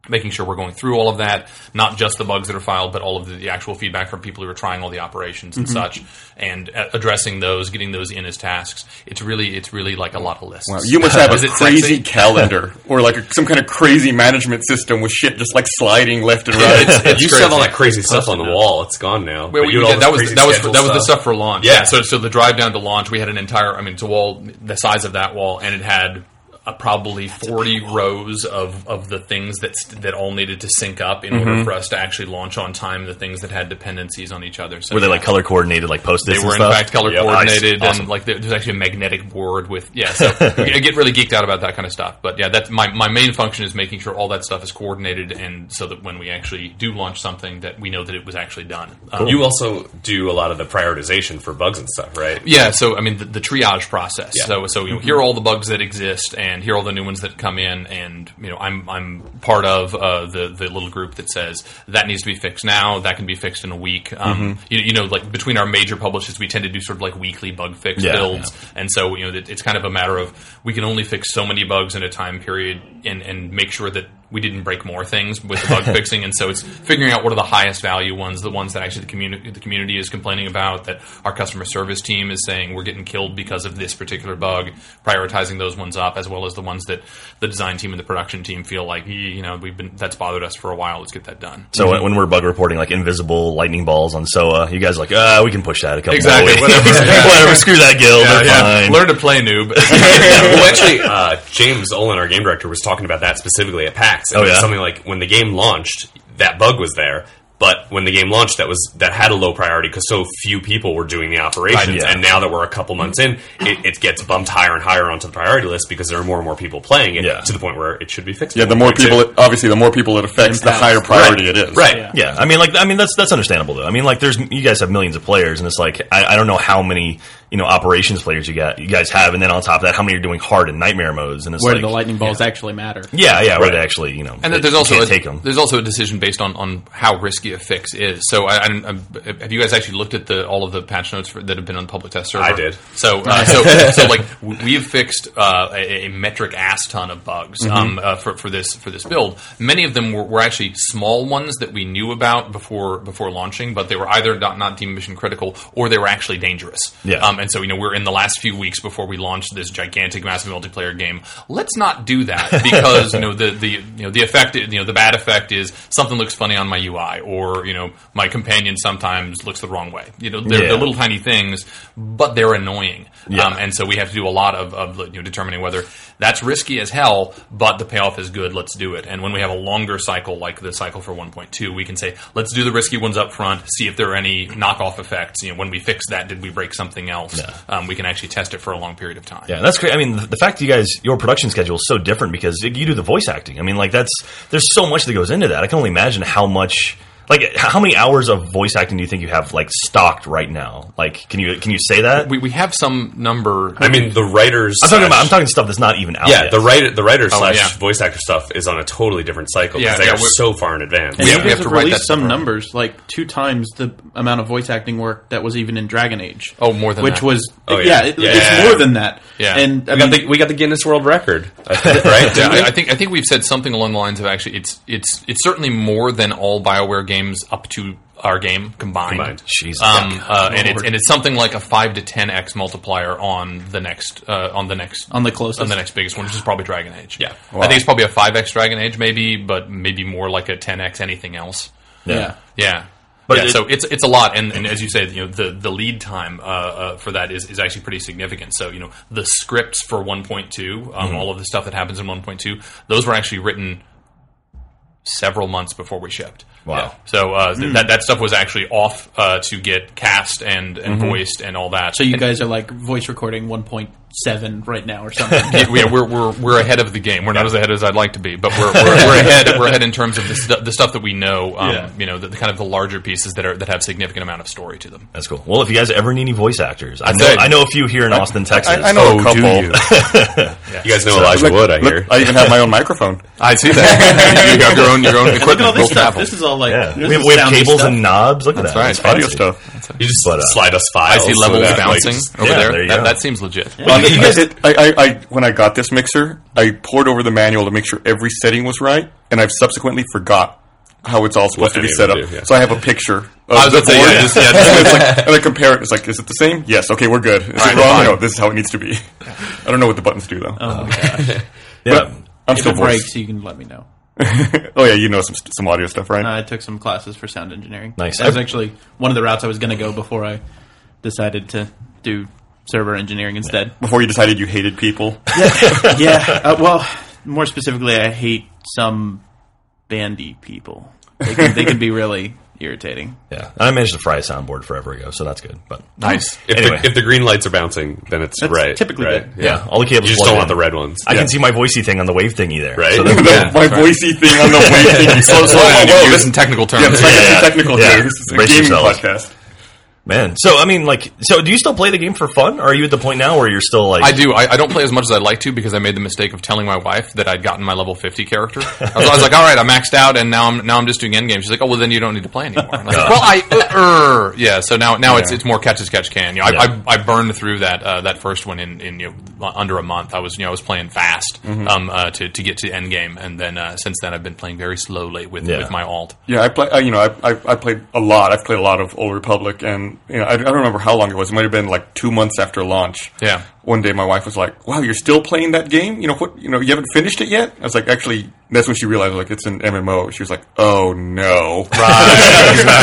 S6: Making sure we're going through all of that, not just the bugs that are filed, but all of the, the actual feedback from people who are trying all the operations and such, and uh, addressing those, getting those in as tasks. It's really, it's really like a lot of lists.
S1: You must have
S6: [LAUGHS] Is
S1: a
S6: it
S1: crazy
S6: sexy?
S1: calendar or like a, some kind of crazy management system with shit just like sliding left and
S6: Yeah,
S1: right.
S6: it's- [LAUGHS] it's
S7: you said all
S6: crazy.
S7: that crazy stuff on the wall. It's gone now.
S6: Well,
S7: But
S6: we,
S7: you had
S6: we
S7: all
S6: did, that
S7: this
S6: was
S7: crazy
S6: that was that
S7: scheduled
S6: was the stuff for launch.
S7: Yeah.
S6: So so the drive down to launch, we had an entire. I mean, it's a wall the size of that wall, and it had. Uh, probably 40 rows of, of the things that st- that all needed to sync up in order for us to actually launch on time the things that had dependencies on each other so
S9: Were they
S6: Oh, yeah.
S9: like color coordinated, like post
S6: they
S9: its
S6: were in
S9: stuff?
S6: fact color
S9: Yeah, nice.
S6: coordinated
S9: Awesome.
S6: and like there- there's actually a magnetic board with yeah so [LAUGHS] i get really geeked out about that kind of stuff but yeah that's my, my main function is making sure all that stuff is coordinated and so that when we actually do launch something that we know that it was actually done Um,
S7: You also do a lot of the prioritization for bugs and stuff, right?
S6: yeah, so I mean the, the triage process.
S7: Yeah.
S6: So so you know, here are all the bugs that exist, and here are all the new ones that come in, and you know I'm I'm part of uh, the the little group that says that needs to be fixed now, that can be fixed in a week. Um, you, you know, like between our major publishers, we tend to do sort of like weekly bug fix
S9: Yeah,
S6: builds, and so you know that it's kind of a matter of we can only fix so many bugs in a time period, and and make sure that. We didn't break more things with the bug fixing, and so it's figuring out what are the highest value ones, the ones that actually the community the community is complaining about, that our customer service team is saying we're getting killed because of this particular bug, prioritizing those ones up as well as the ones that the design team and the production team feel like "Eh, you know we've been that's bothered us for a while. Let's get that done.
S9: So when, when we're bug reporting like invisible lightning balls on SOA, you guys are like, ah, we can push that a couple
S6: Exactly,
S9: more weeks. [LAUGHS]
S6: whatever.
S9: whatever, screw that guild,
S6: Yeah,
S9: they're
S6: yeah.
S9: fine.
S6: Learn to play, noob.
S7: well, actually, uh, James Olin, our game director, was talking about that specifically at PAX. And
S9: Oh,
S7: it was
S9: yeah?
S7: something like when the game launched, that bug was there. But when the game launched, that was that had a low priority because so few people were doing the operations.
S9: Right, yeah.
S7: And now that we're a couple months in, it, it gets bumped higher and higher onto the priority list because there are more and more people playing it
S9: Yeah.
S7: to the point where it should be fixed.
S1: yeah, the more
S7: 1.2.
S1: people, it, obviously, the more people it affects, the higher priority it is.
S7: right.
S9: Yeah, I mean, like, I mean, that's that's understandable though. I mean, like, there's you guys have millions of players, and it's like I, I don't know how many
S4: you know operations players you got you guys have, and then on top of that, how many are doing hard and nightmare modes? And it's
S3: where
S4: like,
S3: the lightning balls actually matter.
S4: yeah, yeah, where they actually you know
S6: and
S4: they-
S6: there's
S4: you
S6: also
S4: can't
S6: a,
S4: take them.
S6: there's also a decision based on, on how risky a fix is. So, I, I, don't- um, have you guys actually looked at the all of the patch notes for, that have been on the public test server?
S7: I did.
S6: So, uh, so, so
S4: [LAUGHS]
S6: like w- we have fixed uh, a, a metric ass ton of bugs
S4: Mm-hmm.
S6: um, uh, for, for this for this build. Many of them were, were actually small ones that we knew about before before launching, but they were either not, not deemed mission critical or they were actually dangerous.
S4: Yeah.
S6: Um, and so you know we're in the last few weeks before we launch this gigantic massive multiplayer game. Let's not
S4: [LAUGHS]
S6: do that because you know the the you know the effect you know the bad effect is something looks funny on my UI or you know my companion sometimes looks the wrong way. You know they're,
S4: Yeah.
S6: they're little tiny things, but they're annoying.
S4: Yeah.
S6: Um, and so we have to do a lot of, of you know, determining whether that's risky as hell, but the payoff is good. Let's do it. And when we have a longer cycle, like the cycle for 1.2, we can say, let's do the risky ones up front, see if there are any knockoff effects. You know, when we fix that, did we break something else? Um, we can actually test it for a long period of time.
S4: Yeah, that's great. I mean, the, the fact that you guys your production schedule is so different because you do the voice acting. I mean, like that's there's so much that goes into that. I can only imagine how much. Like, h- how many hours of voice acting do you think you have like stocked right now? Like, can you can you say that?
S6: We, we have some number.
S7: I mean, the writers.
S4: I'm talking about
S7: slash-
S4: I'm talking stuff that's not even out.
S7: Yeah,
S4: yet.
S7: the writer, the writer slash
S6: yeah.
S7: voice actor stuff is on a totally different cycle because
S6: Yeah,
S7: they
S6: yeah,
S7: are
S6: we're-
S7: so far in advance.
S6: Yeah,
S3: you
S6: we
S3: guys
S6: have to
S3: have
S6: write
S3: released
S6: that
S3: some
S6: number.
S3: numbers, like two times the amount of voice acting work that was even in Dragon Age.
S6: Oh, more than
S3: which
S6: that.
S3: was
S7: Oh, yeah.
S3: yeah, it-
S7: Yeah.
S3: it's more than that.
S6: Yeah.
S3: and I
S7: We got,
S3: mean,
S7: the, we got the Guinness World Record, I think, right?
S6: Yeah, I, I think I think we've said something along the lines of actually it's it's it's certainly more than all Bioware games up to our game combined.
S7: Combined.
S4: Jesus.
S6: um, uh, and it's and it's something like a five to ten x multiplier on the next uh, on the next
S3: on the closest
S6: on the next biggest one, which is probably Dragon Age.
S7: Yeah.
S6: I think it's probably a five x Dragon Age, maybe, but maybe more like a ten x anything else.
S3: yeah.
S6: Yeah.
S4: But
S6: yeah,
S4: it-
S6: so it's it's a lot, and, and as you say, you know the, the lead time uh, uh, for that is, is actually pretty significant. So you know the scripts for 1.2, um,
S4: Mm-hmm.
S6: all of the stuff that happens in 1.2, those were actually written several months before we shipped.
S4: Wow. Hmm.
S6: So uh, th- that that stuff was actually off uh, to get cast and, and
S4: Mm-hmm.
S6: voiced and all that.
S3: So you guys are like voice recording 1.7 right now or something.
S6: yeah, we- we're, we're, we're ahead of the game. We're not as ahead as I'd like to be, but we're, we're, we're ahead. We're ahead in terms of the, stu- the stuff that we know. Um,
S4: Yeah.
S6: You know, the, the kind of the larger pieces that are that have significant amount of story to them.
S4: That's cool. Well, if you guys ever need any voice actors, I know
S6: said-
S4: I know a few here in Austin, Texas.
S1: I, I know
S10: Oh,
S1: a
S10: do
S1: couple.
S10: you?
S7: You guys know Elijah
S1: Look,
S7: Wood, I
S1: look,
S7: hear.
S1: I even have my own microphone.
S6: I see [LAUGHS] that. [LAUGHS] you have your own
S3: [LAUGHS]
S6: your own
S3: Look
S6: equipment.
S3: at all this
S6: built
S3: stuff.
S6: from Apple.
S3: This is all like
S4: Oh, yeah,
S3: this
S4: we have,
S3: is
S4: we have
S3: soundy
S4: cables
S3: stuff.
S4: and knobs. Look at that.
S1: Right,
S4: It's
S1: audio
S4: fancy. [LAUGHS]
S1: stuff.
S7: You just
S4: But, uh,
S7: slide us
S6: I
S7: files.
S6: see
S7: so
S6: levels
S7: that, like,
S6: bouncing
S7: just-
S6: over
S4: yeah,
S6: there.
S4: there you
S6: that,
S4: go.
S6: that seems legit.
S1: Well,
S4: you
S1: I-
S4: guys-
S1: I, I, I, when I got this mixer, I poured over the manual to make sure every setting was right, and I've subsequently forgot how it's all supposed to be
S7: any of
S1: set up.
S7: them do, yeah.
S1: So I have a picture. Of
S6: was
S1: the
S6: gonna say,
S1: board.
S6: yeah, just- yeah,
S1: [LAUGHS] and, it's like, and I compare it. It's like, is it the same? Yes. Okay, we're good. Is it
S6: right,
S1: wrong?
S6: fine.
S1: No. This is how it needs to be. I don't know what the buttons do though.
S4: Yeah.
S1: I'm
S3: If
S1: still voiced.
S3: it breaks, you can let me know.
S1: Oh yeah, you know some some audio stuff, right?
S3: Uh, I took some classes for sound engineering.
S4: Nice.
S3: That was actually one of the routes I was going to go before I decided to do server engineering instead.
S1: Before you decided you hated people.
S3: yeah. Uh, well, more specifically, I hate some bandy people. They can, they can be really irritating.
S4: Yeah. I managed to fry a soundboard forever ago, so that's good. But
S6: Nice.
S7: If,
S4: Anyway.
S7: the, if the green lights are bouncing, then it's
S3: That's
S7: right.
S3: typically
S7: right.
S3: good.
S4: yeah, all the cables.
S7: You just
S4: plugged
S7: don't
S4: in.
S7: want the red ones.
S4: I can see my voicey thing on the wave thingy there.
S7: Right?
S4: So
S1: The- [LAUGHS]
S4: that-
S1: my voicey thing on the wave thing. Slow, slow
S6: Well,
S1: down. you
S6: whoa, this
S1: use-
S6: is technical terms.
S1: Yeah, it's like
S4: Yeah.
S1: a technical
S4: Yeah.
S1: term. This is a
S4: Brace
S1: gaming
S4: yourselves.
S1: podcast.
S4: man. So I mean, like, so do you still play the game for fun, or are you at the point now where you're still like?
S6: I do. I, I don't play as much as I'd like to because I made the mistake of telling my wife that I'd gotten my level 50 character. I was, I was like, all right, I maxed out, and now I'm now I'm just doing endgame. She's like, oh, well, then you don't need to play anymore. And I was like, well, I uh, er. yeah. So now now it's it's more catch as catch can. You know, I,
S4: Yeah.
S6: I, I burned through that uh, that first one in, in you know, under a month. I was you know I was playing fast um, uh, to to get to endgame, and then uh, since then I've been playing very slowly with
S4: Yeah.
S6: with my alt.
S1: Yeah, I play. I, you know, I, I I played a lot. I've played a lot of Old Republic, and you know, I, I don't remember how long it was. It might have been like two months after launch.
S6: Yeah.
S1: One day, my wife was like, "Wow, you're still playing that game? You know what? You know, you haven't finished it yet." I was like, "Actually, that's when she realized like it's an MMO." She was like, "Oh no!"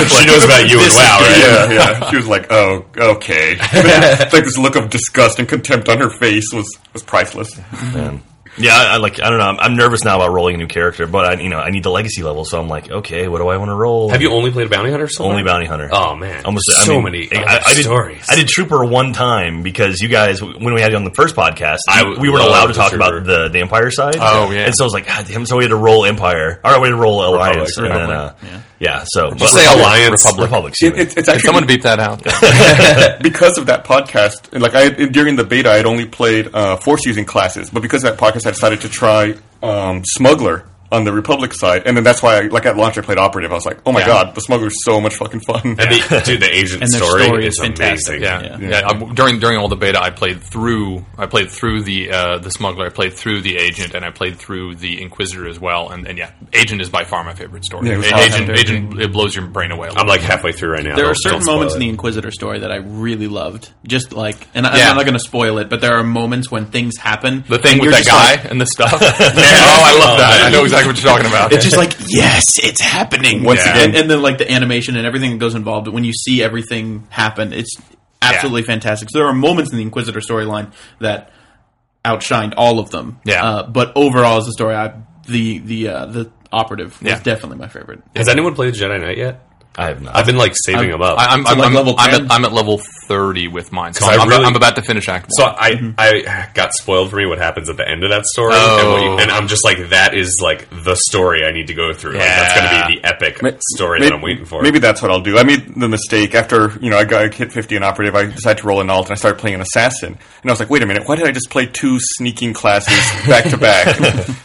S7: she knows about you and WoW, right?
S1: [LAUGHS] Yeah, yeah. She was like, "Oh, okay." [LAUGHS] It's like this look of disgust and contempt on her face was was priceless.
S4: Man. Yeah, I, I like. I don't know. I'm, I'm nervous now about rolling a new character, but I, you know, I need the legacy level, so I'm like, okay, what do I want to roll?
S7: Have you only played Bounty Hunter? So
S4: Only
S7: far?
S4: Bounty Hunter.
S7: Oh man,
S4: almost I
S7: so
S4: mean,
S7: many
S4: I,
S7: other
S4: I- I did,
S7: stories.
S4: I did Trooper one time because you guys, when we had you on the first podcast,
S7: I
S4: we weren't
S7: love
S4: allowed to
S7: the
S4: talk about
S7: Trooper.
S4: the, the Empire side.
S6: Oh, yeah.
S4: and so I was like, God damn. So we had to roll Empire. All right, we had to roll Alliance,
S7: Republic,
S4: and then
S7: Republic.
S4: uh, yeah. Yeah, so but
S7: say Alliance.
S4: Republic. Republic excuse
S1: It,
S4: me.
S1: it, it's actually
S6: Someone beep that out.
S1: because of that podcast, and like I during the beta, I had only played uh, force using classes, but because of that podcast, I decided to try um, smuggler on the Republic side, and then that's why, I, like at launch, I played operative. I was like, oh my
S7: Yeah.
S1: god, the smuggler's so much fucking fun.
S7: And the, dude, the agent
S3: And their
S7: story,
S3: story
S7: is
S3: is fantastic.
S7: amazing.
S6: Yeah, yeah. I- during during all the beta, I played through. I played through the uh, the smuggler. I played through the agent, and I played through the inquisitor as well. And, and yeah, agent is by far my favorite story.
S1: Yeah, it was
S6: A-
S1: awesome.
S6: agent, agent, it blows your brain away. a
S7: I'm
S6: little
S7: like halfway through right now.
S3: There are
S7: Don't- don't
S3: certain
S7: spoil
S3: moments
S7: it.
S3: in the Inquisitor story that I really loved. Just like, and I,
S6: Yeah.
S3: I'm not going to spoil it, but there are moments when things happen.
S6: the thing
S3: and
S6: with
S3: you're
S6: that
S3: just
S6: guy
S3: like-
S6: and
S7: [LAUGHS]
S6: the stuff. [LAUGHS] oh, I love that. I know exactly what you're talking about.
S3: it's just like, yes, it's happening
S1: Once again.
S3: And, and then like the animation and everything that goes involved. When you see everything happen, it's absolutely fantastic. So there are moments in the Inquisitor storyline that outshined all of them.
S6: Yeah.
S3: Uh, but overall, as a story, I, the the uh, the operative was
S6: Yeah.
S3: definitely my favorite.
S7: Has anyone played Jedi Knight yet?
S4: I have not.
S7: I've been like saving them up.
S6: I, I'm,
S3: So,
S6: I'm,
S3: like,
S6: I'm,
S3: level
S6: I'm,
S3: 10?
S6: at, I'm at level 30 with mine, so
S7: 'Cause I
S6: I'm, I'm-
S7: really-
S6: I'm about to finish Act 1.
S7: so I I got spoiled for me what happens at the end of that story, and, what you- and I'm just like that is like the story I need to go through. Like, that's going to be the epic
S1: [LAUGHS]
S7: story
S1: May-
S7: that I'm waiting for.
S1: Maybe that's what I'll do. I made the mistake after you know I got I hit fifty in operative. I decided to roll an alt and I started playing an assassin, and I was like, wait a minute, why did I just play two sneaking classes back to
S7: [LAUGHS]
S1: back?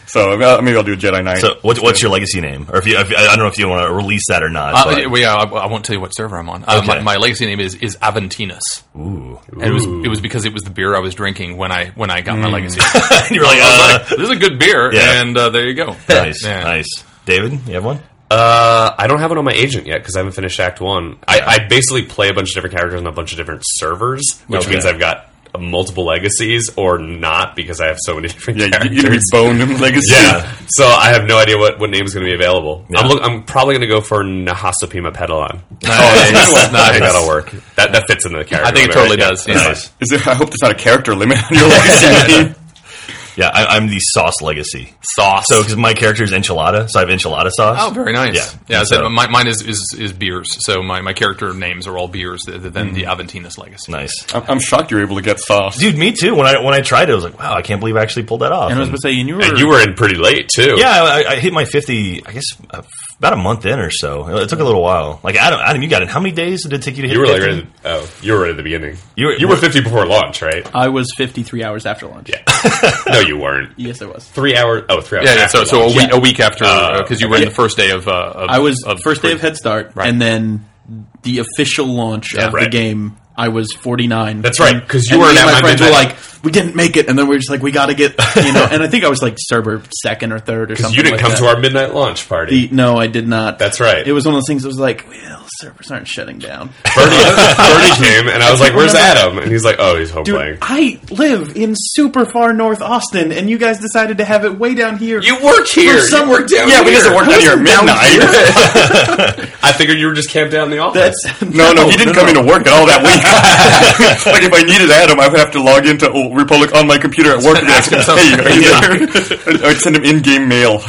S1: So uh, maybe I'll do a Jedi Knight.
S4: so what, what's your legacy name? Or if you, if, I don't know if you want to release that or not.
S6: Uh,
S4: but-
S6: yeah, well, yeah, I, I won't tell you what server I'm on. Uh, my, my legacy name is is Aventinus,
S7: [LAUGHS]
S4: Ooh. [LAUGHS]
S6: and it was it was because it was the beer I was drinking when I when I got my legacy.
S4: You're like,
S6: I
S4: uh,
S6: was like, this is a good
S4: [LAUGHS]
S6: beer,
S4: Yeah.
S6: and uh, there you go.
S4: [LAUGHS] nice,
S6: Yeah. [LAUGHS]
S4: nice. David, you have one?
S7: Uh, I don't have it on my agent yet because I haven't finished Act One. I, I basically play a bunch of different characters on a bunch of different servers, which
S4: Okay.
S7: means I've got uh, multiple legacies or not because I have so many [LAUGHS] different
S1: yeah, you- you're gonna be
S7: characters.
S1: boned in legacy.
S7: yeah, [LAUGHS] so I have no idea what, what name is going to be available. I'm, look, I'm probably going to go for Nahasapima Pedalon.
S6: Nice.
S7: I
S6: Nice.
S7: think that'll work. That that fits into the character.
S6: Oh, I think it
S7: limit,
S6: totally
S7: right?
S6: does.
S7: Yeah.
S6: yeah.
S4: Nice.
S1: Is there, I hope there's not a character limit on your [LAUGHS] legacy name.
S4: Yeah, I, I'm the sauce legacy.
S6: Sauce.
S4: So, because my character is enchilada, so I have enchilada sauce.
S6: Oh, very nice.
S4: Yeah.
S6: Yeah,
S4: And
S6: so,
S4: so-
S6: my, mine is, is, is beers. So my, my character names are all beers th- th- than the Aventinus legacy.
S4: Mm. Nice.
S1: I'm, I'm shocked you're able to get sauce.
S4: Dude, me too. When I when I tried it, I was like, wow, I can't believe I actually pulled that off.
S3: And I was
S4: And-
S3: going to say, and you were,
S7: And you were in pretty late too.
S4: yeah, I, I- I hit my 50, I guess, uh, about a month in or so. It took a little while. Like, Adam, Adam you got in. How many days did it take you to hit
S7: you were like
S4: 50?
S7: right at the, oh, you were right at the beginning.
S4: You were-
S7: you were 50 before launch, right? [LAUGHS]
S3: I was 53 hours after launch.
S7: Yeah. no, you weren't.
S3: Yes, I was.
S7: Three hours. Oh, three hours.
S6: Yeah, yeah.
S7: after
S6: So, so a
S7: launch.
S6: week a week after because you were in the first day of, uh, of
S3: I was
S6: of
S3: first day of Head Start,
S6: Right.
S3: and then the official launch of the
S7: right.
S3: game. I was 49.
S7: That's right,
S3: And-
S7: 'cause you
S3: and
S7: were
S3: me and
S7: at
S3: my
S7: my
S3: friends were
S7: midnight.
S3: like, we didn't make it, and then we are just like, we got to get, you know. And I think I was like server second or
S7: [LAUGHS]
S3: third or something.
S7: you didn't
S3: like
S7: come
S3: that.
S7: to our midnight launch party.
S3: The- no, I did not.
S7: That's right.
S3: It was one of those things. that was like, well, servers aren't shutting
S7: [LAUGHS]
S3: down,
S7: Birdie, [LAUGHS] Birdie came, and I was like, "Where's
S3: remember-
S7: Adam?" And he's like, "Oh, he's home
S3: dude.
S7: playing."
S3: I live in super far north Austin, and you guys decided to have it way down here.
S7: You work here.
S3: For some work down
S1: yeah, but he doesn't work [LAUGHS] out here at
S7: [LAUGHS]
S1: midnight.
S7: I figured you were just camped out in the office.
S1: [LAUGHS]
S3: That's
S1: No,
S3: [LAUGHS]
S1: no, he didn't come into work at all that week. like if I needed Adam, I would have to log into old Republic on my computer at work and ask him, "Hey, are you there?" [LAUGHS] I'd send him in-game mail.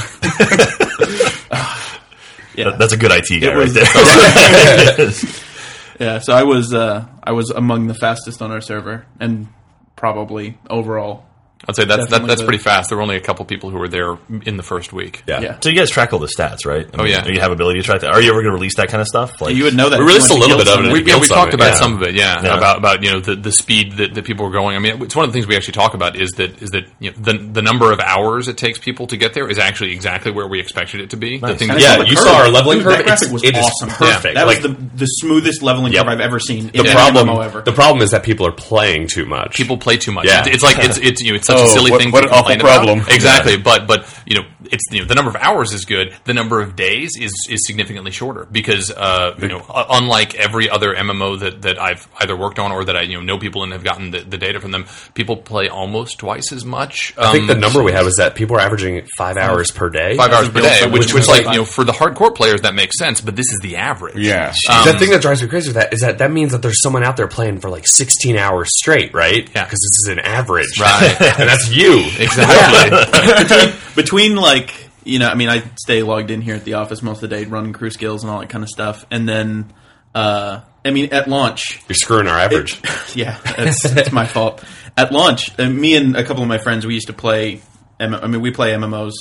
S4: That- That's a good IT guy right
S3: was- [LAUGHS]
S4: there.
S3: Yeah, so I was uh, I was among the fastest on our server, and probably overall.
S6: I'd say that's that,
S3: Definitely
S6: that's
S3: the-
S6: pretty fast. There were only a couple people who were there in the first week.
S4: yeah.
S3: Yeah.
S4: [LAUGHS] So you guys track all the stats, right? I
S6: Oh, yeah.
S4: You have ability to track that. Are you ever going to release that kind of stuff? Like
S3: You would know that
S7: We
S3: if you
S7: released a
S3: wanted to
S7: little bit
S3: kill
S7: of it.
S3: someone.
S6: We, yeah, we
S7: Some
S6: talked
S7: of it,
S6: about
S7: yeah.
S6: some of it, yeah,
S4: Yeah.
S6: about about you know the, the speed that, that people were going. I mean, it's one of the things we actually talk about is that is that you know, the the number of hours it takes people to get there is actually exactly where we expected it to be. The
S4: Nice.
S6: thing
S4: And
S6: that-
S7: Yeah,
S3: The
S7: you
S3: curve-
S7: saw our leveling
S3: dude,
S7: curve.
S3: That graphic was
S7: it is
S3: awesome.
S7: perfect.
S3: That
S7: Like-
S3: was the, the smoothest leveling
S7: Yep.
S3: curve I've ever seen.
S7: the
S3: in an
S7: problem.
S3: MMO ever.
S7: The problem is that people are playing too much.
S6: people play too much.
S7: Yeah.
S6: It's, it's like it's it's you know, it's such a
S1: Oh,
S6: silly
S1: what-
S6: thing.
S1: what
S6: to
S1: an awful
S6: complain
S1: problem.
S6: About. Exactly, but but you know it's you know, the number of hours is good. The number of days is is significantly shorter because uh, you know u- unlike every other MMO that, that I've either worked on or that I you know know people and have gotten the, the data from them, people play almost twice as much. Um,
S7: I think the number we have is that people are averaging five hours per day.
S6: Five hours per day,
S3: built-
S6: which,
S3: which
S6: which,
S3: is
S6: like
S3: like-
S6: you know, for the hardcore players that makes sense, but this is the average.
S1: Yeah,
S6: Um,
S7: the thing that drives me crazy with that is that that means that there's someone out there playing for like 16 hours straight, right?
S6: Yeah.
S7: Because this is an average. [LAUGHS]
S6: Right.
S7: and that's you.
S6: [LAUGHS] [LAUGHS] exactly.
S3: [LAUGHS] between like you know, I mean, I stay logged in here at the office most of the day, running crew skills and all that kind of stuff, and then uh, I mean, at launch,
S7: You're screwing our average.
S3: [LAUGHS] yeah, it's, it's my fault. At launch, uh, me and a couple of my friends, we used to play. M- I mean, we play MMOs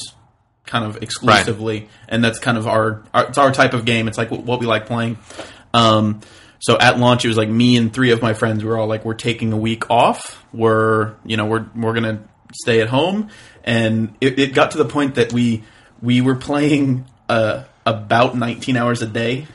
S3: kind of exclusively, and that's kind of our, our it's our type of game. It's like wh- what we like playing. Um, so at launch, it was like me and three of my friends. We were all like, we're taking a week off. We're you know we're we're gonna stay at home, and it, it got to the point that we we were playing uh, about 19 hours a day.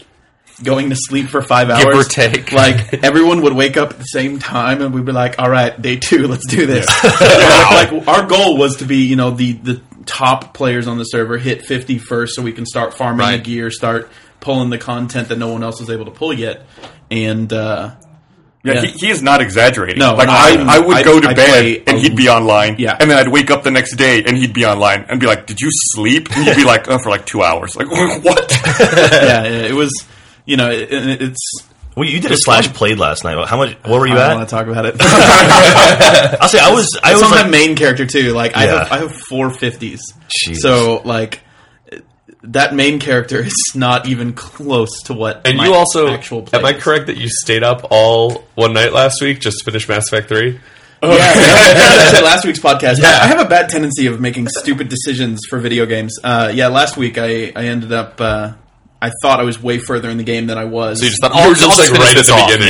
S3: Going to sleep for five hours,
S7: or take.
S3: Like [LAUGHS] everyone would wake up at the same time, and we'd be like, "All right, day two, [LAUGHS] let's do this."
S7: [LAUGHS]
S3: like our goal was to be, you know, the the top players on the server hit 50 first, so we can start farming the
S6: Right.
S3: gear, start pulling the content that no one else was able to pull yet, and
S7: [LAUGHS]
S3: uh,
S1: Yeah,
S3: Yeah.
S1: He, he is not exaggerating.
S3: No,
S1: like
S3: no,
S1: I,
S3: no.
S1: I would
S3: I-
S1: go to
S3: I play
S1: bed and
S3: a-
S1: he'd be online.
S3: Yeah.
S1: and then I'd wake up the next day and he'd be online and be like, "Did you sleep?" And he'd be like, "Oh, for like two hours." Like [LAUGHS] what?
S3: yeah, it was, you know, it, it- it's.
S4: Well, you did a slash played last night. How much? What were you
S3: I don't want
S4: at?
S3: to talk about
S7: [LAUGHS]
S3: it. [LAUGHS]
S4: I'll say I was. I
S3: It's
S4: was
S3: on my
S4: like,
S3: main character too. Like I have
S4: Yeah.
S3: I have four fifties.
S4: Jesus.
S3: So like that main character is not even close to what
S7: [LAUGHS] And
S3: my
S7: you also,
S3: actual play
S7: am I
S3: is.
S7: correct that you stayed up all one night last week just to finish Mass Effect Three?
S3: Yeah, yeah, that's it, [LAUGHS] last week's podcast. I, I have a bad tendency of making stupid decisions for video games. Uh, yeah, last week I, I ended up. Uh, I thought I was way further in the game than I was.
S6: So you just thought,
S7: You
S6: oh,
S7: were just,
S6: I'll
S7: like,
S6: just finish
S7: right at
S6: this
S7: the
S6: off.
S7: beginning.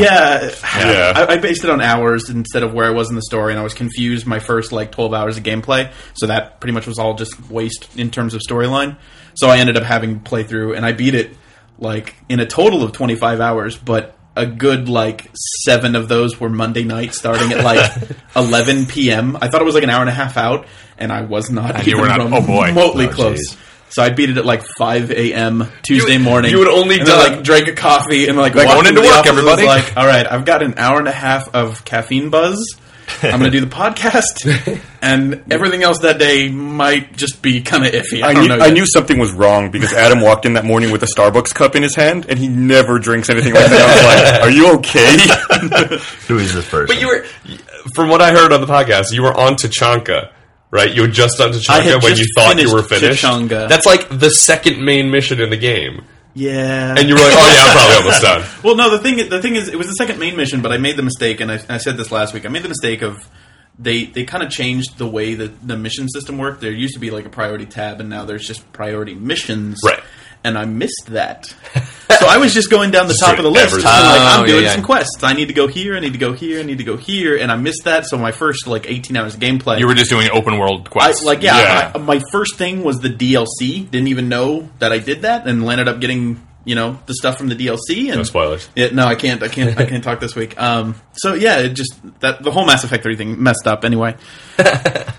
S7: [LAUGHS]
S3: yeah,
S1: Yeah.
S3: I, I based it on hours instead of where I was in the story, and I was confused my first like twelve hours of gameplay. So that pretty much was all just waste in terms of storyline. So I ended up having to play through, and I beat it like in a total of twenty five hours, but a good like seven of those were Monday night, starting at like eleven p.m. I thought it was like an hour and a half out, and I was not
S1: you
S3: even
S1: were not- oh, boy.
S3: remotely
S4: Oh,
S3: close.
S4: jeez.
S3: So I beat it at like 5 a.m. Tuesday morning.
S7: you had only
S3: and then,
S7: done-
S3: like drank a coffee and like
S6: Like,
S3: walked
S6: going into
S3: the
S6: work,
S3: office and was
S6: everybody.
S3: Like, all right, I've got an hour and a half of caffeine buzz. I'm going to do the podcast, and everything else that day might just be kind of iffy. I,
S1: I
S3: don't
S1: knew,
S3: know.
S1: I
S3: yet.
S1: knew something was wrong because Adam walked in that morning with a Starbucks cup in his hand and he never drinks anything like that. I was like, "Are you
S7: [LAUGHS]
S1: okay?"
S4: who is this person?
S7: But you were, from what I heard on the podcast, you were on Tachanka, right? You were just on
S3: I had
S7: Tachanka when
S3: just
S7: you thought you were
S3: finished
S7: finished.
S3: Tachanka.
S7: That's like the second main mission in the game,
S3: Yeah.
S7: and you [LAUGHS] were like, "Oh yeah, I'm probably almost done."
S3: well, no. The thing, the thing is, it was the second main mission, but I made the mistake, and I, I said this last week. I made the mistake of they they kind of changed the way that the mission system worked. There used to be like a priority tab, and now there's just priority missions.
S7: Right.
S3: And I missed that, [LAUGHS] so I was just going down the top of the
S7: doing
S3: list.
S7: everything.
S3: I'm like,
S6: Oh,
S3: I'm doing
S6: yeah, yeah.
S3: some quests. I need to go here. I need to go here. I need to go here, and I missed that. So my first like 18 hours of gameplay,
S6: You were just doing open world
S3: I,
S6: quests.
S3: like yeah, I, my first thing was the DLC. Didn't even know that I did that, and ended up getting you know the stuff from the DLC. And
S7: No spoilers.
S3: Yeah, no, I can't. I can't. I can't talk this week. Um. So yeah, it just that the whole Mass Effect three thing messed up. Anyway,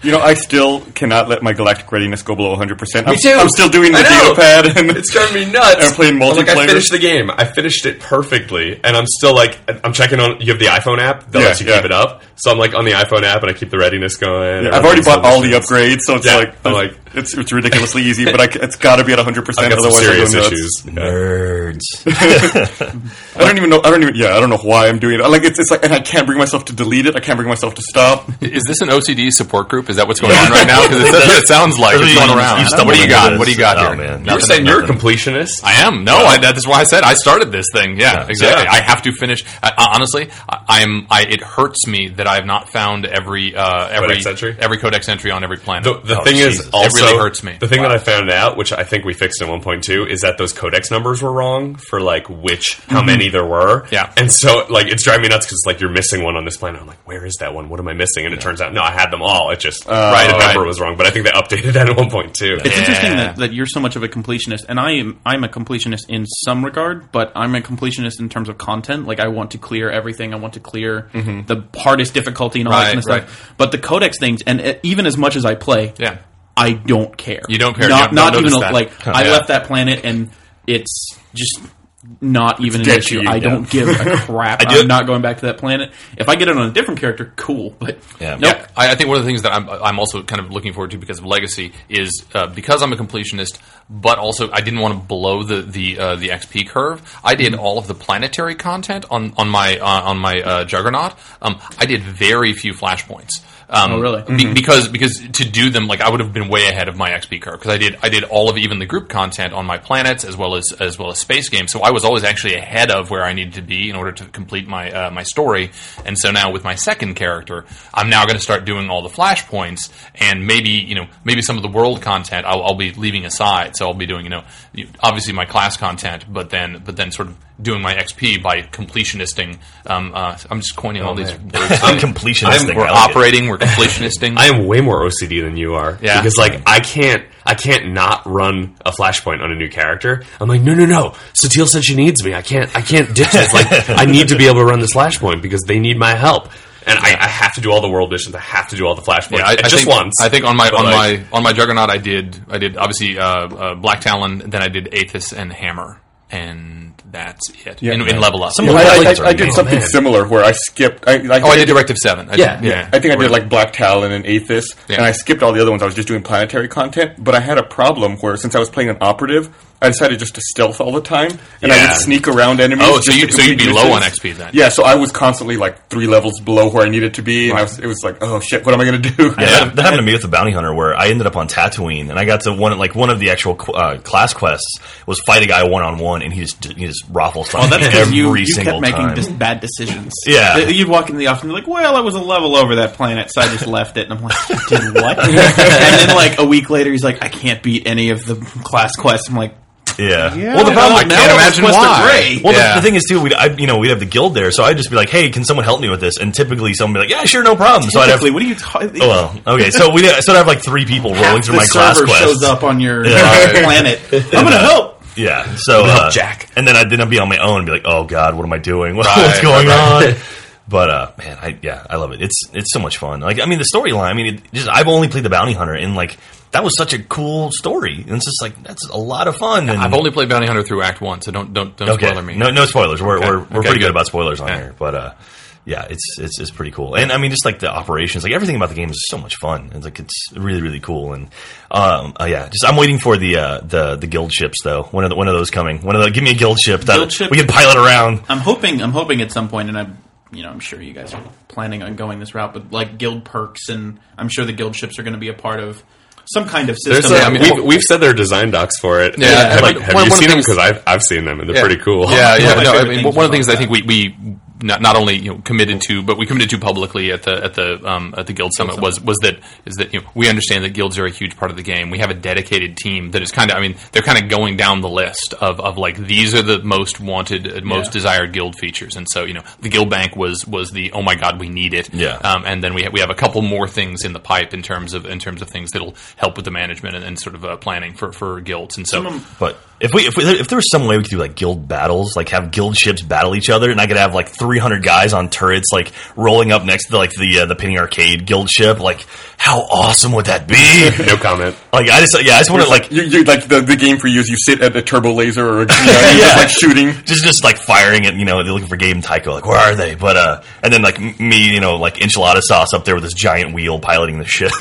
S1: you know, I still cannot let my galactic readiness go below 100. percent
S7: Me too.
S1: I'm still doing the
S7: I know.
S1: D-pad and
S7: It's driving me
S1: [LAUGHS]
S7: nuts.
S1: And playing
S7: I'm Like, I
S1: multiplayer.
S7: finished the game. I finished it perfectly, and I'm still like, I'm checking on. You have the iPhone app that
S1: Yeah,
S7: lets you
S1: yeah.
S7: keep it up, so I'm like on the iPhone app, and I keep the readiness going.
S1: I've already bought all the
S7: upgrades.
S1: upgrades, so it's
S7: Yeah,
S1: like,
S7: I'm like-
S1: it's it's ridiculously easy, but I c it's got to be at 100.
S7: I
S1: percent
S7: got some
S1: Otherwise,
S7: serious
S1: I go nuts.
S7: issues. Yeah.
S4: Nerds.
S1: I don't even know. I don't even. Yeah, I don't know why I'm doing it. Like it's, it's like, and I can't bring myself to delete it. I can't bring myself to
S6: [LAUGHS]
S1: stop.
S6: Is this an OCD support group? Is
S7: [LAUGHS]
S6: that what's going on right now? Because that's what it sounds like.
S4: That's
S6: It's
S4: what
S6: going
S4: you-
S6: around.
S4: you
S6: What
S4: stumbled
S6: do you
S4: into
S6: got?
S4: this.
S6: What do you got
S4: Oh,
S6: here?
S4: man.
S7: You're
S4: Nothing,
S7: saying you're a
S4: nothing.
S7: completionist.
S6: I am. No, I, that is why I said I started this thing. Yeah,
S4: Yeah.
S6: exactly.
S7: Yeah.
S6: I have to finish. I, I- honestly, I, I'm. I, it hurts me that I've not found every uh, every
S7: Codex entry?
S6: every codex entry on every planet.
S7: The, the
S4: Oh,
S7: thing
S4: Jesus.
S7: is,
S4: It
S7: also
S6: really hurts me.
S7: The thing that I found out, which I think we fixed in 1.2, is that those codex numbers were wrong for like which how many there were.
S6: Mm-hmm. Yeah.
S7: and so like it's driving me nuts because like you're missing one on this planet. I'm like, where is that one? What am I missing? And it turns out, no, I had them all. It just right a
S6: right.
S7: number was wrong, but I think they updated that in 1.2.
S3: it's
S6: Yeah.
S3: interesting that, that you're so much of a completionist, and I am. I'm a completionist in some regard, but I'm a completionist in terms of content. Like I want to clear everything. I want to clear the hardest difficulty and all that
S6: Mm-hmm. Right,
S3: kind of stuff. But the codex things, and uh, even as much as I play,
S6: Yeah.
S3: I don't care.
S6: You don't care.
S3: Not,
S6: You
S3: not
S6: don't
S3: even
S6: notice that.
S3: like I
S6: Yeah.
S3: left that planet, and it's just not even an
S1: dead
S3: issue.
S1: to you,
S3: I
S1: yeah.
S3: don't give a
S6: [LAUGHS]
S3: crap.
S4: do-
S3: I'm not going back to that planet. If I get it on a different character, cool. But
S4: Yeah.
S3: nope.
S6: Yeah, I, I think one of the things that I'm, I'm also kind of looking forward to because of Legacy is uh, because I'm a completionist, but also I didn't want to blow the the uh, the XP curve. I did
S7: Mm-hmm.
S6: all of the planetary content on on my uh, on my uh, Juggernaut. Um, I did very few flashpoints. Um,
S3: Oh, really?
S6: be-
S4: Mm-hmm.
S6: because because to do them, like I would have been way ahead of my XP curve because I did I did all of even the group content on my planets as well as as well as space games. So I was always actually ahead of where I needed to be in order to complete my uh, my story. And so now with my second character, I'm now going to start doing all the flashpoints and maybe you know maybe some of the world content I'll, I'll be leaving aside. So I'll be doing you know you- obviously my class content, but then but then sort of doing my XP by completionisting. Um, uh, I'm just coining all these words.
S4: Oh, [LAUGHS] I'm completionistic.
S6: We're
S4: I like it.
S6: operating. We're
S7: [LAUGHS]
S6: completionisting.
S7: I am way more OCD than you are.
S6: Yeah.
S7: Because like I can't I can't not run a flashpoint on a new character. I'm like, no no no. Satil said she needs me. I can't I can't ditch this. Like I need to be able to run this flashpoint because they need my help. And I, I have to do all the world missions. I have to do all the flashpoints.
S6: Yeah, I, I
S7: at just
S6: think,
S7: once.
S6: I think on my
S7: But,
S6: on
S7: like-
S6: my on my juggernaut, I did I did obviously uh, uh, Black Talon, then I did Aethys and Hammer, and that's it. in, in level up.
S1: Yeah, I, I- I did
S7: Oh,
S1: something
S7: man.
S1: similar where I skipped. I, I,
S6: oh, I did Directive Seven. I
S1: Yeah,
S6: did, yeah.
S1: I think I did like Black Talon and Aethys,
S6: Yeah.
S1: and I skipped all the other ones. I was just doing planetary content, but I had a problem where since I was playing an operative, I decided just to stealth all the time, and I
S7: Yeah.
S1: would sneak around enemies.
S6: Oh, so
S1: just
S6: you-
S1: to
S6: so you'd
S1: complete
S6: be low on
S1: missions.
S6: XP then.
S1: Yeah, so I was constantly like three levels below where I needed to be, and I was, it was like, oh shit, what am I going to do? [LAUGHS]
S4: Yeah, that, that happened to me with the bounty hunter, where I ended up on Tatooine, and I got to one like one of the actual qu- uh, class quests was fight a guy one on one, and he just he just raffles
S3: Oh,
S4: something
S3: that's because
S4: every
S3: you, you kept
S4: single
S3: making
S4: time.
S3: dis- bad decisions.
S4: Yeah.
S3: Th- You'd walk into the office and be like, well, I was a level over that planet, so I
S4: [LAUGHS]
S3: just left it. And I'm like, "You did what? and then, like, a week later, he's like, I can't beat any of the class quests. I'm like,
S4: yeah.
S3: well, the problem
S6: I can't imagine why.
S3: Gray.
S4: Well,
S6: Yeah.
S4: the, the thing is too, we'd I, you know we'd have the guild there, so I'd just be like, "Hey, can someone help me with this?" And typically, someone would be like, "Yeah, sure, no problem." So I'd have,
S3: Typically, what are you talking
S4: [LAUGHS] oh, well, okay, so we so I'd have like three people rolling through
S3: the
S4: my class
S3: server
S4: quest.
S3: shows up on your
S4: [LAUGHS]
S3: [LAUGHS]
S4: Yeah.
S3: planet. I'm going to help.
S4: Yeah, so uh,
S7: Jack.
S4: and then I'd then I'd be on my own, and be like, "Oh God, what am I doing? [LAUGHS] What- What's
S6: Right,
S4: going
S6: right. [LAUGHS]
S4: on?" But uh, man, I yeah, I love it. It's it's so much fun. Like, I mean, the storyline. I mean, it just I've only played the Bounty Hunter, and like that was such a cool story. And it's just like that's a lot of fun. And,
S6: I've only played Bounty Hunter through Act One, so don't don't don't
S4: okay.
S6: spoiler me.
S4: No, no spoilers. We're we're, we're
S6: Okay,
S4: pretty good.
S6: good.
S4: about spoilers on
S6: Yeah.
S4: here, but uh, yeah, it's it's it's pretty cool. And I mean, just like the operations, like everything about the game is so much fun. It's like it's really really cool. And um, uh, yeah, just I'm waiting for the uh, the the guild ships though. One of the, one of those coming. One of the give me a guild ship that
S3: Guild ship?
S4: we can pilot around.
S3: I'm hoping, I'm hoping at some point, and I'm, you know, I'm sure you guys are planning on going this route, but like guild perks, and I'm sure the guild ships are going to be a part of some kind of
S7: There's
S3: system.
S7: a-
S6: I mean-
S7: we've, we've said there are design docs for it.
S6: Yeah,
S7: Have,
S6: but
S7: you- have
S6: one-
S7: you
S6: one of
S7: seen
S6: the
S7: them?
S6: things-
S7: Because I've, I've seen them and they're
S6: Yeah.
S7: pretty cool. [LAUGHS]
S6: Yeah, yeah.
S3: my
S6: no, I
S3: favorite
S6: mean,
S3: things
S6: one of
S3: about
S6: the things I
S3: that.
S6: think we, we not, not only you know committed to, but we committed to publicly at the at the um, at the guild summit was was that is that you know we understand that guilds are a huge part of the game. We have a dedicated team that is kind of I mean they're kind of going down the list of, of like these are the most wanted, uh, most desired guild features, and so you know the guild bank was was the oh my god we need it.
S4: Yeah.
S6: Um, and then we ha- we have a couple more things in the pipe in terms of in terms of things that'll help with the management and, and sort of uh, planning for, for guilds. And so
S4: But if we, if we if there was some way we could do like guild battles, like have guild ships battle each other, and I could have like 300 guys on turrets, like rolling up next to like the uh, the Penny Arcade guild ship, like how awesome would that be?
S7: [LAUGHS] No comment.
S4: Like I just yeah, I just want to like
S1: You, you like the, the game for you is you sit at a turbo laser or a, you know, you're
S4: Yeah.
S1: just like shooting.
S4: just just like firing it, you know, they're looking for Gabe and Tycho, like where are they? But uh, and then like m- me, you know, like enchilada sauce up there with this giant wheel piloting the
S7: [LAUGHS]
S4: ship. [LAUGHS]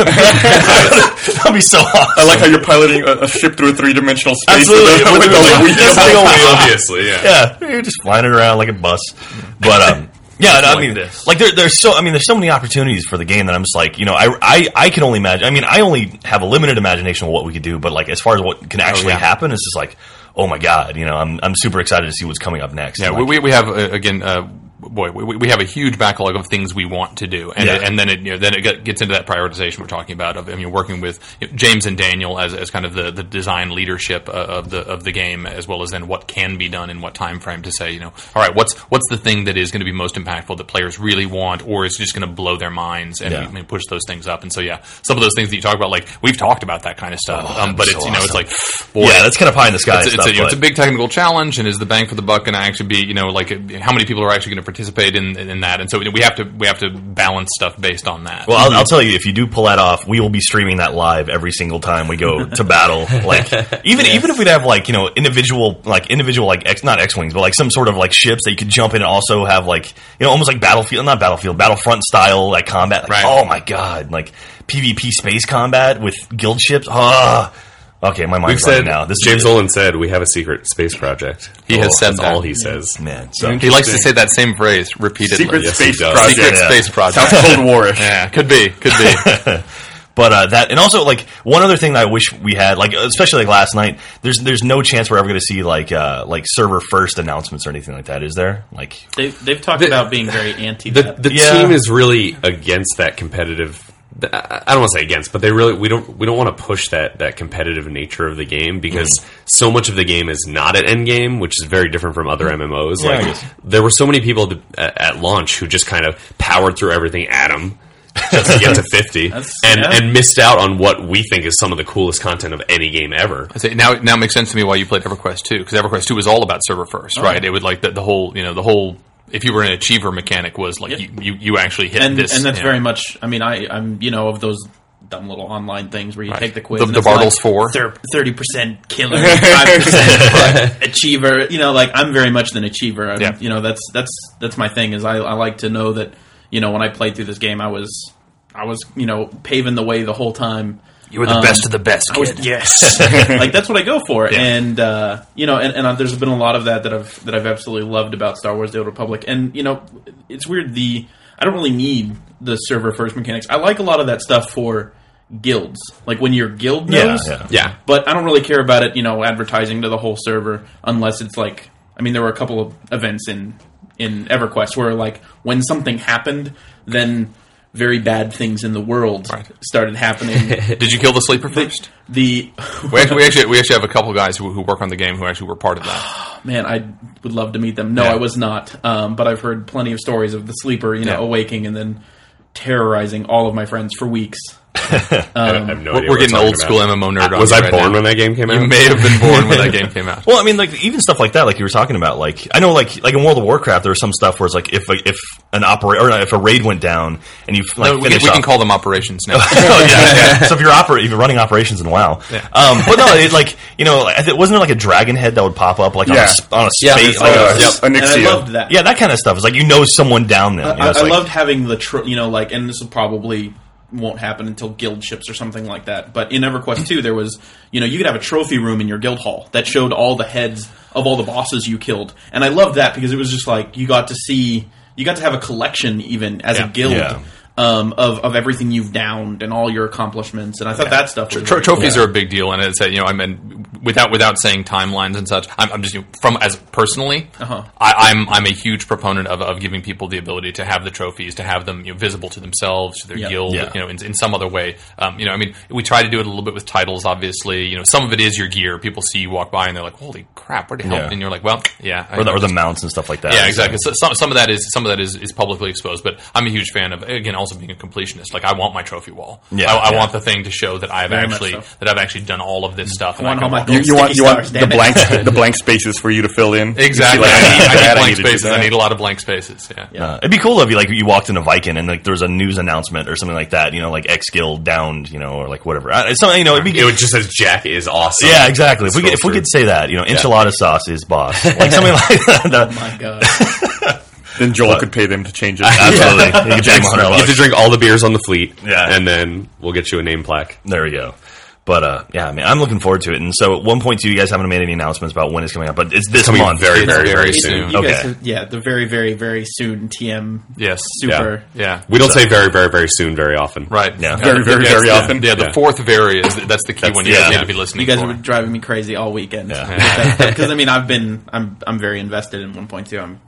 S4: That'd be so awesome.
S1: I like how you're piloting a, a ship through a three dimensional space.
S4: Absolutely.
S1: with a- with a [LAUGHS] wheel.
S4: Yes, big old wheel.
S7: Obviously, yeah.
S4: yeah, you're just flying it around like a bus. But
S6: [LAUGHS]
S4: um, yeah, no, I
S6: Like
S4: mean,
S6: this.
S4: like there, there's so I mean, there's so many opportunities for the game that I'm just like, you know, I, I I can only imagine. I mean, I only have a limited imagination of what we could do, but like as far as what can actually
S6: Oh, yeah.
S4: happen, it's just like, oh my god, you know, I'm I'm super excited to see what's coming up next.
S6: Yeah,
S4: And,
S6: we
S4: like,
S6: we, we have uh, again. Uh, Boy, we, we have a huge backlog of things we want to do, and
S4: Yeah.
S6: and then it you know, then it get- gets into that prioritization we're talking about of I mean working with you know, James and Daniel as, as kind of the, the design leadership uh, of the of the game, as well as then what can be done in what time frame to say you know all right what's what's the thing that is going to be most impactful that players really want or is just going to blow their minds and
S4: Yeah.
S6: we- we push those things up, and so yeah, some of those things that you talk about like we've talked about that kind of stuff, um, but
S4: Oh, so
S6: it's you know
S4: awesome.
S6: it's like boy,
S4: yeah, that's kind of pie in the sky.
S6: it's, it's
S4: stuff,
S6: a, you know, it's a
S4: but-
S6: big technical challenge, and is the bang for the buck going to actually be, you know, like uh, how many people are actually going to participate in, in that? And so we have to we have to balance stuff based on that.
S4: Well, I'll,
S7: Mm-hmm.
S4: I'll tell you, if you do pull that off, we will be streaming that live every single time we go to
S7: [LAUGHS]
S4: battle. Like even even if we'd have like you know individual like individual like X not X wings, but like some sort of like ships that you could jump in and also have like you know almost like battlefield not battlefield battlefront style like combat. Like,
S6: Right.
S4: Oh my god, like PvP space combat with guild ships. Ah. Okay, my
S7: We've
S4: mind's
S7: said
S4: running now. This
S7: James Olin said we have a secret space project.
S6: He has
S7: Oh,
S6: said
S7: that's
S6: that.
S7: all he says.
S4: man. So
S6: He likes to say that same phrase repeatedly.
S1: Secret
S7: Yes,
S1: space
S7: he does.
S1: project.
S6: Secret
S4: yeah.
S6: space project.
S1: Sounds Cold Warish.
S6: yeah, could be, could be. [LAUGHS]
S4: [LAUGHS] But uh, that, and also like one other thing that I wish we had, like especially like last night. There's there's no chance we're ever going to see like uh, like server first announcements or anything like that, is there? Like
S3: They, they've talked
S7: The-
S3: about being very anti
S7: The
S3: that.
S7: the
S4: Yeah.
S7: team is really against that competitive. I I don't want to say against, but they really we don't we don't want to push that that competitive nature of the game because so much of the game is not an end game, which is very different from other MMOs.
S4: Yeah, I
S7: like
S4: guess.
S7: there were so many people th- at, at launch who just kind of powered through everything at 'em just to get to fifty, and
S3: That's- yeah.
S7: and missed out on what we think is some of the coolest content of any game ever.
S6: I say now now it makes sense to me why you played EverQuest two because EverQuest two was all about server
S3: Oh,
S6: first, right? It would like the, the whole you know the whole if you were an achiever mechanic was like you, you you actually hit
S3: and
S6: this
S3: and that's
S6: you know,
S3: very much. I mean, I I'm you know of those dumb little online things where you take the quiz.
S6: The-
S3: and
S6: the
S3: it's like
S6: Bartles four.
S3: thirty percent
S6: [LAUGHS]
S3: killer, five percent achiever. You know, like I'm very much an achiever. I'm,
S6: Yeah.
S3: You know, that's that's that's my thing. Is I, I like to know that you know when I played through this game, I was I was you know paving the way the whole time.
S6: you were the
S3: um,
S6: best of the best.
S7: [LAUGHS]
S6: Kid.
S3: Yes, like that's what I go for, and uh, you know, and, and uh, there's been a lot of that that I've that I've absolutely loved about Star Wars: The Old Republic, and you know, it's weird. The I don't really need the server first mechanics. I like a lot of that stuff for guilds, like when your guild
S4: Yeah,
S3: knows.
S4: yeah.
S7: Yeah,
S3: But I don't really care about it, you know, advertising to the whole server unless it's like. I mean, there were a couple of events in in EverQuest where like when something happened, then very bad things in the world
S6: Right.
S3: started happening.
S6: [LAUGHS] Did you kill the sleeper first?
S3: the
S6: we, actually, we actually we actually have a couple guys who, who work on the game who actually were part of that.
S3: Man, I would love to meet them. No,
S6: Yeah.
S3: I was not. Um, but I've heard plenty of stories of the sleeper, you know,
S6: Yeah.
S3: awaking and then terrorizing all of my friends for weeks.
S7: I, don't- I have no
S6: We're,
S7: idea [GASPS]
S6: we're
S7: what
S6: getting
S7: talking
S6: old school
S7: about.
S6: MMO nerd. on
S7: Was
S6: you
S7: I
S6: right
S7: born
S6: now.
S7: when that game came out?
S6: You may have been
S4: [LAUGHS]
S6: born when that game came out.
S4: Well, I mean, like even stuff like that, like you were talking about. Like I know, like like in World of Warcraft, there was some stuff where it's like if if an opera or if a raid went down and you like
S6: No, we, can,
S4: finish
S6: we
S4: [LAUGHS]
S6: can
S4: off-
S6: call them operations now.
S4: oh, yeah, yeah. So if you're oper- if you're running operations in WoW, um, but no, it, like you know, like, I thi- wasn't there like a dragon head that would pop up like on
S1: Yeah.
S4: a, sp- on a
S11: Yeah, there's
S4: space?
S7: Oh,
S4: like,
S1: Uh,
S4: a-
S1: yep,
S3: and I
S1: Onyxia.
S3: loved that.
S4: yeah, that kind of stuff. It's like you know someone down there. You know,
S3: I,
S4: it's
S3: I
S4: like-
S3: loved having the, tr- you know, like, and this will probably won't happen until guild ships or something like that. But in EverQuest 2, there was, you know, you could have a trophy room in your guild hall that showed all the heads of all the bosses you killed. And I loved that because it was just like, you got to see, you got to have a collection even as a guild.
S4: Yeah.
S3: Um, of, of everything you've downed and all your accomplishments, and I thought that stuff. Was
S6: Tro-
S3: really
S6: trophies are a big deal, and it's uh, you know I mean without without saying timelines and such. I'm, I'm just you know, from as personally,
S3: Uh-huh.
S6: I, I'm I'm a huge proponent of, of giving people the ability to have the trophies, to have them you know, visible to themselves, to their
S3: Yeah.
S6: guild,
S4: Yeah.
S6: you know, in, in some other way. Um, you know, I mean, we try to do it a little bit with titles, obviously. You know, some of it is your gear. People see you walk by and they're like, "Holy crap, where the hell?"
S4: Yeah.
S6: And you're like, "Well, yeah." I-
S4: or the, or the mounts and stuff like that.
S6: yeah, exactly. So some, some of that is some of that is, is publicly exposed, but I'm a huge fan of again also being a completionist. Like I want my trophy wall.
S4: Yeah,
S6: I, I
S4: yeah.
S6: want the thing to show that I've
S3: Very much
S6: actually
S3: so.
S6: that I've actually done all of this stuff. and
S3: want
S6: I can
S3: all my
S6: walk-
S3: gold
S1: You, you want you want
S3: Sticky stars,
S1: the
S3: damn it.
S1: blank the blank spaces for you to fill in. You see,
S6: exactly.
S1: like,
S6: I need, I
S1: [LAUGHS]
S6: need
S1: that,
S6: blank
S1: to do
S6: spaces. I
S1: that.
S6: need a lot of blank spaces. Yeah.
S4: Uh, it'd be cool if you like you walked into Viking and like there was a news announcement or something like that. You know, like X Guild downed, you know, or like whatever. I, it's something you know. It'd be
S7: It would just says Jack is awesome.
S4: yeah, exactly. If we
S7: Scroll
S4: could, if we
S7: through.
S4: could say that, you know, enchilada sauce is boss, like something like that.
S3: my [LAUGHS] god!
S1: Then Joel could pay them to change it.
S4: [LAUGHS] Absolutely, you could pay him a hundred
S7: You have to
S4: bucks.
S7: drink all the beers on the fleet,
S4: Yeah.
S7: and then we'll get you a name plaque.
S4: There we go. But uh, yeah, I mean, I'm looking forward to it. And so, at one point two, you guys haven't made any announcements about when it's coming out, but it's this
S7: Coming
S4: month.
S7: very,
S4: It's-
S7: very, very
S6: it's-
S7: soon.
S3: You guys
S4: Okay.
S3: are- yeah, the very, very, very soon TM
S6: Yes.
S3: super.
S6: Yeah.
S7: We don't say very, very, very soon very often.
S6: Right.
S4: Yeah.
S1: Very, very,
S6: Yes,
S1: very
S6: yeah.
S1: often.
S6: Yeah. The
S7: Yeah.
S6: fourth very is that's the key one you
S4: yeah.
S6: need to be listening.
S3: You guys
S6: for.
S3: were driving me crazy all weekend.
S4: Yeah.
S6: [LAUGHS]
S3: Because I mean, I've been I'm I'm very invested in 1.2. I'm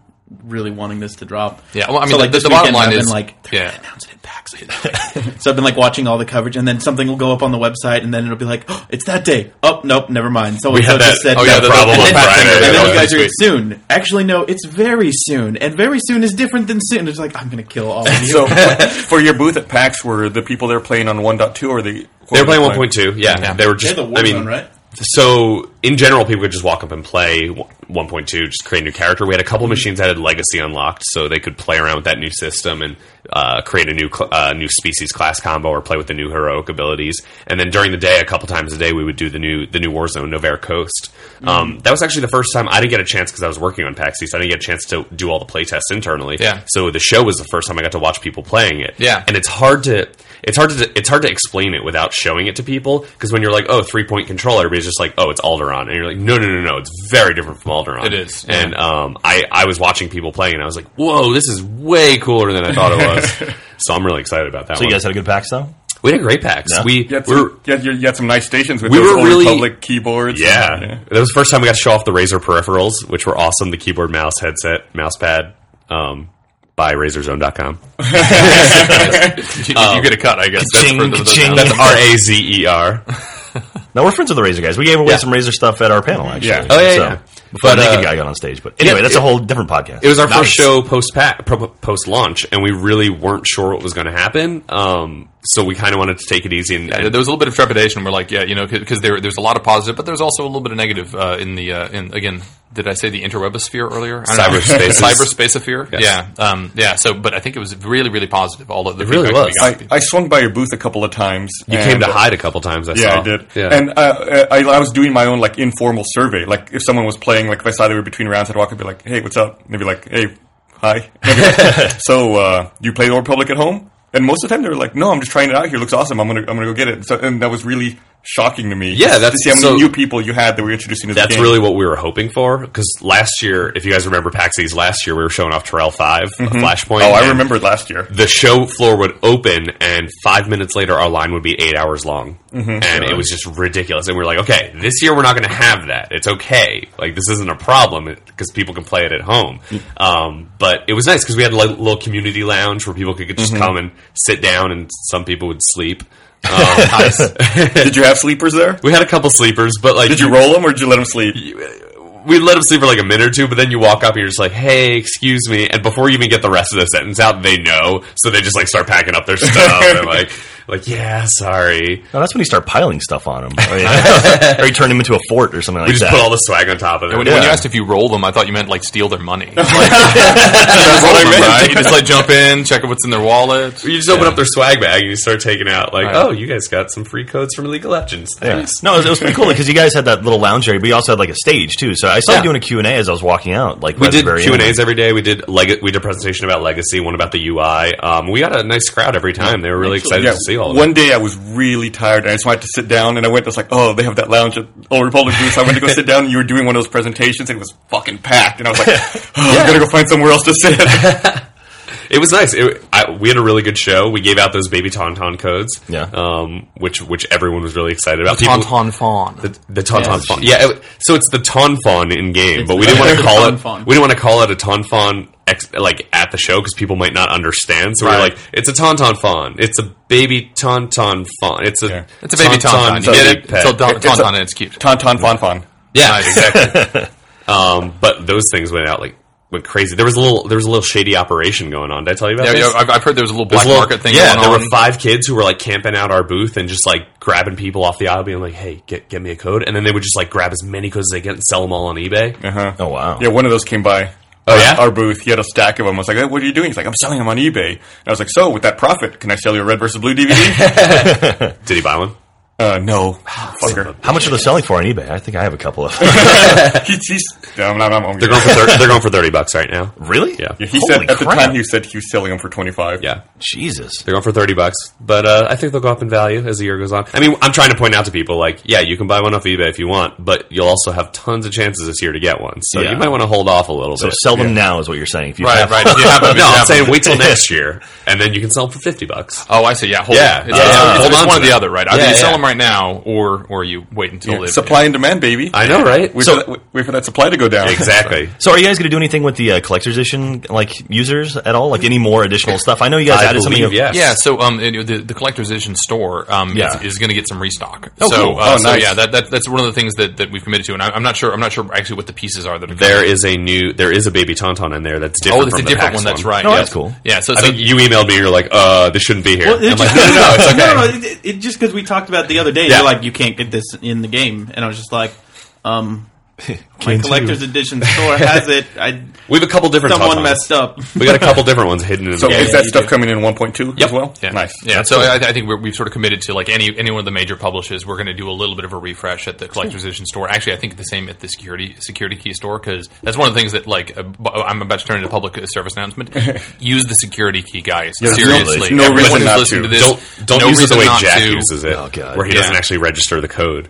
S3: really wanting this to drop.
S6: Yeah, well, I mean,
S3: so, like
S6: the-
S3: this
S6: the bottom
S3: weekend,
S6: line
S3: I've
S6: is-
S3: been like, they're
S6: yeah.
S3: gonna announce it in packs.
S6: [LAUGHS]
S3: so I've been like watching all the coverage, and then something will go up on the website, and then it'll be like, oh, it's that day. Oh, nope, never mind. So we
S7: had that-
S3: just said
S6: oh, yeah,
S3: that.
S6: the-
S3: [LAUGHS]
S7: problem
S3: and
S7: on
S3: then,
S7: Friday.
S3: and then
S7: Yeah,
S3: you guys are
S7: sweet.
S3: soon. Actually, no, it's very soon, and very soon is different than soon. It's like I'm gonna kill all of you.
S1: So [LAUGHS] for your booth at PAX, were the people there playing on 1.2 or the
S7: They were playing 1.2. Yeah, they were
S3: They're
S7: just.
S3: the
S7: I
S3: war
S7: mean,
S3: zone, right?
S7: so in general, people could just walk up and play 1.2, just create a new character. We had a couple
S3: Mm-hmm.
S7: machines that had Legacy unlocked, so they could play around with that new system and uh, create a new cl- uh, new species class combo or play with the new heroic abilities. And then during the day, a couple times a day, we would do the new the new Warzone Novare Coast.
S3: Mm-hmm.
S7: Um, that was actually the first time I didn't get a chance because I was working on PAX East. I didn't get a chance to do all the playtests internally.
S6: Yeah.
S7: So the show was the first time I got to watch people playing it.
S6: Yeah.
S7: And it's hard to it's hard to it's hard to explain it without showing it to people because when you're like, oh, three point control, everybody's just like, oh, it's Alderon, and you're like, no, no, no, no, it's very different from Alderon.
S6: It is, yeah.
S7: and um, I I was watching people playing, and I was like, whoa, this is way cooler than I thought it was. so I'm really excited about that.
S9: So
S7: one.
S9: you guys had a good pack, though.
S7: we had great packs.
S9: Yeah.
S7: We
S1: You had,
S7: we're
S1: some, you, had, you had some nice stations with
S7: We
S1: those
S7: were
S1: old
S7: really-
S1: public keyboards.
S7: Yeah. That was the first time we got to show off the Razer peripherals, which were awesome the keyboard, mouse, headset, mouse pad um, by RazerZone.com.
S6: You,
S7: Um,
S6: you get a cut, I guess. That's for
S9: Ching,
S6: those-
S9: ching.
S7: That's R A Z E R.
S9: Now we're friends with the Razor guys. We gave away
S7: Yeah.
S9: some Razor stuff at our panel, actually.
S1: Yeah.
S7: Oh, yeah, yeah.
S9: Before
S7: But,
S9: the naked
S7: uh,
S9: guy got on stage, but anyway,
S7: yeah,
S9: that's a
S7: it-
S9: whole different podcast.
S7: It was our first
S9: Nice.
S7: show post post launch, and we really weren't sure what was going to happen. Um, so we kind of wanted to take it easy and,
S6: Yeah, there was a little bit of trepidation. We're like, yeah, you know, because there, there's a lot of positive, but there's also a little bit of negative uh, in the uh, in again. Did I say the interwebosphere earlier? I don't know. [LAUGHS]
S7: Cyberspaces.
S6: cyberspaceosphere.
S7: Yes.
S6: Yeah, um, yeah. So, but I think it was really, really positive. All of the
S7: really
S6: feedback
S7: was.
S6: that we got.
S1: I, I swung by your booth a couple of times.
S7: you came to hide a couple times. I
S1: uh, Yeah,
S7: saw.
S1: I did.
S7: Yeah.
S1: And uh, I, I was doing my own like informal survey. Like if someone was playing, like if I saw they were between rounds, I'd walk up and be like, "Hey, what's up?" And they'd be like, "Hey,
S7: [LAUGHS]
S1: hi." [LAUGHS] And I'd be like, so uh, you play the Old Republic at home? And most of the time they were like, "No, I'm just trying it out here. It looks awesome. I'm gonna I'm gonna go get it." So and that was really shocking to me.
S7: Yeah,
S1: to
S7: that's-
S1: see how many
S7: so-
S1: new people you had that were introducing to the
S7: That's
S1: game.
S7: really what we were hoping for because last year, if you guys remember PAX East last year, we were showing off Terrell 5 Flashpoint.
S1: Oh, I
S7: and-
S1: remembered last year.
S7: the show floor would open, and five minutes later, our line would be eight hours long,
S1: Mm-hmm.
S7: and it was just ridiculous. And we were like, okay, this year we're not going to have that. It's okay, like this isn't a problem because people can play it at home.
S1: Mm.
S7: Um, but it was nice because we had a li- little community lounge where people could
S1: Mm-hmm.
S7: just come and sit down, and some people would
S1: [LAUGHS]
S7: sleep. Um,
S1: Did you have sleepers there?
S7: [LAUGHS] we had a couple sleepers, but like
S1: Did you roll them or did you let them sleep?
S7: we let them sleep for like a minute or two, but then you walk up and you're just like, "Hey, excuse me," and before you even get the rest of the sentence out, they know, so they just like start packing up their stuff. They're like, "Like, yeah, sorry."
S9: Now, Oh, that's when you start piling stuff on
S7: [LAUGHS]
S9: him, or, you- [LAUGHS] or you turn him into a fort or something like
S7: Oh, We just
S9: that.
S7: put all the swag on top of it.
S6: When, when you asked if you roll them, I thought you meant like steal their
S7: [LAUGHS]
S6: money. [LAUGHS] That's
S7: what I meant.
S6: right? You just like jump in, check what's in their wallet.
S7: You just open up their swag bag and you start taking out like,
S6: Right.
S7: "Oh, you guys got some free codes from League of Legends."
S9: Yeah.
S7: Thanks.
S9: No, it was, it was pretty cool because you guys had that little lounge area, but you also had like a stage too. So I saw
S7: Yeah.
S9: you doing a Q and A as I was walking out. Like
S7: We
S9: by the
S7: did
S9: very
S7: Q and
S9: end.
S7: A's every day. We did leg- we did a presentation about legacy, one about the UI. Um, we got a nice crowd every time. They were really excited to see all of
S1: One
S7: it.
S1: day I was really tired and I just wanted to sit down and I went to like, oh, they have that lounge at Old Republic Booth. So I went
S7: [LAUGHS]
S1: to go sit down and you were doing one of those presentations and it was fucking packed. And I was like, oh, I'm going to go find somewhere else to sit.
S7: It was nice. It, I, we had a really good show. We gave out those baby tauntaun codes,
S9: Yeah.
S7: um, which which everyone was really excited about. People-
S6: Tauntaun fawn.
S7: The, the Tauntaun Fawn. Yeah, it, so it's the Taunfaun in game, but we didn't want to
S8: the
S7: call it.
S8: Taunfaun.
S7: We didn't want to call it a Taunfaun ex, like at the show because people might not understand. So we're
S8: Right.
S7: like, it's a Tauntaun Fawn. It's a baby Tauntaun Fawn. It's a
S1: Yeah.
S6: It's a baby tauntaun. You
S7: baby
S6: get it?
S7: pet.
S6: So ta-
S1: It's a-
S6: tauntaun and it's cute.
S1: Tauntaun Fon Fon.
S7: yeah, exactly. um, but those things went out like went crazy. There was a little. There was a little shady operation going on. Did I tell you about
S6: Yeah,
S7: this?
S6: yeah, I've, I've heard there was a little
S7: There's
S6: black
S7: a little-
S6: market thing
S7: Yeah,
S6: going
S7: there
S6: on.
S7: were five kids who were like camping out our booth and just like grabbing people off the aisle, being like, "Hey, get get me a code," and then they would just like grab as many codes as they get and sell them all on eBay.
S1: Uh-huh.
S9: Oh wow!
S1: Yeah, one of those came by.
S7: Oh,
S1: our,
S7: yeah?
S1: Our booth. He had a stack of them. I was like, hey, what are you doing? He's like, I'm selling them on eBay. And I was like, so with that profit, can I sell you a red versus blue
S7: [LAUGHS]
S1: DVD?
S7: Did he buy one?
S1: uh, no.
S7: Ah,
S1: [LAUGHS] Fucker.
S9: How much are they selling for on eBay? I think I have a couple of.
S7: [LAUGHS]
S9: [LAUGHS]
S1: He's, he's, no, I'm not, I'm, I'm,
S7: They're going for 30, they're going for thirty bucks right now.
S9: really?
S7: Yeah.
S1: yeah, he
S9: Holy
S1: said, at the
S9: crap.
S1: time, he said he was selling them for 25
S7: Yeah,
S9: Jesus.
S7: they're going for thirty bucks, but uh, I think they'll go up in value as the year goes on. I mean, I'm trying to point out to people like, yeah, you can buy one off eBay if you want, but you'll also have tons of chances this year to get one, so
S9: Yeah.
S7: you might want to hold off a little
S9: So
S7: bit.
S9: sell them now is what you're saying. If you
S6: Right,
S9: have
S7: [LAUGHS]
S6: right. If you have them, if
S7: no,
S6: you
S7: I'm
S6: have them.
S7: saying
S6: [LAUGHS]
S7: wait till next year, and then you can sell them for fifty bucks.
S6: Oh, I see. Yeah, hold
S7: Yeah,
S6: on.
S7: yeah,
S6: It's, it's-
S7: yeah.
S6: it's-
S7: Hold
S6: it's
S7: on
S6: one
S7: to
S6: or the
S7: that.
S6: other, right? Either
S7: Yeah,
S6: you sell
S7: yeah.
S6: them right now, or or you wait until
S1: Yeah,
S6: they
S1: Supply and demand, baby.
S7: I know, right?
S1: Wait,
S7: So
S1: for that, wait for that supply to go down.
S7: exactly.
S9: So are you guys going to do anything with the uh, collector's edition like users at all? Like any more additional stuff? I know you guys
S7: I
S9: added something.
S7: believe, yes.
S6: Yeah, so um, you know, the the collector's edition store um
S9: Yeah.
S6: is, is going to get some restock.
S9: Oh,
S6: so,
S9: cool.
S6: uh,
S1: Oh,
S6: so
S1: nice.
S6: yeah, that, that that's one of the things that, that we've committed to, and I, I'm not sure I'm not sure actually what the pieces are that are
S7: There
S6: coming.
S7: is a new, there is a baby tauntaun in there that's different.
S6: oh, it's a
S7: from the
S6: different
S7: PAX
S6: one. That's right.
S9: No,
S6: yeah.
S9: that's cool.
S6: Yeah, so,
S7: I
S6: so
S7: think you emailed me. You're like, uh, this shouldn't be here.
S9: Well, it
S7: I'm
S9: just-
S7: [LAUGHS] like, no, no, no, it's okay.
S8: No, no, it, it, just because we talked about it the other day,
S7: Yeah. [LAUGHS]
S8: you're like, you can't get this in the game, and I was just like, um,
S3: My collector's edition store has it. I
S7: We have a couple different.
S3: someone
S7: tautons.
S3: messed up.
S7: We got a couple different ones hidden in
S1: So
S7: the
S1: is
S7: game.
S1: that stuff coming in 1.2 as well?
S6: Yeah.
S1: Nice.
S6: Yeah. So I, I think we're, we've sort of committed to like any any one of the major publishers. We're going to do a little bit of a refresh at the collector's edition store. Actually, I think the same at the security security key store because that's one of the things that like uh, bu- I'm about to turn into a public uh, service announcement. Use the security key, guys. Seriously,
S1: absolutely. No
S6: everyone
S1: reason
S6: who's
S1: not
S6: listening to
S1: to.
S6: this,
S7: don't don't
S6: no
S7: use it the
S6: reason
S7: way
S6: not
S7: Jack
S6: to.
S7: uses it,
S4: Oh, God.
S7: where he
S6: Yeah.
S7: doesn't actually register the code.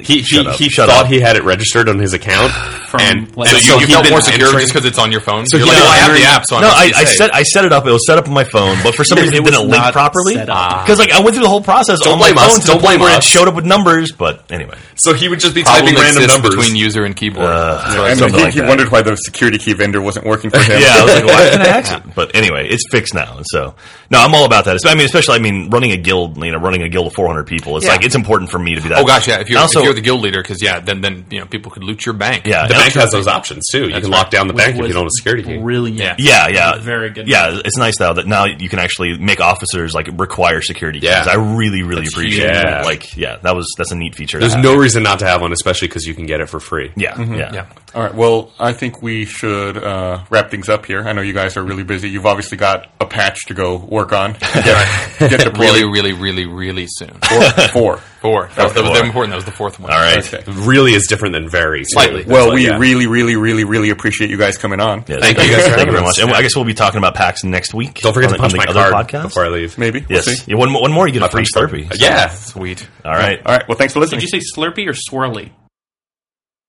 S7: He he,
S4: Shut up.
S7: he
S4: Shut
S7: thought
S4: up.
S7: he had it registered on his
S6: [SIGHS]
S7: account, and,
S6: And so
S7: and
S6: you,
S7: so
S6: you
S7: he'd
S6: felt
S7: been
S6: more secure
S7: entering-
S6: just because it's on your phone.
S7: So
S6: You're
S7: he
S6: like,
S7: was
S6: oh, I have the
S7: entering-
S6: app, so I'm
S4: no,
S6: not
S4: I,
S6: gonna
S4: I
S6: say.
S4: set I set it up. It was set up on my phone, but for some reason it didn't link properly. Because like I went through the whole process
S7: Don't
S4: on my
S7: blame us.
S4: phone to the
S7: Don't
S4: point
S7: blame
S4: where it
S7: us.
S4: showed up with numbers. But anyway,
S7: So he would just be
S6: Problem
S7: typing random
S6: exists
S7: numbers
S6: between user and keyboard.
S4: uh,
S1: And
S4: something
S1: he,
S4: like
S1: he
S4: that.
S1: wondered why the security key vendor wasn't working for him.
S4: Yeah, I was like, why
S6: [LAUGHS]
S4: didn't I access it? But anyway, it's fixed now. And so, no, I'm all about that. It's- I mean, especially, I mean, running a guild, you know, running a guild of 400 people, it's
S6: Yeah.
S4: like, it's important for me to be that.
S6: Oh gosh, yeah. If you're,
S4: also,
S6: if you're the guild leader, because yeah, then then you know people could loot your bank.
S4: yeah, and
S7: The bank
S4: also-
S7: has those options too. You
S6: That's
S7: can
S6: right.
S7: lock down the bank if you
S3: was
S7: don't have a security key.
S3: Brilliant.
S6: Yeah.
S4: yeah, yeah,
S3: Very good.
S4: Yeah, it's nice now that now you can actually make officers like require security keys.
S7: Yeah.
S4: I really, really appreciate
S7: huge.
S4: that.
S7: Yeah.
S4: Like, yeah, that was that's a neat feature. to
S7: There's
S4: have.
S7: no reason not to have one, especially because you can get it for free.
S4: yeah,
S3: Mm-hmm.
S4: yeah,
S6: yeah.
S1: All right. Well, I think we should uh, wrap things up here. I know you guys are really busy. You've obviously got a patch to go work on. Get, get to
S6: Really,
S1: Prelude
S6: really, really, really soon.
S1: four. four.
S6: Four. That was, that was
S4: Four.
S6: important. That was the fourth one.
S4: All right,
S1: Okay.
S7: [LAUGHS] Really is different than very slightly.
S1: Well, we really, really, really, really appreciate you guys coming on.
S4: Yeah,
S7: Thank you guys
S4: Thank you
S7: for having
S4: very
S7: us.
S4: much. And I guess we'll be talking about PAX next week.
S7: don't forget
S4: on
S7: to
S4: the-
S7: punch
S4: on
S7: my
S4: the other
S7: card
S4: podcast.
S7: before I leave.
S1: Maybe. We'll
S4: Yes,
S1: see.
S4: yeah, one, more- one more, you get a free
S7: punch
S4: therapy.
S7: Yeah.
S6: Sweet.
S4: All right.
S1: All right. Well, thanks for listening.
S3: Did you say Slurpee or Swirly?